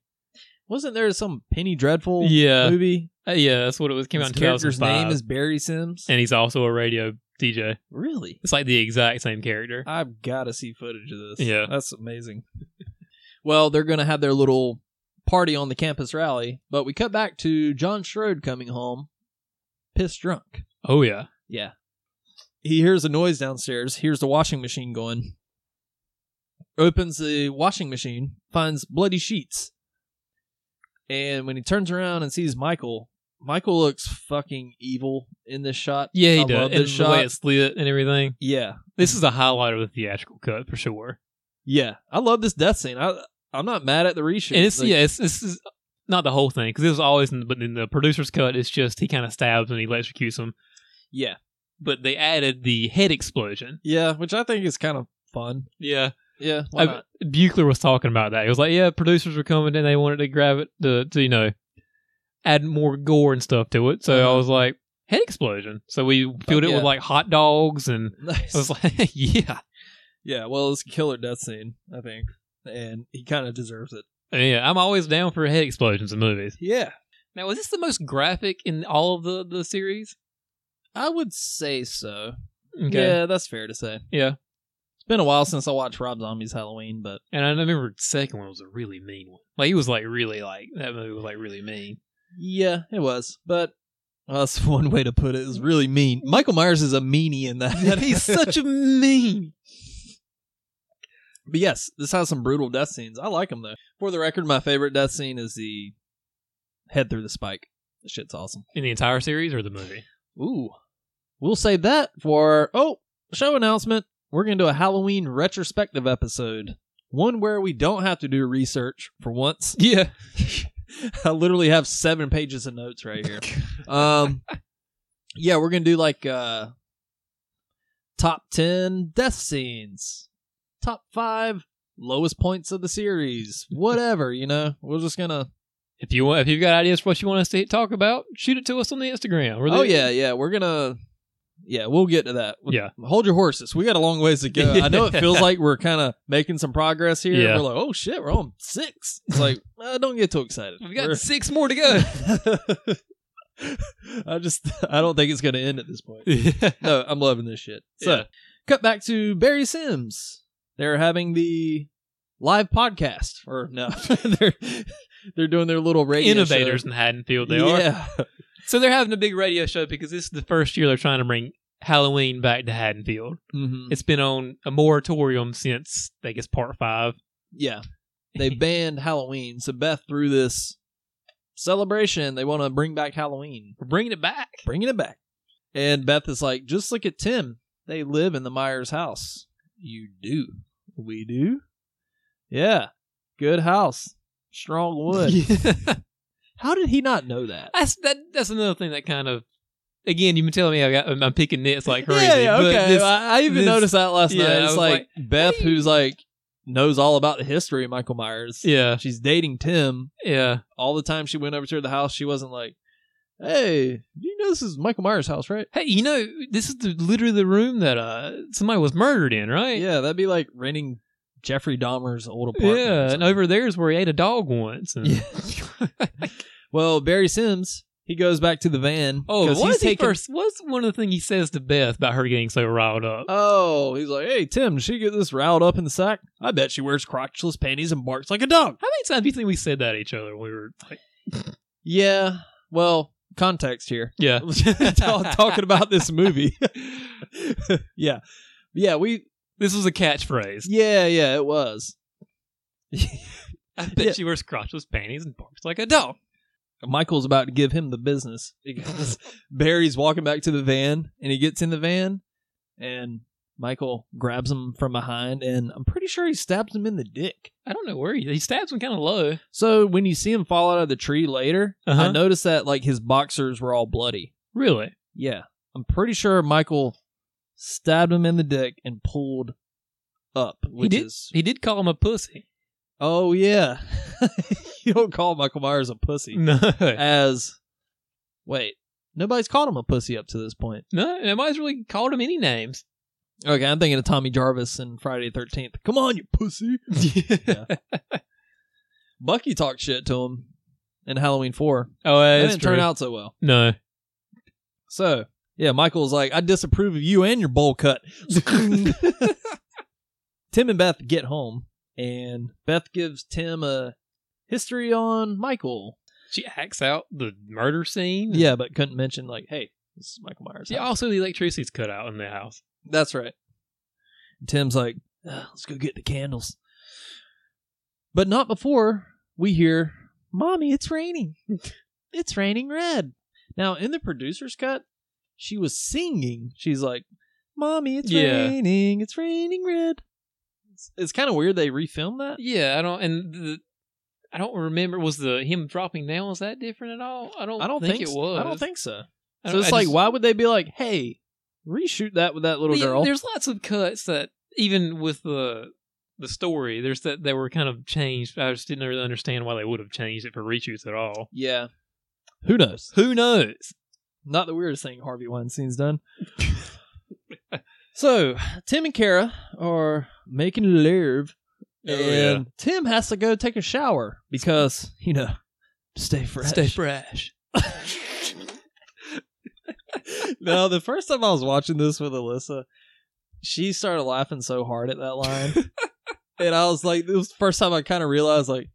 Speaker 6: Wasn't there some Penny Dreadful
Speaker 7: Yeah.
Speaker 6: movie?
Speaker 7: Uh, yeah, that's what it was. Came
Speaker 6: His
Speaker 7: out in
Speaker 6: character's
Speaker 7: 2005,
Speaker 6: name is Barry Sims.
Speaker 7: and he's also a radio DJ.
Speaker 6: really?
Speaker 7: It's like the exact same character.
Speaker 6: I've got to see footage of this.
Speaker 7: Yeah.
Speaker 6: That's amazing. Well, they're going to have their little party on the campus rally, but we cut back to John Strode coming home, pissed drunk.
Speaker 7: Oh yeah.
Speaker 6: Yeah. He hears a noise downstairs, hears the washing machine going, opens the washing machine, finds bloody sheets. And when he turns around and sees Michael, Michael looks fucking evil in this shot.
Speaker 7: Yeah, he
Speaker 6: I
Speaker 7: does.
Speaker 6: love
Speaker 7: And
Speaker 6: this
Speaker 7: the way
Speaker 6: shot.
Speaker 7: it's lit and everything.
Speaker 6: Yeah.
Speaker 7: This is a highlight of the theatrical cut for sure.
Speaker 6: Yeah. I love this death scene. I I'm not mad at the reshoot.
Speaker 7: And it's
Speaker 6: Like,
Speaker 7: yeah, it's, this is not the whole thing because it was always in the, but in the producer's cut, it's just he kind of stabs and he electrocutes him.
Speaker 6: Yeah.
Speaker 7: But they added the head explosion.
Speaker 6: Yeah, which I think is kind of fun.
Speaker 7: Yeah,
Speaker 6: Yeah. Why
Speaker 7: I-
Speaker 6: not?
Speaker 7: Buchler was talking about that. He was like, "Yeah, producers were coming and they wanted to grab it to, to you know add more gore and stuff to it." So I was like, "Head explosion!" So we filled
Speaker 6: Uh-huh.
Speaker 7: it
Speaker 6: yeah.
Speaker 7: with like hot dogs and
Speaker 6: Nice.
Speaker 7: I was like, "Yeah,
Speaker 6: yeah, well, it's a killer death scene, I think. And he kind of deserves it.
Speaker 7: yeah." I'm always down for head explosions in movies.
Speaker 6: Yeah.
Speaker 7: Now, is this the most graphic in all of the the series?
Speaker 6: I would say so.
Speaker 7: Okay.
Speaker 6: Yeah, that's fair to say.
Speaker 7: yeah.
Speaker 6: It's been a while since I watched Rob Zombie's Halloween, but
Speaker 7: And I remember the second one was a really mean one. Like he was like really like that movie was like really mean.
Speaker 6: yeah, it was. But well, that's one way to put it. It was really mean. Michael Myers is a meanie in that.
Speaker 7: He's such a mean.
Speaker 6: But yes, this has some brutal death scenes. I like them though. For the record, my favorite death scene is the head through the spike. That shit's awesome.
Speaker 7: In the entire series or the movie?
Speaker 6: Ooh. We'll save that for oh, show announcement. We're gonna do a Halloween retrospective episode. One where we don't have to do research for once.
Speaker 7: Yeah.
Speaker 6: I literally have seven pages of notes right here. um Yeah, we're gonna do like uh top ten death scenes. Top five lowest points of the series. Whatever, you know. We're just gonna
Speaker 7: If you want, if you've got ideas for what you want us to talk about, shoot it to us on the Instagram. We're
Speaker 6: Oh
Speaker 7: there.
Speaker 6: yeah, yeah. We're gonna Yeah, we'll get to that.
Speaker 7: Yeah.
Speaker 6: Hold your horses. We got a long ways to go. I know it feels like we're kind of making some progress here.
Speaker 7: Yeah.
Speaker 6: We're like, oh shit, we're on six. It's like, uh, don't get too excited.
Speaker 7: We've got
Speaker 6: We're-
Speaker 7: six more to go.
Speaker 6: I just, I don't think it's going to end at this point.
Speaker 7: yeah.
Speaker 6: No, I'm loving this shit. So,
Speaker 7: Yeah.
Speaker 6: cut back to Barry Sims. They're having the live podcast, or no, they're they're doing their little radio
Speaker 7: Innovators
Speaker 6: Show.
Speaker 7: in Haddonfield they are.
Speaker 6: yeah.
Speaker 7: So they're having a big radio show because this is the first year they're trying to bring Halloween back to Haddonfield.
Speaker 6: Mhm.
Speaker 7: It's been on a moratorium since I guess part five.
Speaker 6: Yeah. They banned Halloween, so Beth threw this celebration. They want to bring back Halloween,
Speaker 7: We're bringing it back.
Speaker 6: bringing it back. And Beth is like, just look at Tim. They live in the Myers house. You do. We do. Yeah. Good house. Strong wood. How did he not know that?
Speaker 7: That's that. That's another thing that kind of, again, you've been telling me I got, I'm, I'm picking nits like crazy.
Speaker 6: yeah, yeah,
Speaker 7: but
Speaker 6: okay.
Speaker 7: this-
Speaker 6: I, I even
Speaker 7: this-
Speaker 6: noticed that last
Speaker 7: yeah, I
Speaker 6: night. It's
Speaker 7: was
Speaker 6: like, Beth,
Speaker 7: "Hey."
Speaker 6: who's like knows all about the history of Michael Myers.
Speaker 7: yeah,
Speaker 6: She's dating Tim,
Speaker 7: yeah,
Speaker 6: all the time she went over to the house, she wasn't like, "Hey, you know this is Michael Myers' house, right?"
Speaker 7: Hey, you know, this is the, literally the room that uh somebody was murdered in, right?
Speaker 6: Yeah, that'd be like renting Jeffrey Dahmer's old apartment. or
Speaker 7: yeah.
Speaker 6: something.
Speaker 7: And over there is where he ate a dog once. And,
Speaker 6: well, Barry Sims, he goes back to the van.
Speaker 7: oh,
Speaker 6: 'cause
Speaker 7: what
Speaker 6: he's
Speaker 7: is he
Speaker 6: taking-
Speaker 7: first? What's one of the things he says to Beth about her getting so riled up?
Speaker 6: Oh, he's like, "Hey, Tim, did she get this riled up in the sack? I bet she wears crotchless panties and barks like a dog."
Speaker 7: How many times do you think we said that to each other when we were like,
Speaker 6: Yeah. Well, context here.
Speaker 7: yeah,
Speaker 6: Talk- talking about this movie. yeah. Yeah, we
Speaker 7: this was a catchphrase.
Speaker 6: yeah, yeah, it was.
Speaker 7: I bet
Speaker 6: Yeah.
Speaker 7: she wears crotchless panties and barks like a dog.
Speaker 6: Michael's about to give him the business because Barry's walking back to the van and he gets in the van and Michael grabs him from behind and I'm pretty sure he stabs him in the dick.
Speaker 7: I don't know where he, he stabs him kind of low.
Speaker 6: So when you see him fall out of the tree later, I
Speaker 7: Uh-huh.
Speaker 6: noticed that like his boxers were all bloody.
Speaker 7: Really?
Speaker 6: Yeah. I'm pretty sure Michael stabbed him in the dick and pulled up, which
Speaker 7: did.
Speaker 6: is
Speaker 7: He did call him a pussy.
Speaker 6: Oh yeah. you don't call Michael Myers a pussy.
Speaker 7: No,
Speaker 6: As wait, nobody's called him a pussy up to this point.
Speaker 7: no, nobody's really called him any names.
Speaker 6: Okay, I'm thinking of Tommy Jarvis and Friday the 13th. Come on, you pussy. Yeah. Bucky talked shit to him in Halloween 4.
Speaker 7: Oh,
Speaker 6: It
Speaker 7: uh,
Speaker 6: didn't turn out so well.
Speaker 7: No,
Speaker 6: So, yeah, Michael's like, I disapprove of you and your bowl cut. Tim and Beth get home. and Beth gives Tim a history on Michael.
Speaker 7: She acts out the murder scene.
Speaker 6: Yeah, but couldn't mention like, hey, this is Michael Myers.
Speaker 7: Yeah,
Speaker 6: house.
Speaker 7: also the electricity's cut out in the house.
Speaker 6: That's right. Tim's like, "Ah, let's go get the candles. But not before we hear, Mommy, it's raining. It's raining red. Now, in the producer's cut, she was singing. She's like, Mommy, it's
Speaker 7: Yeah.
Speaker 6: raining. It's raining red. It's, it's kind of weird they refilmed that.
Speaker 7: Yeah, I don't and the, I don't remember was the him dropping down was that different at all? I don't
Speaker 6: I don't
Speaker 7: think,
Speaker 6: think
Speaker 7: it
Speaker 6: so.
Speaker 7: was.
Speaker 6: I don't think so.
Speaker 7: I
Speaker 6: So
Speaker 7: don't-
Speaker 6: it's
Speaker 7: I
Speaker 6: like,
Speaker 7: just-
Speaker 6: why would they be like, hey, reshoot that with that little
Speaker 7: Yeah,
Speaker 6: girl?
Speaker 7: There's lots of cuts that even with the the story, there's that they were kind of changed. I just didn't really understand why they would have changed it for reshoots at all.
Speaker 6: Yeah. Who knows?
Speaker 7: Who knows?
Speaker 6: Not the weirdest thing Harvey Weinstein's done. so Tim and Kara are making love,
Speaker 7: Oh,
Speaker 6: and Tim has to go take a shower because you know, stay fresh.
Speaker 7: fresh.
Speaker 6: no, the first time I was watching this with Alyssa, she started laughing so hard at that line, and I was like, this was the first time I kind of realized, like,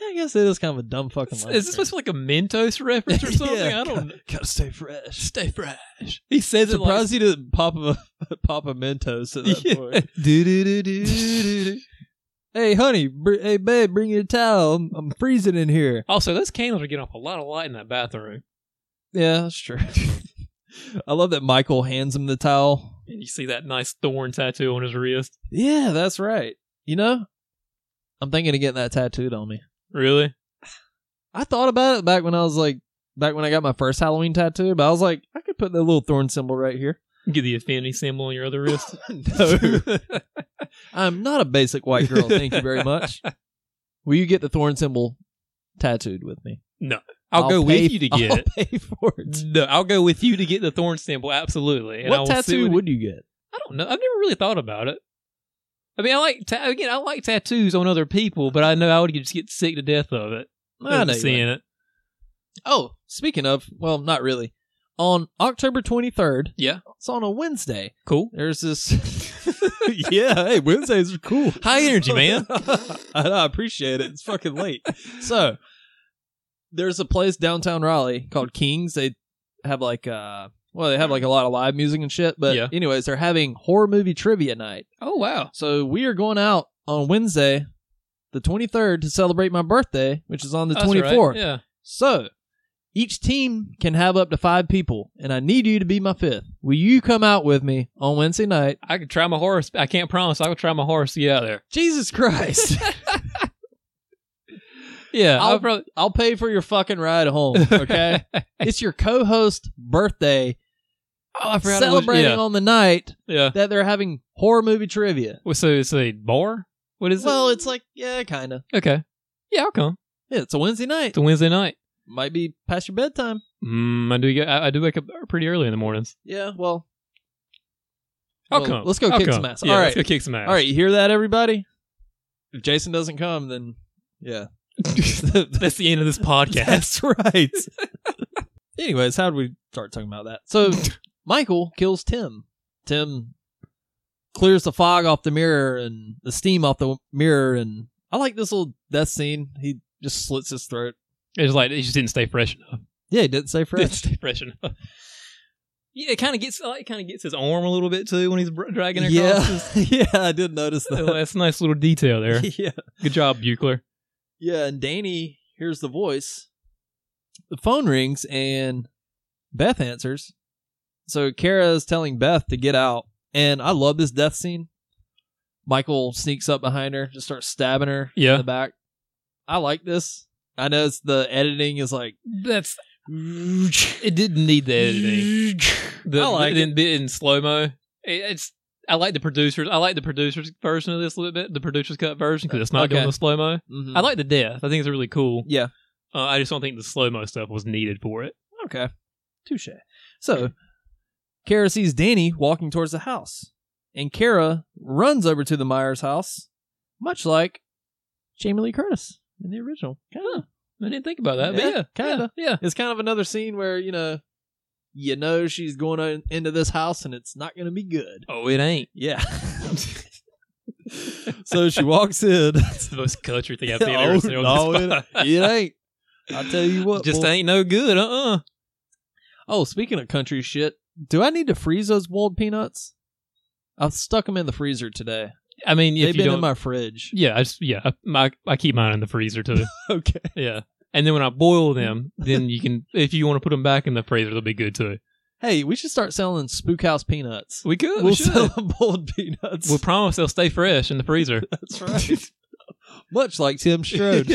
Speaker 6: "Yeah, I guess it is kind of a dumb fucking.
Speaker 7: Is
Speaker 6: line
Speaker 7: this supposed to be like a Mentos reference or something?
Speaker 6: Yeah,
Speaker 7: I don't know.
Speaker 6: gotta stay fresh?
Speaker 7: Stay fresh.
Speaker 6: He says
Speaker 7: it like-
Speaker 6: surprised he didn't pop a pop a Mentos at that
Speaker 7: Yeah.
Speaker 6: point. Do, do, do, do, do, do. Hey, honey. Br- hey, babe. Bring your towel. I'm, I'm freezing in here.
Speaker 7: Also, those candles are getting off a lot of light in that bathroom.
Speaker 6: Yeah, that's true. I love that Michael hands him the towel.
Speaker 7: And you see that nice thorn tattoo on his wrist.
Speaker 6: Yeah, that's right. You know, I'm thinking of getting that tattooed on me.
Speaker 7: Really?
Speaker 6: I thought about it back when I was like, back when I got my first Halloween tattoo, but I was like, I could put that little thorn symbol right here.
Speaker 7: Get the affinity symbol on your other wrist.
Speaker 6: no. I'm not a basic white girl. Thank you very much. Will you get the thorn symbol tattooed with me?
Speaker 7: I'll, go
Speaker 6: pay-
Speaker 7: with you to get
Speaker 6: I'll
Speaker 7: it.
Speaker 6: pay for it.
Speaker 7: No, I'll go with you to get the thorn symbol. Absolutely. And I
Speaker 6: what
Speaker 7: will see
Speaker 6: tattoo
Speaker 7: what-
Speaker 6: would you get?
Speaker 7: I don't know. I've never really thought about it. I mean, I like ta- again. I like tattoos on other people, but I know I would just get sick to death of it.
Speaker 6: I
Speaker 7: of
Speaker 6: know you
Speaker 7: seeing it.
Speaker 6: Oh, speaking of, well, not really. On October 23rd,
Speaker 7: Yeah.
Speaker 6: it's on a Wednesday.
Speaker 7: Cool.
Speaker 6: There's this. yeah, hey, Wednesdays are cool.
Speaker 7: High energy, man.
Speaker 6: I, I appreciate it. It's fucking late. so, there's a place downtown Raleigh called Kings. They have like, uh, well, they have like a lot of live music and shit. But,
Speaker 7: Yeah.
Speaker 6: anyways, they're having horror movie trivia night.
Speaker 7: Oh wow.
Speaker 6: So, we are going out on Wednesday, the 23rd, to celebrate my birthday, which is on the
Speaker 7: That's all
Speaker 6: 24th.
Speaker 7: right. Yeah.
Speaker 6: So, each team can have up to five people, and I need you to be my fifth. Will you come out with me on Wednesday night?
Speaker 7: I could try my horse. I can't promise. I will try my horse to get out there.
Speaker 6: Jesus Christ.
Speaker 7: Yeah.
Speaker 6: I'll,
Speaker 7: I'll probably.
Speaker 6: I'll pay for your fucking ride home, okay? it's your co host birthday
Speaker 7: Oh, I forgot. it was-
Speaker 6: celebrating
Speaker 7: yeah.
Speaker 6: on the night
Speaker 7: yeah.
Speaker 6: that they're having horror movie trivia.
Speaker 7: Well, so it's a bar. What is
Speaker 6: well, it's like, yeah, kind of.
Speaker 7: it? Okay. Yeah, I'll come.
Speaker 6: Yeah, it's a Wednesday night.
Speaker 7: It's a Wednesday night.
Speaker 6: Might be past your bedtime.
Speaker 7: Mm, I do. Get, I, I do wake up pretty early in the mornings.
Speaker 6: Yeah, well.
Speaker 7: I'll
Speaker 6: well,
Speaker 7: come.
Speaker 6: Let's go
Speaker 7: I'll
Speaker 6: kick
Speaker 7: come.
Speaker 6: some ass.
Speaker 7: Yeah,
Speaker 6: All
Speaker 7: Let's
Speaker 6: right.
Speaker 7: go kick some ass.
Speaker 6: All right, you hear that, everybody? If Jason doesn't come, then yeah,
Speaker 7: That's the end of this podcast.
Speaker 6: that's right. Anyways, how do we start talking about that? So Michael kills Tim. Tim clears the fog off the mirror and the steam off the mirror, and I like this little death scene. He just slits his throat.
Speaker 7: It's like it just didn't stay fresh enough.
Speaker 6: Yeah, he didn't say
Speaker 7: Didn't
Speaker 6: fresh.
Speaker 7: stay fresh enough. Yeah, it kind of gets like, it kind of gets his arm a little bit too when he's br- dragging across.
Speaker 6: Yeah,
Speaker 7: His,
Speaker 6: yeah, I did notice
Speaker 7: Oh,
Speaker 6: that.
Speaker 7: that's a nice little detail there.
Speaker 6: yeah,
Speaker 7: Good job, Buchler.
Speaker 6: Yeah, and Danny hears the voice. The phone rings and Beth answers. So Kara is telling Beth to get out. And I love this death scene. Michael sneaks up behind her, just starts stabbing her in
Speaker 7: Yeah,
Speaker 6: the back. I like this. I know it's the editing is like
Speaker 7: that's it. Didn't need the editing. The,
Speaker 6: I like
Speaker 7: the, the bit in slow mo. it's I like the producers. I like the producers version of this a little bit. The producers cut version because it's not
Speaker 6: Okay.
Speaker 7: doing the slow mo.
Speaker 6: mhm.
Speaker 7: I like the death. I think it's really cool.
Speaker 6: Yeah.
Speaker 7: Uh, I just don't think the slow mo stuff was needed for it.
Speaker 6: Okay. Touche. So Kara sees Danny walking towards the house. And Kara runs over to the Myers house, much like Jamie Lee Curtis in the original. Kinda.
Speaker 7: I didn't think about that.
Speaker 6: Yeah,
Speaker 7: but yeah,
Speaker 6: kinda.
Speaker 7: Yeah, yeah.
Speaker 6: It's kind of another scene where, you know, you know Oh, she's going on into this house and it's not going to be good.
Speaker 7: Oh, it ain't.
Speaker 6: Yeah. so she walks in.
Speaker 7: It's the most country thing I've seen ever
Speaker 6: Oh,
Speaker 7: seen on
Speaker 6: no,
Speaker 7: this
Speaker 6: it,
Speaker 7: pod.
Speaker 6: it ain't. I tell you what,
Speaker 7: Just
Speaker 6: boy.
Speaker 7: ain't no good, uh uh
Speaker 6: Oh, speaking of country shit, do I need to freeze those boiled peanuts? I stuck them in the freezer today.
Speaker 7: I mean, if
Speaker 6: They've
Speaker 7: you
Speaker 6: been
Speaker 7: don't,
Speaker 6: in my fridge.
Speaker 7: yeah, I just, yeah, I- my, I keep mine in the freezer too.
Speaker 6: Okay.
Speaker 7: yeah, and then when I boil them, then you can, if you want to put them back in the freezer, they'll be good too.
Speaker 6: Hey, we should start selling Spook House peanuts.
Speaker 7: We could,
Speaker 6: We'll sell boiled peanuts.
Speaker 7: We promise they'll stay fresh in the freezer.
Speaker 6: That's right. Much like Tim Strode.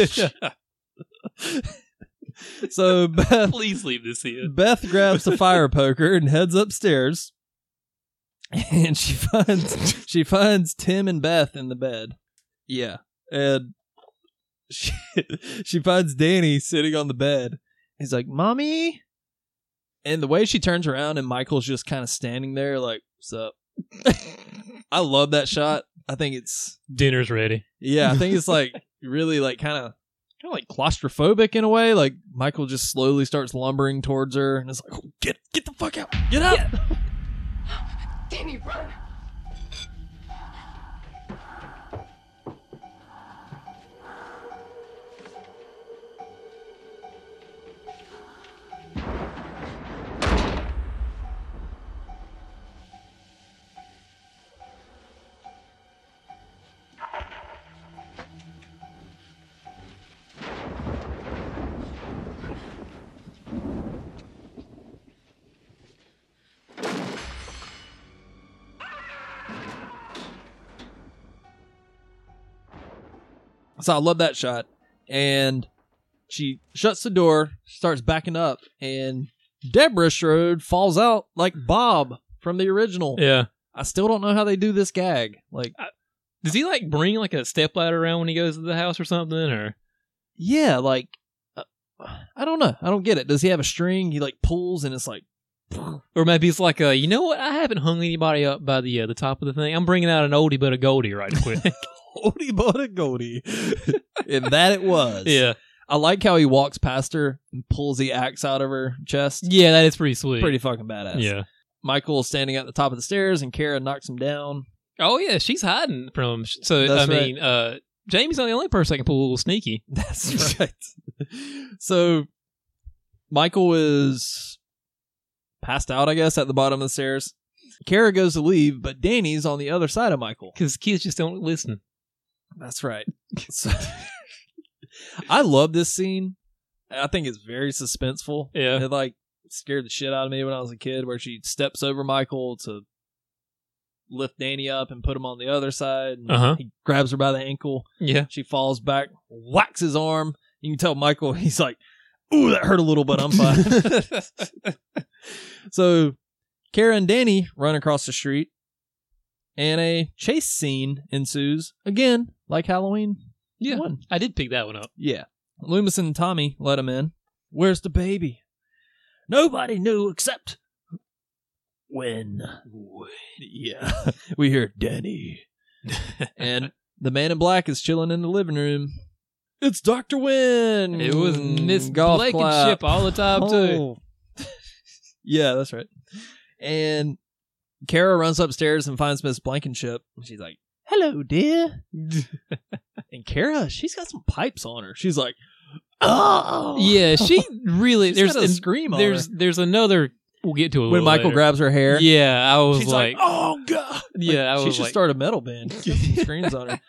Speaker 6: So Beth
Speaker 7: Please leave this in.
Speaker 6: Beth grabs the fire poker and heads upstairs, and she finds she finds Tim and Beth in the bed. Yeah, and she she finds Danny sitting on the bed. He's like, "Mommy," and the way she turns around and Michael's just kind of standing there, like, "What's up?" I love that shot. I think it's
Speaker 7: Dinner's ready.
Speaker 6: yeah, I think it's like really like kind of kind of like claustrophobic in a way. Like Michael just slowly starts lumbering towards her, and it's like, "Oh, get get the fuck out, get out.
Speaker 11: Danny, run!
Speaker 6: So I love that shot. And she shuts the door, starts backing up, and Deborah Strode falls out like Bob from the original.
Speaker 7: Mm. Yeah.
Speaker 6: I still don't know how they do this gag. Like,
Speaker 7: Does he like bring like a stepladder around when he goes to the house or something? Or
Speaker 6: yeah, like uh, I don't know. I don't get it. Does he have a string? He like pulls, and it's like.
Speaker 7: or maybe it's like, uh, you know what? I haven't hung anybody up by the uh, the top of the thing. I'm bringing out an oldie but a goldie right quick.
Speaker 6: Goldie bought a goldie. and that it was.
Speaker 7: yeah,
Speaker 6: I like how he walks past her and pulls the axe out of her chest.
Speaker 7: yeah, that is pretty sweet.
Speaker 6: Pretty fucking badass.
Speaker 7: Yeah.
Speaker 6: Michael is standing at the top of the stairs and Kara knocks him down.
Speaker 7: Oh yeah, she's hiding from. Him. So
Speaker 6: That's
Speaker 7: I mean, uh, Jamie's not the only person that can pull a little sneaky.
Speaker 6: That's right. so Michael is passed out, I guess, at the bottom of the stairs. Kara goes to leave, but Danny's on the other side of Michael.
Speaker 7: Because kids just don't listen.
Speaker 6: That's right. So- I love this scene. I think it's very suspenseful.
Speaker 7: Yeah.
Speaker 6: It like scared the shit out of me when I was a kid, where she steps over Michael to lift Danny up and put him on the other side. And
Speaker 7: Uh-huh.
Speaker 6: He grabs her by the ankle.
Speaker 7: Yeah.
Speaker 6: She falls back, whacks his arm. You can tell Michael, he's like, ooh, that hurt a little, but I'm fine. so Kara and Danny run across the street, and a chase scene ensues. Again, like Halloween.
Speaker 7: Yeah.
Speaker 6: one.
Speaker 7: I did pick that one up.
Speaker 6: Yeah. Loomis and Tommy let him in. Where's the baby? Nobody knew except when. Yeah. we hear Danny. and the man in black is chilling in the living room. It's Dr. Wynn.
Speaker 7: It was Miss
Speaker 6: Golf
Speaker 7: Blankenship
Speaker 6: clap.
Speaker 7: all the time too.
Speaker 6: Oh. yeah, that's right. And Kara runs upstairs and finds Miss Blankenship. and She's like, "Hello, dear." and Kara, she's got some pipes on her. She's like, "Oh,
Speaker 7: Yeah, she really.
Speaker 6: She's
Speaker 7: there's
Speaker 6: got a
Speaker 7: and
Speaker 6: scream on
Speaker 7: There's
Speaker 6: her.
Speaker 7: there's another. We'll get to it a
Speaker 6: When
Speaker 7: little
Speaker 6: Michael
Speaker 7: later.
Speaker 6: grabs her hair,
Speaker 7: Yeah, I was
Speaker 6: she's
Speaker 7: like,
Speaker 6: like, "Oh god." Like,
Speaker 7: yeah, I
Speaker 6: she
Speaker 7: was
Speaker 6: should
Speaker 7: like,
Speaker 6: start a metal band. She's got some screams on her.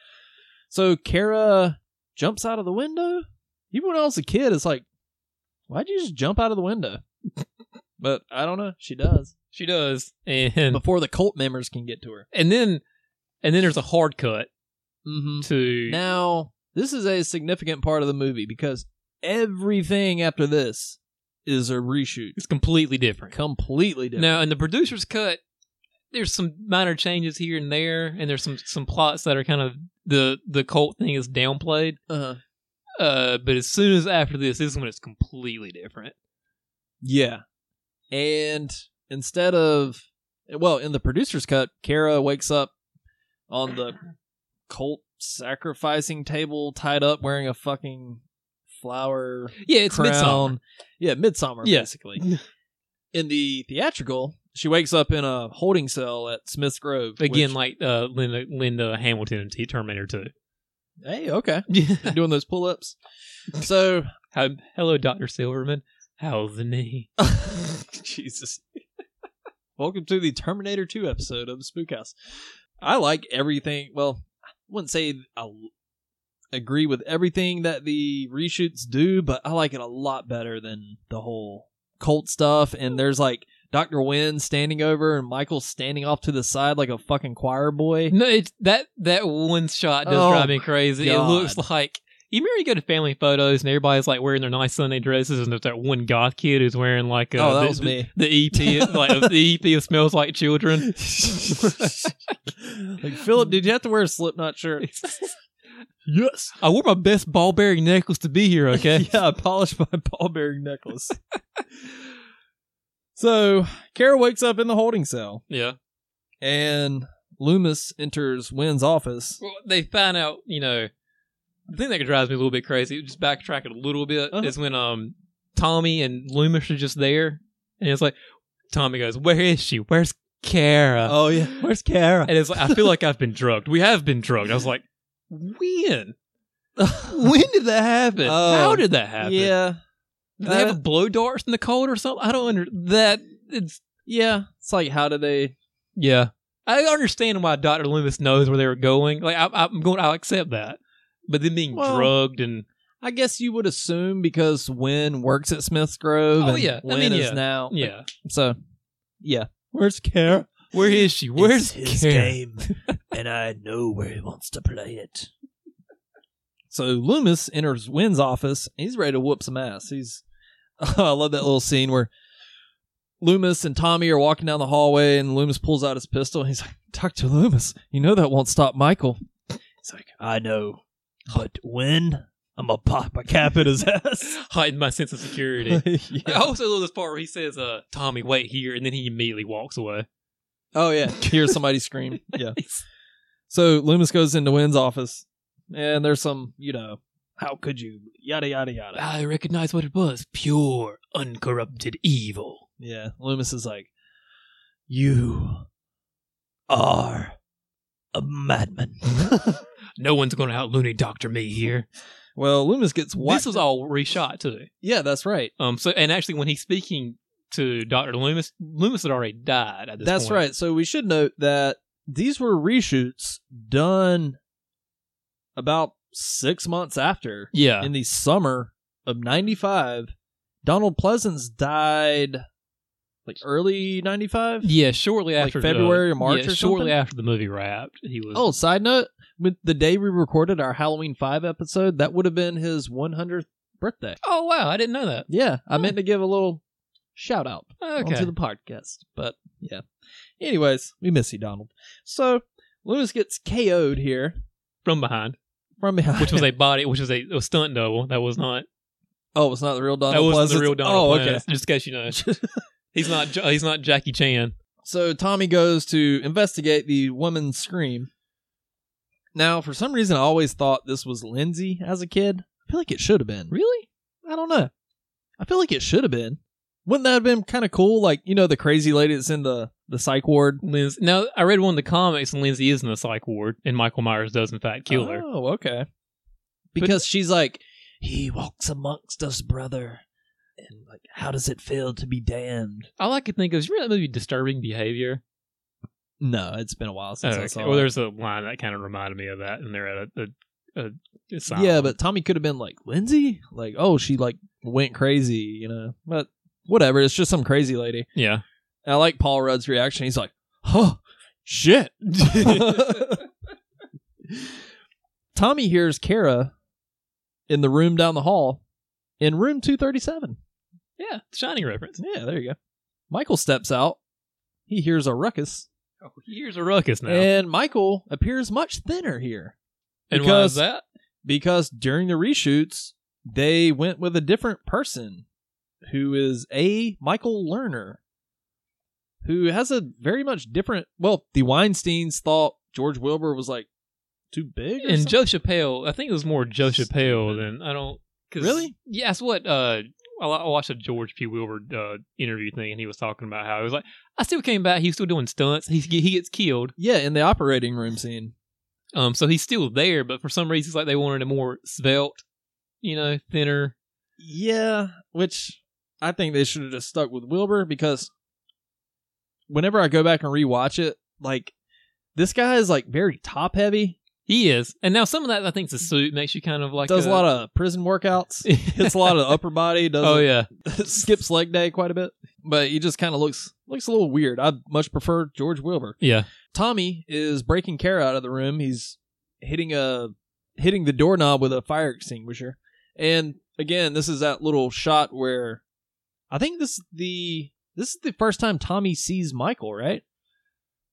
Speaker 6: So Kara jumps out of the window. Even when I was a kid, it's like, why'd you just jump out of the window? But I don't know. She does.
Speaker 7: she does, and
Speaker 6: before the cult members can get to her.
Speaker 7: and then and then there's a hard cut
Speaker 6: Mm-hmm.
Speaker 7: to
Speaker 6: Now, this is a significant part of the movie because everything after this is a reshoot.
Speaker 7: it's completely different.
Speaker 6: Completely different.
Speaker 7: Now in the producer's cut, there's some minor changes here and there, and there's some some plots that are kind of the the cult thing is downplayed.
Speaker 6: uh
Speaker 7: Uh, but as soon as after this, this is when it's completely different.
Speaker 6: Yeah. And instead of, well, in the producer's cut, Kara wakes up on the cult sacrificing table, tied up, wearing a fucking flower
Speaker 7: Yeah, it's
Speaker 6: crown.
Speaker 7: midsummer.
Speaker 6: Yeah, midsummer
Speaker 7: Yeah.
Speaker 6: basically. In the theatrical, she wakes up in a holding cell at Smith's Grove
Speaker 7: Again,
Speaker 6: which-
Speaker 7: like uh, Linda, Linda Hamilton and T- Terminator 2.
Speaker 6: hey, okay, doing those pull ups. So
Speaker 7: How, hello, Dr. Silverman. How's the knee?
Speaker 6: Jesus. Welcome to the Terminator 2 episode of the Spook House. I like everything. Well, I wouldn't say I l- agree with everything that the reshoots do, but I like it a lot better than the whole cult stuff. And there's like Dr. Wynn standing over and Michael standing off to the side like a fucking choir boy.
Speaker 7: No, it's that that one shot does
Speaker 6: Oh,
Speaker 7: drive me crazy.
Speaker 6: God.
Speaker 7: It looks like you remember you go to family photos and everybody's like wearing their nice Sunday dresses, and there's that one goth kid who's wearing like uh,
Speaker 6: oh, that
Speaker 7: the,
Speaker 6: was me.
Speaker 7: The EP, like the EP of smells like children.
Speaker 6: like, Philip, did you have to wear a Slipknot shirt?
Speaker 7: Yes, I wore my best ball bearing necklace to be here. Okay,
Speaker 6: yeah, I polished my ball bearing necklace. so Kara wakes up in the holding cell
Speaker 7: yeah.
Speaker 6: and Loomis enters Wynn's office.
Speaker 7: Well, they find out, you know, the thing that drives me a little bit crazy, just backtrack it a little bit,
Speaker 6: Uh-huh.
Speaker 7: is when um Tommy and Loomis are just there, and it's like Tommy goes, "Where is she? Where's Kara?"
Speaker 6: Oh yeah. Where's Kara?
Speaker 7: And it's like I feel like I've been drugged. We have been drugged. I was like, when? when did that happen?
Speaker 6: Oh,
Speaker 7: How did that happen?
Speaker 6: Yeah.
Speaker 7: Do they have a blow darts in the cold or something? I don't under that. It's
Speaker 6: Yeah. It's like how do they
Speaker 7: yeah. I understand why Doctor Loomis knows where they were going. Like I, I'm going, I'll accept that. But then being
Speaker 6: Well,
Speaker 7: drugged and
Speaker 6: I guess you would assume because Wynn works at Smith's Grove
Speaker 7: Oh,
Speaker 6: and
Speaker 7: yeah. I
Speaker 6: Wynn
Speaker 7: mean,
Speaker 6: is
Speaker 7: yeah.
Speaker 6: now
Speaker 7: Yeah.
Speaker 6: so yeah. Where's Kara?
Speaker 7: Where is she? Where's
Speaker 4: his
Speaker 7: Kara?
Speaker 4: game? and I know where he wants to play it.
Speaker 6: So Loomis enters Wynn's office. And he's ready to whoop some ass. He's I love that little scene where Loomis and Tommy are walking down the hallway, and Loomis pulls out his pistol. And he's like, "Doctor Loomis, you know that won't stop Michael."
Speaker 4: It's like, I know. But when? I'm a pop a cap at his ass.
Speaker 7: Hiding my sense of security. I
Speaker 6: Yeah.
Speaker 7: also love this part where he says, uh, Tommy, wait here, and then he immediately walks away.
Speaker 6: Oh yeah, hear somebody scream. Yeah. So Loomis goes into Wynn's office, and there's some, you know, how could you? Yada yada yada.
Speaker 7: I recognize what it was. Pure, uncorrupted evil.
Speaker 6: Yeah. Loomis is like,
Speaker 4: You are a madman.
Speaker 7: No one's going to out loony doctor me here.
Speaker 6: "Well, Loomis gets what?
Speaker 7: This was all reshot too.
Speaker 6: yeah, that's right.
Speaker 7: Um. So, and actually, when he's speaking to Doctor Loomis, Loomis had already died. At this
Speaker 6: That's
Speaker 7: point.
Speaker 6: right. So we should note that these were reshoots done about six months after
Speaker 7: Yeah.
Speaker 6: in the summer of '95. Donald Pleasance died like early '95.
Speaker 7: yeah. Shortly
Speaker 6: Like
Speaker 7: after
Speaker 6: February
Speaker 7: the,
Speaker 6: or March
Speaker 7: Yeah,
Speaker 6: or
Speaker 7: shortly
Speaker 6: something?
Speaker 7: after the movie wrapped, he was.
Speaker 6: Oh, side note: with the day we recorded our Halloween Five episode, that would have been his 100th birthday.
Speaker 7: Oh wow! I didn't know that.
Speaker 6: Yeah, I meant to give a little shout out
Speaker 7: Okay.
Speaker 6: onto the podcast. But yeah. Anyways, we miss you, Donald. So Loomis gets KO'd here
Speaker 7: From behind,
Speaker 6: from behind.
Speaker 7: which was a body, which was a, a stunt double. That was not.
Speaker 6: oh, it's not the real Donald.
Speaker 7: that wasn't the
Speaker 6: Pleasance?
Speaker 7: real Donald.
Speaker 6: Oh,
Speaker 7: Pleasance, Just in case you know, he's not. Ja- He's not Jackie Chan.
Speaker 6: So Tommy goes to investigate the woman's scream. Now, for some reason, I always thought this was Lindsay as a kid. I feel like it should have been. Really? I don't know. I feel like it should have been. Wouldn't that have been kind of cool? Like you know, the crazy lady that's in the the psych ward.
Speaker 7: Lindsay. Now, I read one of the comics, and Lindsay is in the psych ward, and Michael Myers does in fact kill her.
Speaker 6: Oh, okay. Because she's like,
Speaker 4: He walks amongst us, brother. And like, how does it feel to be damned?
Speaker 7: All I could think of is remember that movie Disturbing Behavior.
Speaker 6: no, it's been a while
Speaker 7: Oh,
Speaker 6: since I
Speaker 7: okay.
Speaker 6: saw.
Speaker 7: Well,
Speaker 6: it."
Speaker 7: there's a line that kind of reminded me of that, and they're at a, a, a asylum.
Speaker 6: yeah, but Tommy could have been like Lindsay, like oh, she like went crazy, you know. But whatever, it's just some crazy lady.
Speaker 7: yeah,
Speaker 6: And I like Paul Rudd's reaction. He's like, huh, shit. Tommy hears Kara in the room down the hall in room 237.
Speaker 7: yeah, Shining reference.
Speaker 6: Yeah, there you go. Michael steps out. He hears a ruckus.
Speaker 7: Oh, here's a ruckus now,
Speaker 6: And Michael appears much thinner here
Speaker 7: and why
Speaker 6: because-
Speaker 7: is that?
Speaker 6: because during the reshoots, they went with a different person who is a Michael Lerner, who has a very much different. Well, the Weinsteins thought George Wilbur was like too big. Or
Speaker 7: And
Speaker 6: something.
Speaker 7: Joe Chappelle, I think it was more Joe Chappelle than I don't. 'cause-
Speaker 6: Really?
Speaker 7: Yeah, that's what uh, I I watched a George P. Wilbur uh, interview thing, and he was talking about how he was like, I still came back. He's still doing stunts. He he gets killed.
Speaker 6: Yeah, in the operating room scene.
Speaker 7: Um, so he's still there, but for some reason, it's like they wanted a more svelte, you know, thinner.
Speaker 6: Yeah, which I think they should have just stuck with Wilbur because whenever I go back and rewatch it, like this guy is like very top heavy,
Speaker 7: He is, and now some of that I think the suit makes you kind of like
Speaker 6: does a lot of prison workouts, hits a lot of upper body, does
Speaker 7: oh yeah,
Speaker 6: skips leg day quite a bit, but he just kind of looks looks a little weird. I much prefer George Wilbur.
Speaker 7: yeah.
Speaker 6: Tommy is breaking Kara out of the room. He's hitting a hitting the doorknob with a fire extinguisher. And again, this is that little shot where I think this is the this is the first time Tommy sees Michael, right?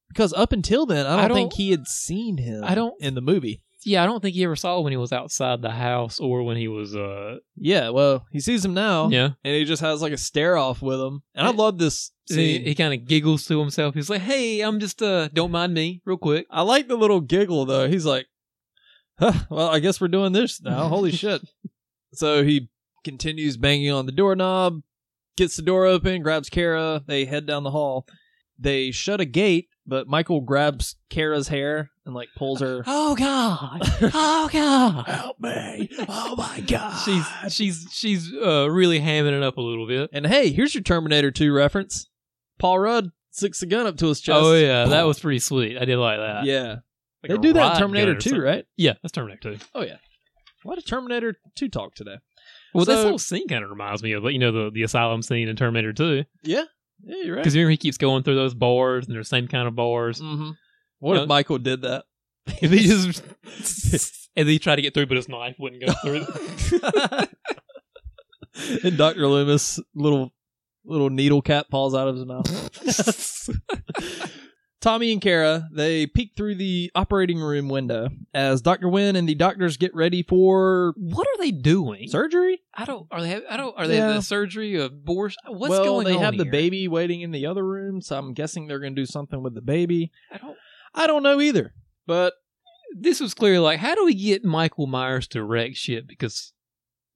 Speaker 6: Because up until then, I don't,
Speaker 7: I don't-
Speaker 6: think he had seen him.
Speaker 7: I don't-
Speaker 6: in the movie.
Speaker 7: Yeah, I don't think he ever saw when he was outside the house or when he was uh
Speaker 6: Yeah, well, he sees him now,
Speaker 7: yeah.
Speaker 6: and he just has like a stare off with him. And I love this
Speaker 7: And He,
Speaker 6: scene.
Speaker 7: he kind of giggles to himself. He's like, "Hey, I'm just uh don't mind me, real quick."
Speaker 6: I like the little giggle though. He's like, huh, "Well, I guess we're doing this now." Holy shit! So he continues banging on the doorknob, gets the door open, grabs Kara. They head down the hall. They shut a gate, but Michael grabs Kara's hair and like pulls her.
Speaker 7: Oh god! Oh god!
Speaker 1: Help me! Oh my god!
Speaker 7: she's she's she's uh really hamming it up a little bit.
Speaker 6: And hey, here's your Terminator 2 reference. Paul Rudd sticks a gun up to his chest.
Speaker 7: oh yeah, that was pretty sweet. I did like that.
Speaker 6: yeah.
Speaker 7: Like
Speaker 6: they
Speaker 7: a
Speaker 6: do that
Speaker 7: rod
Speaker 6: in Terminator
Speaker 7: gun or
Speaker 6: 2,
Speaker 7: something.
Speaker 6: right?
Speaker 7: Yeah, that's Terminator Two.
Speaker 6: Oh yeah. Why did Terminator 2 talk today?
Speaker 7: Well, this
Speaker 6: So-
Speaker 7: whole scene kind of reminds me of like you know the the asylum scene in Terminator Two
Speaker 6: Yeah, you're right.
Speaker 7: because remember he keeps going through those bars and they're the same kind of bars.
Speaker 6: Mm-hmm. What
Speaker 7: Uh,
Speaker 6: if Michael did that?
Speaker 7: and they just and they try to get through, but his knife wouldn't go through.
Speaker 6: and Dr. Loomis little little needle cap falls out of his mouth. Tommy and Kara, they peek through the operating room window as Dr. Wynn and the doctors get ready for
Speaker 7: what are they doing?
Speaker 6: surgery.
Speaker 7: I don't. Are they? Have, I don't. Are they
Speaker 6: Yeah.
Speaker 7: having a surgery? A abortion? What's
Speaker 6: well,
Speaker 7: going
Speaker 6: they
Speaker 7: on?
Speaker 6: have the
Speaker 7: here?
Speaker 6: baby waiting in the other room, so I'm guessing they're going to do something with the baby.
Speaker 7: I don't.
Speaker 6: I don't know either, but
Speaker 7: This was clearly like, how do we get Michael Myers to wreck shit because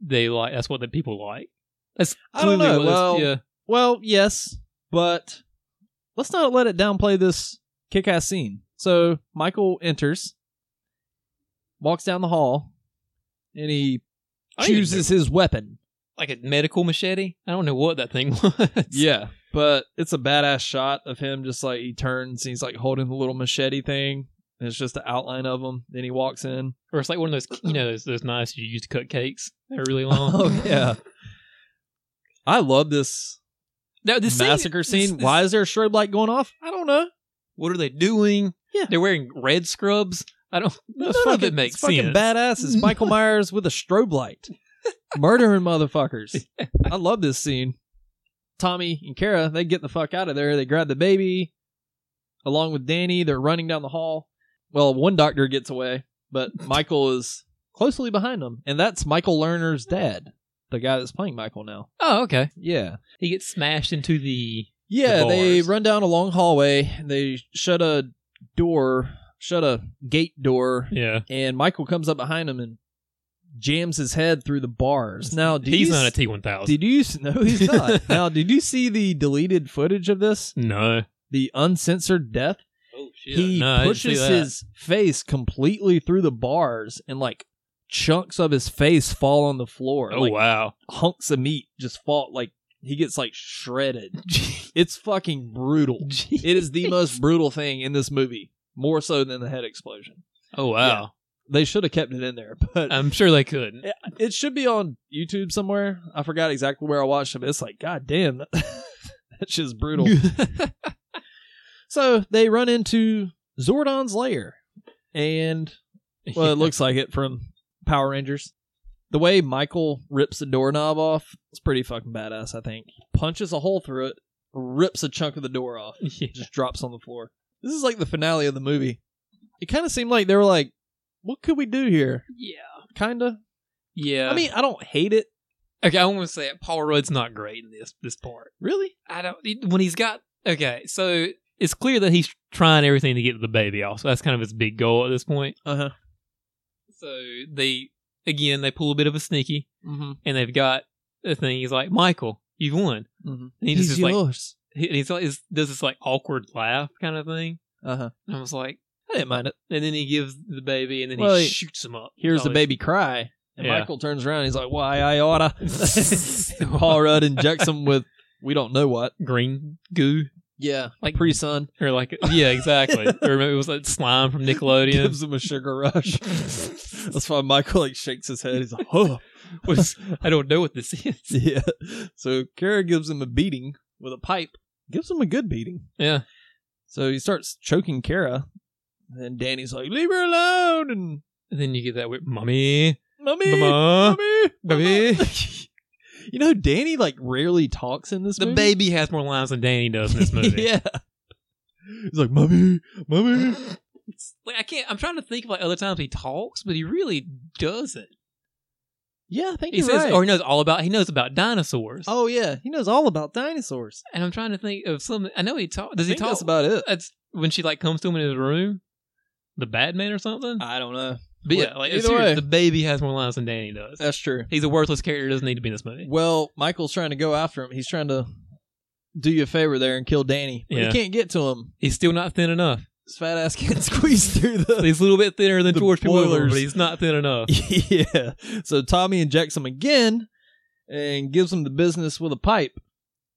Speaker 7: they like that's what the people like. That's
Speaker 6: I don't
Speaker 7: clearly
Speaker 6: know.
Speaker 7: what this-
Speaker 6: Well,
Speaker 7: yeah.
Speaker 6: Well, yes, but let's not let it downplay this kick ass scene. So Michael enters, walks down the hall, and he
Speaker 7: I didn't
Speaker 6: chooses his weapon.
Speaker 7: like a medical machete. I don't know what that thing was.
Speaker 6: Yeah, but it's a badass shot of him just like he turns and he's like holding the little machete thing. And it's just the outline of him. Then he walks in.
Speaker 7: Or it's like one of those, you know, those, those knives you use to cut cakes. They're really long.
Speaker 6: Oh, I love this
Speaker 7: Now, this
Speaker 6: massacre
Speaker 7: scene,
Speaker 6: scene.
Speaker 7: this-
Speaker 6: Why is there a strobe light going off? I don't know.
Speaker 7: What are they doing?
Speaker 6: Yeah.
Speaker 7: They're wearing red scrubs. I don't. None
Speaker 6: None
Speaker 7: fucking
Speaker 6: of it
Speaker 7: makes
Speaker 6: it's fucking
Speaker 7: sense.
Speaker 6: badass is Michael Myers with a strobe light, murdering motherfuckers. I love this scene. Tommy and Kara, they get the fuck out of there. They grab the baby, along with Danny. They're running down the hall. Well, one doctor gets away, but Michael is closely behind them, and that's Michael Lerner's dad, the guy that's playing Michael now.
Speaker 7: Oh, okay.
Speaker 6: Yeah,
Speaker 7: He gets smashed into the.
Speaker 6: yeah.
Speaker 7: The
Speaker 6: they
Speaker 7: bars.
Speaker 6: run down a long hallway. They shut a door, shut a gate door
Speaker 7: Yeah.
Speaker 6: and Michael comes up behind him and jams his head through the bars. Now, did
Speaker 7: He's
Speaker 6: you
Speaker 7: not a
Speaker 6: s-
Speaker 7: T one thousand.
Speaker 6: Did you? s- No, he's not. now, did you see the deleted footage of this?
Speaker 7: No.
Speaker 6: The uncensored death.
Speaker 7: Oh
Speaker 6: he pushes his face completely through the bars, and like chunks of his face fall on the floor.
Speaker 7: Oh
Speaker 6: like,
Speaker 7: wow.
Speaker 6: Hunks of meat just fall. Like he gets like shredded. it's fucking brutal. It is the most brutal thing in this movie, more so than the head explosion.
Speaker 7: Oh wow.
Speaker 6: They should have kept it in there, but
Speaker 7: I'm sure they could.
Speaker 6: Yeah, it should be on YouTube somewhere. I forgot exactly where I watched it. But it's like, god damn, that, that shit's brutal. so they run into Zordon's lair, and well, it looks like it from Power Rangers. The way Michael rips the doorknob off, it's pretty fucking badass. I think punches a hole through it, rips a chunk of the door off,
Speaker 7: Yeah.
Speaker 6: just drops on the floor. This is like the finale of the movie. It kind of seemed like they were like, "What could we do here?"
Speaker 7: Yeah.
Speaker 6: Kinda.
Speaker 7: Yeah.
Speaker 6: I mean, I don't hate it.
Speaker 7: okay. I want to say it. Paul Rudd's not great in this this part.
Speaker 6: Really?
Speaker 7: I don't. When he's got okay, so it's clear that he's trying everything to get the baby off. So that's kind of his big goal at this point.
Speaker 6: Uh huh.
Speaker 7: So they again they pull a bit of a sneaky,
Speaker 6: Mm-hmm.
Speaker 7: and they've got the thing. He's like, Michael, you've won.
Speaker 6: Mhm.
Speaker 7: And he just
Speaker 6: He's
Speaker 7: is like-
Speaker 6: yours.
Speaker 7: He- And he's like, is, does this like awkward laugh kind of thing.
Speaker 6: Uh huh.
Speaker 7: And I was like,
Speaker 6: I didn't mind it.
Speaker 7: and then he gives the baby, and then
Speaker 6: Well,
Speaker 7: he
Speaker 6: he-
Speaker 7: shoots him up.
Speaker 6: Here's
Speaker 7: Oh,
Speaker 6: the
Speaker 7: he-
Speaker 6: baby cry. And
Speaker 7: Yeah.
Speaker 6: Michael turns around. And he's like, "Why I oughta." Paul Rudd injects him with we don't know what.
Speaker 7: green goo,
Speaker 6: Yeah,
Speaker 7: Like-
Speaker 6: like pre sun
Speaker 7: or like, yeah, exactly. or maybe it was like slime from Nickelodeon.
Speaker 6: gives him a sugar rush. That's why Michael like shakes his head. He's like, "Oh,
Speaker 7: Was- I don't know what this is.
Speaker 6: yeah." So Kara gives him a beating with a pipe. Gives him a good beating.
Speaker 7: Yeah.
Speaker 6: So he starts choking Kara. And Danny's like, "Leave her alone!" And
Speaker 7: And then you get that with mommy,
Speaker 6: mommy,
Speaker 7: mama,
Speaker 6: mommy,
Speaker 7: baby.
Speaker 6: you know, Danny like rarely talks in this.
Speaker 7: The
Speaker 6: movie.
Speaker 7: baby has more lines than Danny does in this movie.
Speaker 6: yeah. He's like, mommy, mommy.
Speaker 7: It's- like I can't. I'm trying to think of like other times he talks, but he really doesn't.
Speaker 6: Yeah, I think
Speaker 7: He
Speaker 6: he's
Speaker 7: says,
Speaker 6: right.
Speaker 7: or he knows all about. He knows about dinosaurs.
Speaker 6: oh yeah, he knows all about dinosaurs.
Speaker 7: And I'm trying to think of some. I know he talk.
Speaker 6: I
Speaker 7: Does he
Speaker 6: think
Speaker 7: talk
Speaker 6: that's about it?
Speaker 7: That's when she like comes to him in his room, the Batman or something.
Speaker 6: I don't know.
Speaker 7: but yeah, like
Speaker 6: either
Speaker 7: serious,
Speaker 6: way.
Speaker 7: the baby has more lines than Danny does.
Speaker 6: That's true.
Speaker 7: He's a worthless character. Doesn't need to be in this movie.
Speaker 6: Well, Michael's trying to go after him. He's trying to do you a favor there and kill Danny. But
Speaker 7: Yeah.
Speaker 6: He can't get to him.
Speaker 7: He's still not thin enough.
Speaker 6: His fat ass can't squeeze through the.
Speaker 7: He's a little bit thinner than
Speaker 6: The
Speaker 7: George P. Wilder,
Speaker 6: boilers.
Speaker 7: but he's not thin enough.
Speaker 6: yeah. So Tommy injects him again and gives him the business with a pipe.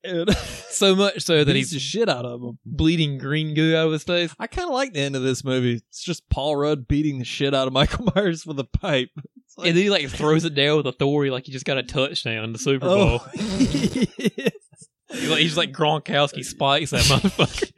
Speaker 6: And
Speaker 7: So much so that
Speaker 6: beats
Speaker 7: he's
Speaker 6: the shit out of him.
Speaker 7: bleeding green goo out of his face.
Speaker 6: I kind of like the end of this movie. It's just Paul Rudd beating the shit out of Michael Myers with a pipe. It's like-
Speaker 7: and then he like throws it down with authority, like he just got a touchdown in the Super Bowl.
Speaker 6: Oh. Yes.
Speaker 7: He's like, he's like Gronkowski spikes that motherfucker.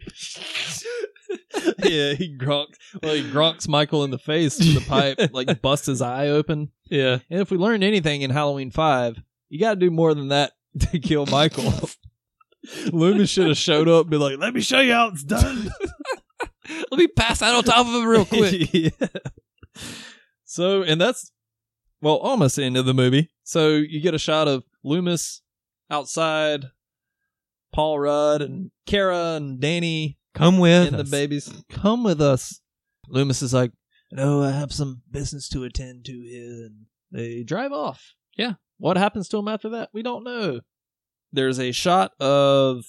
Speaker 6: yeah, he gronks. Well, he gronks Michael in the face with the pipe, like busts his eye open.
Speaker 7: yeah,
Speaker 6: And if we learned anything in Halloween Five, you got to do more than that to kill Michael. Loomis should have showed up, and be like, "Let me show you how it's done."
Speaker 7: let me pass that on top of him real quick.
Speaker 6: Yeah. So, and that's well, almost the end of the movie. So you get a shot of Loomis outside, Paul Rudd and Kara and Danny
Speaker 7: Come with
Speaker 6: and the
Speaker 7: us.
Speaker 6: babies. Come with us. Loomis is like,
Speaker 4: No, I have some business to attend to here. And
Speaker 6: they drive off.
Speaker 7: Yeah.
Speaker 6: What happens to him after that? We don't know. There's a shot of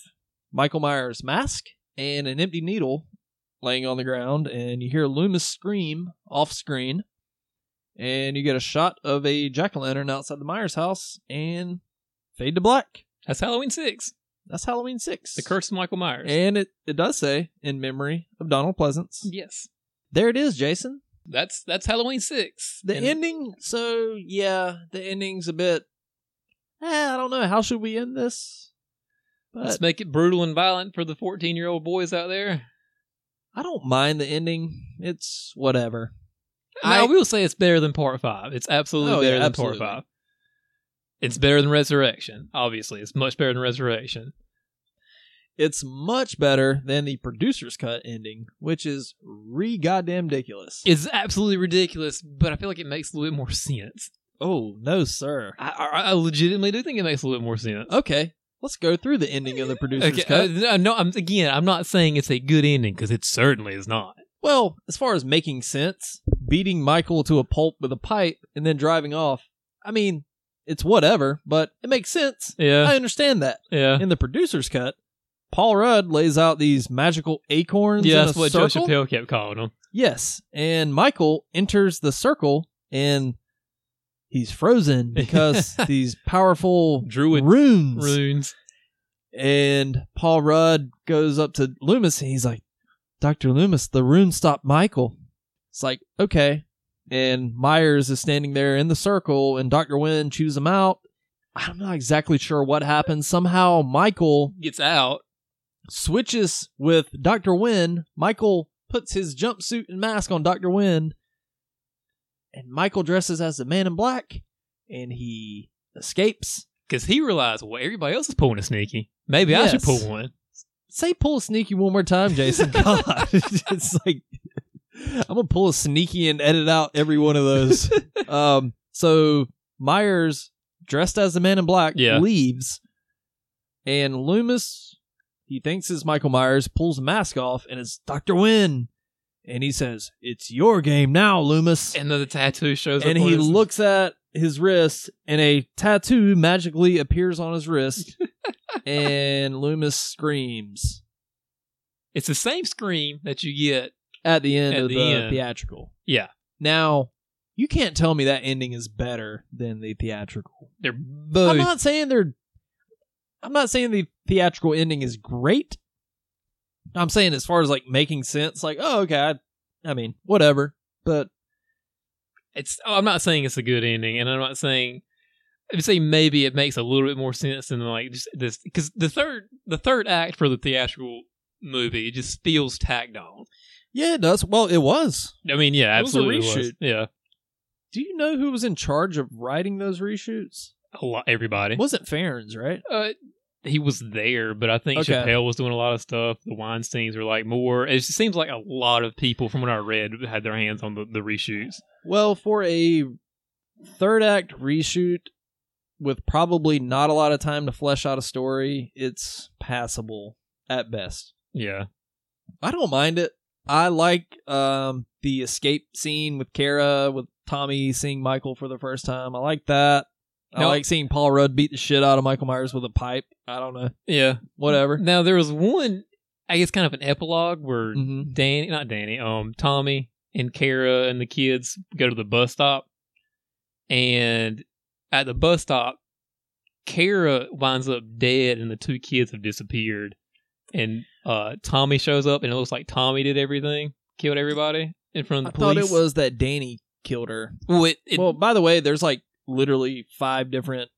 Speaker 6: Michael Myers' mask and an empty needle laying on the ground, and you hear Loomis scream off screen, and you get a shot of a jack o' lantern outside the Myers house, and fade to black.
Speaker 7: That's Halloween six.
Speaker 6: That's Halloween 6.
Speaker 7: The Curse of Michael Myers.
Speaker 6: And it, it does say, in memory of Donald Pleasance.
Speaker 7: yes,
Speaker 6: There it is, Jason.
Speaker 7: that's that's Halloween six.
Speaker 6: The
Speaker 7: And
Speaker 6: ending, so yeah, the ending's a bit. Eh, I don't know. How should we end this? But
Speaker 7: Let's make it brutal and violent for the fourteen-year-old boys out there.
Speaker 6: I don't mind the ending. It's whatever.
Speaker 7: I,
Speaker 6: I-
Speaker 7: will say it's better than part five. It's absolutely
Speaker 6: Oh, yeah,
Speaker 7: better than
Speaker 6: absolutely.
Speaker 7: part five. It's better than Resurrection. Obviously, it's much better than Resurrection.
Speaker 6: It's much better than the producer's cut ending, which is re goddamn ridiculous.
Speaker 7: It's absolutely ridiculous, but I feel like it makes a little bit more sense.
Speaker 6: oh no, sir.
Speaker 7: I, I, I legitimately do think it makes a little bit more sense.
Speaker 6: Okay, let's go through the ending of the producer's
Speaker 7: Okay,
Speaker 6: cut.
Speaker 7: uh, no, no, I'm again. I'm not saying it's a good ending because it certainly is not.
Speaker 6: well, as far as making sense, beating Michael to a pulp with a pipe and then driving off. I mean, it's whatever, but it makes sense.
Speaker 7: Yeah,
Speaker 6: I understand that.
Speaker 7: yeah,
Speaker 6: in the producer's cut, Paul Rudd lays out these magical acorns.
Speaker 7: yeah.
Speaker 6: in
Speaker 7: That's
Speaker 6: a
Speaker 7: what Joe
Speaker 6: circle.
Speaker 7: Chappelle kept calling him.
Speaker 6: Yes, and Michael enters the circle and he's frozen because these powerful
Speaker 7: Druid
Speaker 6: runes.
Speaker 7: Runes.
Speaker 6: And Paul Rudd goes up to Loomis and he's like, "Doctor Loomis, the rune stopped Michael." It's like, okay. And Myers is standing there in the circle, and Doctor Wynn chews him out. I'm not exactly sure what happens. Somehow Michael
Speaker 7: gets out.
Speaker 6: switches with Dr. Wynn. Michael puts his jumpsuit and mask on Dr. Wynn. And Michael dresses as the man in black and he escapes.
Speaker 7: Because he realized, well, everybody else is pulling a sneaky. Maybe I should
Speaker 6: Yes.
Speaker 7: pull one.
Speaker 6: Say pull a sneaky one more time, Jason. God. it's like I'm gonna pull a sneaky and edit out every one of those. um so Myers dressed as the man in black
Speaker 7: Yeah.
Speaker 6: leaves and Loomis he thinks it's Michael Myers pulls the mask off and it's Dr. Wynn and he says it's your game now Loomis
Speaker 7: And then the tattoo shows up.
Speaker 6: and
Speaker 7: on
Speaker 6: he
Speaker 7: his-
Speaker 6: looks at his wrist, and a tattoo magically appears on his wrist, and Loomis screams
Speaker 7: It's the same scream that you get.
Speaker 6: at the end
Speaker 7: At
Speaker 6: of
Speaker 7: the
Speaker 6: the,
Speaker 7: end.
Speaker 6: theatrical.
Speaker 7: Yeah,
Speaker 6: Now, you can't tell me that ending is better than the theatrical.
Speaker 7: they're
Speaker 6: I'm
Speaker 7: both.
Speaker 6: not saying they're. I'm not saying the theatrical ending is great. I'm saying as far as like making sense, like oh okay, I, I mean whatever, but
Speaker 7: it's. Oh, I'm not saying it's a good ending, and I'm not saying. I'm saying maybe it makes a little bit more sense than like just this because the third the third act for the theatrical movie just feels tacked on.
Speaker 6: yeah, it does. Well, it was.
Speaker 7: I mean, yeah,
Speaker 6: It was a
Speaker 7: absolutely, it was.
Speaker 6: reshoot.
Speaker 7: yeah,
Speaker 6: Do you know who was in charge of writing those reshoots?
Speaker 7: a lot, everybody.
Speaker 6: It wasn't Farron's, right?
Speaker 7: Uh, he was there, but I think
Speaker 6: Okay.
Speaker 7: Chappelle was doing a lot of stuff. The Weinsteins were like more. It just seems like a lot of people, from what I read, had their hands on the, the reshoots.
Speaker 6: Well, for a third act reshoot with probably not a lot of time to flesh out a story, it's passable at best.
Speaker 7: Yeah,
Speaker 6: I don't mind it. I like um, the escape scene with Kara, with Tommy seeing Michael for the first time. I like that. I
Speaker 7: No.
Speaker 6: like seeing Paul Rudd beat the shit out of Michael Myers with a pipe. I don't know.
Speaker 7: yeah,
Speaker 6: Whatever.
Speaker 7: Now there was one, I guess, kind of an epilogue where
Speaker 6: Mhm.
Speaker 7: Danny, not Danny, um, Tommy and Kara and the kids go to the bus stop, and at the bus stop, Kara winds up dead, and the two kids have disappeared, and uh, Tommy shows up, and it looks like Tommy did everything, killed everybody in front
Speaker 6: I
Speaker 7: of the police.
Speaker 6: thought it was that Danny killed her.
Speaker 7: well, it, it-
Speaker 6: well, by the way, there's like literally five different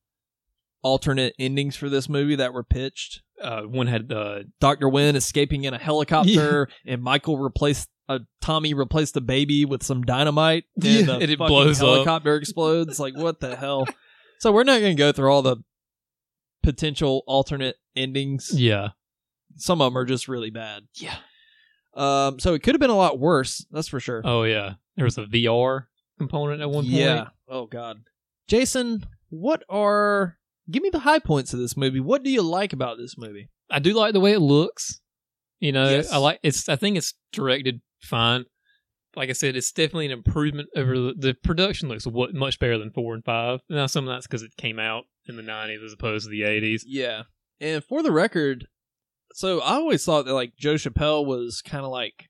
Speaker 6: alternate endings for this movie that were pitched.
Speaker 7: uh, one had uh,
Speaker 6: Doctor Wynn escaping in a helicopter, and Michael replaced uh, Tommy replaced the baby with some dynamite,
Speaker 7: Yeah,
Speaker 6: and, the
Speaker 7: and it
Speaker 6: fucking
Speaker 7: blows up.
Speaker 6: Helicopter explodes. Like what the hell? So we're not going to go through all the potential alternate endings.
Speaker 7: yeah,
Speaker 6: Some of them are just really bad.
Speaker 7: Yeah.
Speaker 6: Um. So it could have been a lot worse. That's for sure.
Speaker 7: oh yeah, there was a VR component at one point.
Speaker 6: Yeah. Oh God. Jason, what are give me the high points of this movie? What do you like about this movie?
Speaker 7: I do like the way it looks. You know,
Speaker 6: Yes.
Speaker 7: I like it's. I think it's directed fine. Like I said, it's definitely an improvement over the, the production. Looks what much better than four and five. Now, some of that's because it came out in the nineties as opposed to the eighties.
Speaker 6: Yeah. And for the record, so I always thought that like Joe Chappelle was kind of like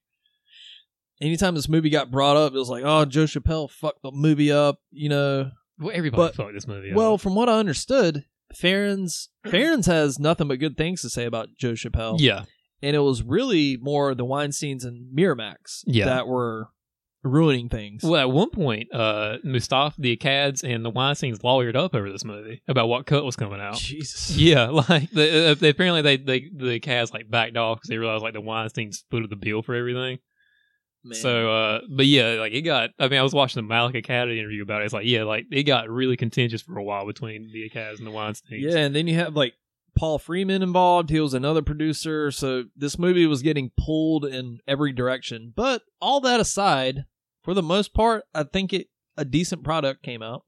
Speaker 6: anytime this movie got brought up, it was like, oh, Joe Chappelle fucked the movie up, you know.
Speaker 7: Well, everybody
Speaker 6: But-
Speaker 7: fucked this movie.
Speaker 6: Well,
Speaker 7: up.
Speaker 6: from what I understood, Farron's Farron's has nothing but good things to say about Joe Chappelle.
Speaker 7: yeah,
Speaker 6: and it was really more the Weinstein's and Miramax
Speaker 7: Yeah.
Speaker 6: that were ruining things.
Speaker 7: Well, at one point, uh, Mustafa, the Akads, and the Weinstein's lawyered up over this movie about what cut was coming out.
Speaker 6: Jesus.
Speaker 7: Yeah, like the, uh, they, apparently they, they the Akads like backed off because they realized like the Weinstein's footed the bill for everything.
Speaker 6: Man.
Speaker 7: So, uh, but yeah, like it got. I mean, I was watching the Malik Academy interview about it. It's like, yeah, like it got really contentious for a while between the Academy and the Weinsteins.
Speaker 6: yeah, and then you have like Paul Freeman involved. He was another producer, so this movie was getting pulled in every direction. But all that aside, for the most part, I think it a decent product came out.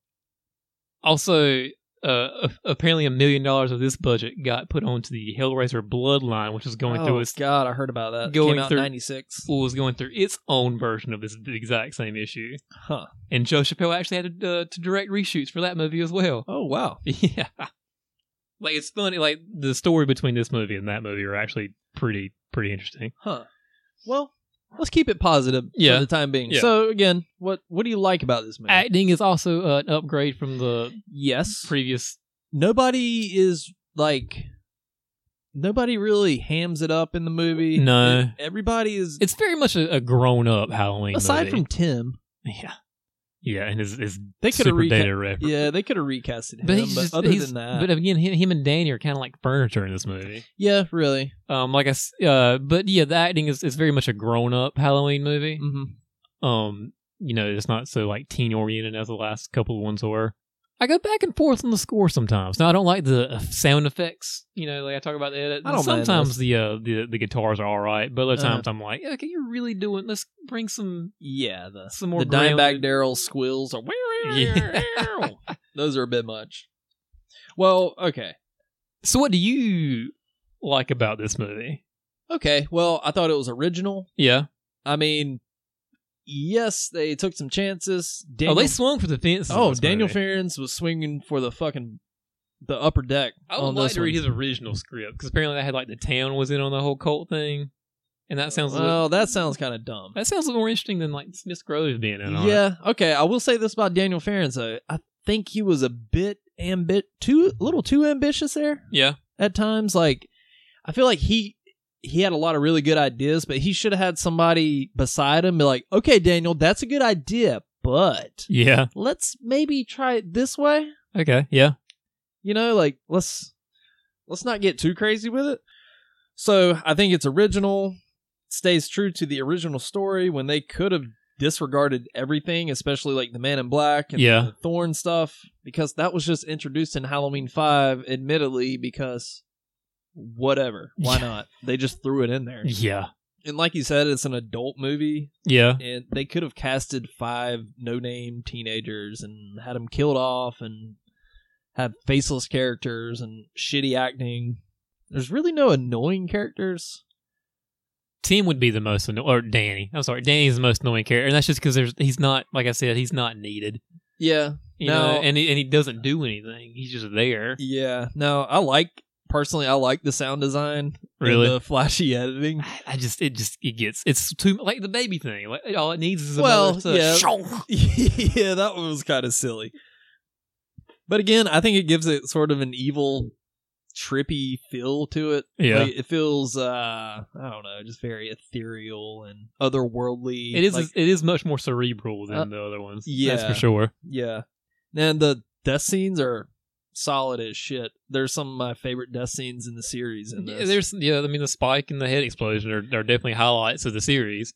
Speaker 7: Also, uh, a- apparently, a million dollars of this budget got put onto the Hellraiser Bloodline, which was going through
Speaker 6: oh
Speaker 7: its
Speaker 6: God, I heard about that.
Speaker 7: going
Speaker 6: came out
Speaker 7: through-
Speaker 6: '96.
Speaker 7: was going through its own version of this exact same issue.
Speaker 6: Huh.
Speaker 7: And Joe Chappelle actually had to, uh, to direct reshoots for that movie as well.
Speaker 6: Oh wow.
Speaker 7: Yeah. Like it's funny. Like the story between this movie and that movie are actually pretty pretty interesting.
Speaker 6: Huh. Well, let's keep it positive
Speaker 7: Yeah.
Speaker 6: for the time being.
Speaker 7: Yeah.
Speaker 6: So again, what what do you like about this movie?
Speaker 7: Acting is also uh, an upgrade from the
Speaker 6: yes.
Speaker 7: previous.
Speaker 6: nobody is like nobody really hams it up in the movie.
Speaker 7: No.
Speaker 6: It- everybody is
Speaker 7: It's very much a, a grown up Halloween.
Speaker 6: aside
Speaker 7: movie.
Speaker 6: from Tim.
Speaker 7: yeah, yeah, and his his
Speaker 6: They could
Speaker 7: super
Speaker 6: have recast.
Speaker 7: dated reference.
Speaker 6: Yeah, they could have recasted him.
Speaker 7: but
Speaker 6: But,
Speaker 7: he's just
Speaker 6: other
Speaker 7: he's,
Speaker 6: than that,
Speaker 7: But again, him, him and Danny are kind of like furniture in this movie.
Speaker 6: yeah, really.
Speaker 7: Um, like I, s- uh, but yeah, the acting is, is very much a grown up Halloween movie.
Speaker 6: hmm
Speaker 7: Um, you know, it's not so like teen oriented as the last couple of ones were. I go back and forth on the score sometimes. Now I don't like the uh, sound effects. You know, like I talk about the edit.
Speaker 6: I don't mind
Speaker 7: sometimes
Speaker 6: those.
Speaker 7: the uh, the the guitars are all right, but other
Speaker 6: Uh-huh.
Speaker 7: times I'm like, okay, you're really doing. Let's bring some
Speaker 6: Yeah, the
Speaker 7: some more
Speaker 6: the Dimebag
Speaker 7: grounded-
Speaker 6: Daryl squills are
Speaker 7: Yeah.
Speaker 6: those are a bit much. Well, okay,
Speaker 7: so, what do you like about this movie?
Speaker 6: okay. Well, I thought it was original.
Speaker 7: Yeah,
Speaker 6: I mean, yes, they took some chances.
Speaker 7: Oh, they swung for the fences. in
Speaker 6: Oh,
Speaker 7: this
Speaker 6: Daniel
Speaker 7: movie.
Speaker 6: Ferrens was swinging for the fucking the upper deck.
Speaker 7: I would
Speaker 6: on
Speaker 7: like
Speaker 6: this
Speaker 7: to read
Speaker 6: one.
Speaker 7: his original script because apparently they had like the town was in on the whole cult thing, and that sounds a little-
Speaker 6: Well, that sounds kind of dumb.
Speaker 7: that sounds a little more interesting than like Miss Grove being in on it.
Speaker 6: Yeah. Okay. I will say this about Daniel Ferrens though. I think he was a bit ambit too a little too ambitious there
Speaker 7: Yeah,
Speaker 6: at times. Like I feel like he he had a lot of really good ideas, but he should have had somebody beside him be like, okay, Daniel, that's a good idea, but
Speaker 7: yeah.
Speaker 6: let's maybe try it this way.
Speaker 7: Okay, yeah.
Speaker 6: you know like let's let's not get too crazy with it so i think it's original stays true to the original story when they could have disregarded everything especially like the man in black and
Speaker 7: Yeah.
Speaker 6: the thorn stuff because that was just introduced in halloween 5 admittedly because whatever why
Speaker 7: Yeah.
Speaker 6: not they just threw it in there
Speaker 7: Yeah,
Speaker 6: and like you said it's an adult movie
Speaker 7: yeah.
Speaker 6: and they could have casted five no-name teenagers and had them killed off and had faceless characters and shitty acting. There's really no annoying characters.
Speaker 7: Tim would be the most annoying, or Danny. I'm sorry, Danny's the most annoying character, and that's just because there's he's not like I said, he's not needed.
Speaker 6: Yeah,
Speaker 7: You
Speaker 6: No.
Speaker 7: know, and he, and he doesn't do anything. He's just there.
Speaker 6: yeah. No, I like personally. I like the sound design, and
Speaker 7: Really?
Speaker 6: the flashy editing.
Speaker 7: I- I just it just it gets it's too like the baby thing. Like it- all it needs is
Speaker 6: Well,
Speaker 7: another
Speaker 6: yeah.
Speaker 7: Shonk.
Speaker 6: yeah, that one was kind of silly. But again, I think it gives it sort of an evil, trippy feel to it.
Speaker 7: Yeah.
Speaker 6: Like, it feels uh, I don't know, just very ethereal and otherworldly.
Speaker 7: It is
Speaker 6: Like,
Speaker 7: it is much more cerebral than
Speaker 6: Uh,
Speaker 7: the other ones. that's
Speaker 6: yeah.
Speaker 7: for sure.
Speaker 6: yeah. And the death scenes are solid as shit. They're some of my favorite death scenes in the series. In this,
Speaker 7: Yeah, there's yeah. I mean, the spike and the head explosion are, are definitely highlights of the series.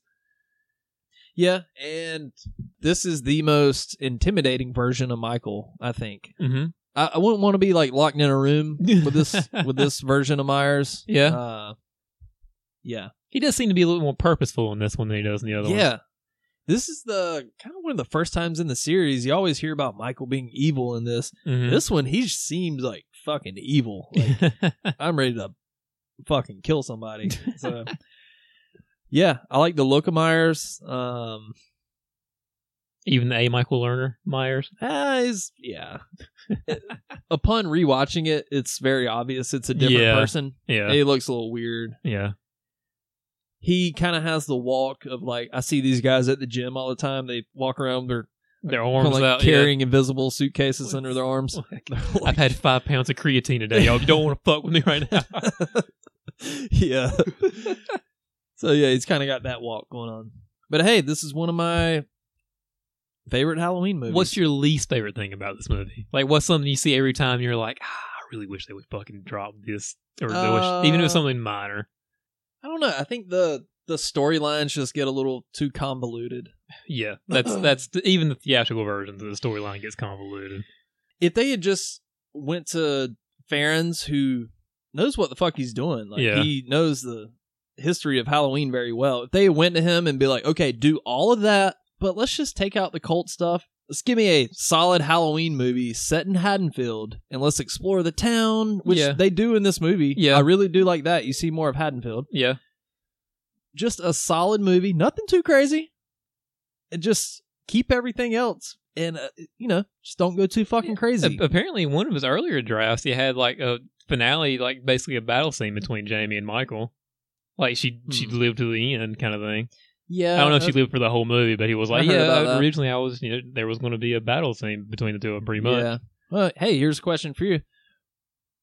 Speaker 6: yeah, and this is the most intimidating version of Michael. I think.
Speaker 7: Mm-hmm.
Speaker 6: I, I wouldn't want to be like locked in a room with this with this version of Myers.
Speaker 7: Yeah.
Speaker 6: Uh, yeah.
Speaker 7: He does seem to be a little more purposeful in this one than he does in the other one.
Speaker 6: yeah. This is the kind of one of the first times in the series you always hear about Michael being evil in this.
Speaker 7: Mhm.
Speaker 6: This one he seems like fucking evil. Like I'm ready to fucking kill somebody. So yeah, I like the look of Myers. Um
Speaker 7: Even the A. Michael Lerner Myers.
Speaker 6: Ah, is yeah. Upon rewatching it, it's very obvious it's a different
Speaker 7: Yeah.
Speaker 6: person.
Speaker 7: Yeah.
Speaker 6: He looks a little weird.
Speaker 7: yeah.
Speaker 6: he kind of has the walk of like I see these guys at the gym all the time. They walk around, they're
Speaker 7: Their
Speaker 6: kinda,
Speaker 7: arms
Speaker 6: like
Speaker 7: out. yeah.
Speaker 6: carrying invisible suitcases under their arms.
Speaker 7: I've had five pounds of creatine today. Y'all don't want to fuck with me right now.
Speaker 6: yeah. so yeah, he's kind of got that walk going on. But hey, this is one of my favorite Halloween movies.
Speaker 7: What's your least favorite thing about this movie? Like, what's something you see every time you're like, ah, I really wish they would fucking drop this, or they wish, even if it's
Speaker 6: Uh,
Speaker 7: something minor.
Speaker 6: I don't know. I think the the storylines just get a little too convoluted.
Speaker 7: Yeah,
Speaker 6: Uh.
Speaker 7: that's that's even the theatrical versions of the storyline gets convoluted.
Speaker 6: If they had just went to Farron's, who knows what the fuck he's doing, like
Speaker 7: Yeah.
Speaker 6: he knows the history of Halloween very well. If they went to him and be like, "Okay, do all of that, but let's just take out the cult stuff. Let's give me a solid Halloween movie set in Haddonfield, and let's explore the town," which
Speaker 7: Yeah.
Speaker 6: they do in this movie.
Speaker 7: Yeah.
Speaker 6: I really do like that. You see more of Haddonfield.
Speaker 7: Yeah,
Speaker 6: Just a solid movie, nothing too crazy, and just keep everything else. And uh, you know, just don't go too fucking crazy.
Speaker 7: apparently, in one of his earlier drafts, he had like a finale, like basically a battle scene between Jamie and Michael. Like she she
Speaker 6: Hmm.
Speaker 7: lived to the end, kind of thing.
Speaker 6: yeah,
Speaker 7: I don't know if
Speaker 6: that's-
Speaker 7: she lived for the whole movie, but he was
Speaker 6: I
Speaker 7: like,
Speaker 6: heard about
Speaker 7: yeah.
Speaker 6: that.
Speaker 7: Originally, I was you know there was going to be a battle scene between the two of them, pretty much.
Speaker 6: Yeah. Well, hey, here's a question for you.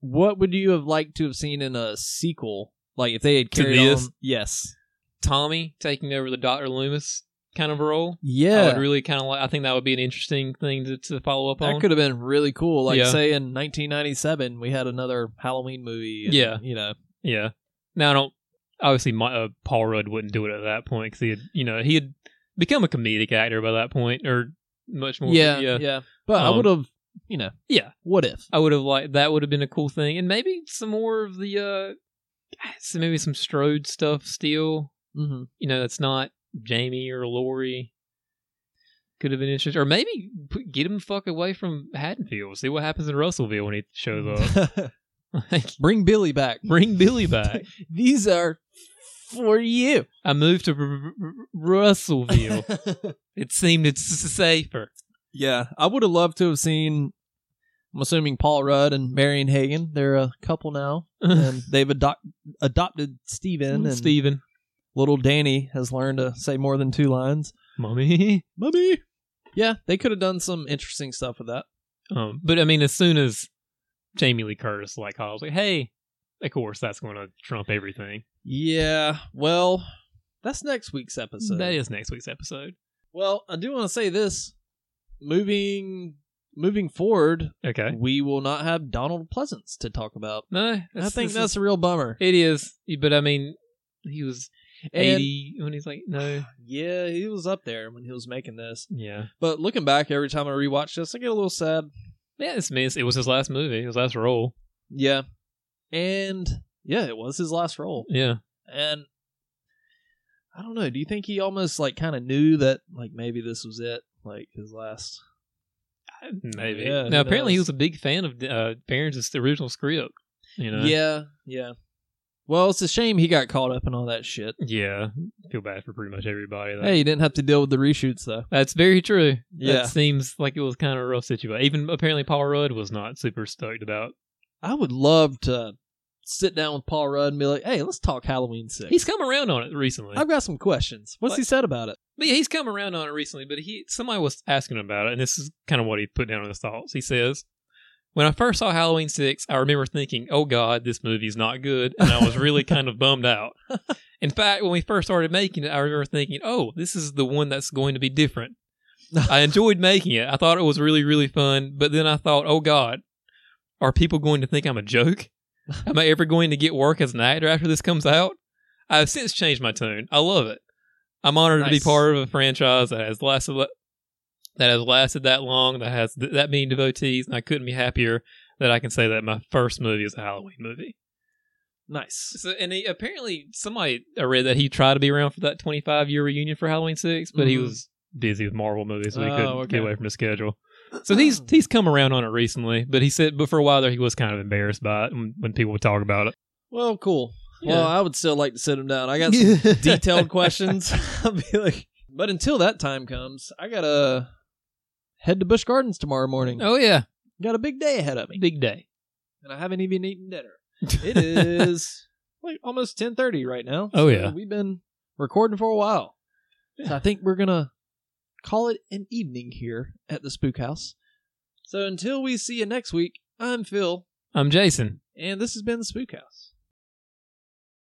Speaker 6: What would you have liked to have seen in a sequel? Like if they had
Speaker 7: To
Speaker 6: carried
Speaker 7: this?
Speaker 6: on? Yes.
Speaker 7: Tommy taking over the Doctor Loomis kind of role. I
Speaker 6: Yeah.
Speaker 7: would really kind of like. I think that would be an interesting thing to, to follow up on.
Speaker 6: that could have been really cool. Like
Speaker 7: Yeah.
Speaker 6: say in 1997 we had another Halloween movie. and,
Speaker 7: Yeah.
Speaker 6: You know.
Speaker 7: yeah. Now I don't. Obviously, my, uh, Paul Rudd wouldn't do it at that point because he had, you know, he had become a comedic actor by that point, or much more.
Speaker 6: yeah.
Speaker 7: yeah.
Speaker 6: Yeah. But I
Speaker 7: Um,
Speaker 6: would have. You know.
Speaker 7: Yeah.
Speaker 6: What if?
Speaker 7: I would have liked that. Would have been a cool thing, and maybe some more of the, uh so maybe some Strode stuff still.
Speaker 6: hmm
Speaker 7: You know, that's not Jamie or Lori. Could have been interesting, or maybe put, get him the fuck away from Haddonfield. See what happens in Russellville when he shows up. Like,
Speaker 6: Bring Billy back.
Speaker 7: Bring Billy back.
Speaker 6: These are for you.
Speaker 7: I moved to R- R- Russellville. it seemed it's s- safer.
Speaker 6: Yeah, I would have loved to have seen. I'm assuming Paul Rudd and Marion Hagen. They're a couple now, and they've adopt, adopted Steven. And
Speaker 7: Mm, Steven.
Speaker 6: little Danny has learned to say more than two lines.
Speaker 7: Mommy.
Speaker 6: Mummy. Yeah, they could have done some interesting stuff with that.
Speaker 7: Um, but I mean, as soon as Jamie Lee Curtis like calls, like, "Hey," of course that's going to trump everything.
Speaker 6: Yeah, well, that's next week's episode.
Speaker 7: that is next week's episode.
Speaker 6: Well, I do want to say this. Moving moving forward,
Speaker 7: Okay.
Speaker 6: we will not have Donald Pleasance to talk about.
Speaker 7: No,
Speaker 6: I
Speaker 7: that's-
Speaker 6: think
Speaker 7: this
Speaker 6: that's
Speaker 7: is-
Speaker 6: a real bummer.
Speaker 7: it is. But I mean, he was
Speaker 6: And-
Speaker 7: eighty when he's like, no,
Speaker 6: Yeah, he was up there when he was making this.
Speaker 7: yeah,
Speaker 6: But looking back, every time I rewatch this, I get a little sad.
Speaker 7: yeah. It's I mean, it's- it was his last movie, his last role.
Speaker 6: Yeah. And yeah, it was his last role.
Speaker 7: Yeah,
Speaker 6: And I don't know, do you think he almost like kind of knew that like maybe this was it, like his last
Speaker 7: maybe.
Speaker 6: Yeah, who
Speaker 7: now, apparently, he
Speaker 6: knows?
Speaker 7: was a big fan of uh, Barron's original script. You know,
Speaker 6: Yeah, yeah. Well, it's a shame he got caught up in all that shit.
Speaker 7: yeah. Feel bad for pretty much everybody. though.
Speaker 6: Hey, you didn't have to deal with the reshoots though.
Speaker 7: That's very true.
Speaker 6: Yeah.
Speaker 7: That seems like it was kind of a rough situation. Even apparently Paul Rudd was not super stoked about.
Speaker 6: I would love to sit down with Paul Rudd and be like, "Hey, let's talk Halloween 6.
Speaker 7: He's come around on it recently.
Speaker 6: I've got some questions. What's he said about it?
Speaker 7: but yeah, he's come around on it recently. But he somebody was asking about it, and this is kind of what he put down in his thoughts. He says, "When I first saw Halloween Six, I remember thinking, oh God, this movie's not good,' and I was really kind of bummed out. In fact, when we first started making it, I remember thinking, oh, this is the one that's going to be different.' I enjoyed making it. I thought it was really, really fun. But then I thought, oh God, are people going to think I'm a joke? Am I ever going to get work as an actor after this comes out? I've since changed my tune. I love it. I'm honored to be
Speaker 6: Nice.
Speaker 7: part of a franchise that has lasted le- that has lasted that long, that has th- that many devotees, and I couldn't be happier that I can say that my first movie is a Halloween movie.
Speaker 6: Nice.
Speaker 7: So, and he, apparently, somebody I read that he tried to be around for that 25 year reunion for Halloween Six, but he
Speaker 6: Mhm.
Speaker 7: was busy with Marvel movies, so he
Speaker 6: Oh,
Speaker 7: couldn't
Speaker 6: okay.
Speaker 7: get away from his schedule. So he's he's come around on it recently, but he said, but for a while there, he was kind of embarrassed by it when, when people would talk about it.
Speaker 6: Well, cool.
Speaker 7: Yeah.
Speaker 6: Well, I would still like to sit him down. I got some detailed questions. I'll be like, but until that time comes, I gotta head to Busch Gardens tomorrow morning.
Speaker 7: Oh yeah,
Speaker 6: Got a big day ahead of me,
Speaker 7: big day.
Speaker 6: and I haven't even eaten dinner. It is like almost ten thirty right now.
Speaker 7: Oh, yeah.
Speaker 6: we've been recording for a while. So I think we're gonna call it an evening here at the Spook House. So until we see you next week, I'm Phil,
Speaker 7: I'm Jason.
Speaker 6: and this has been the Spook House.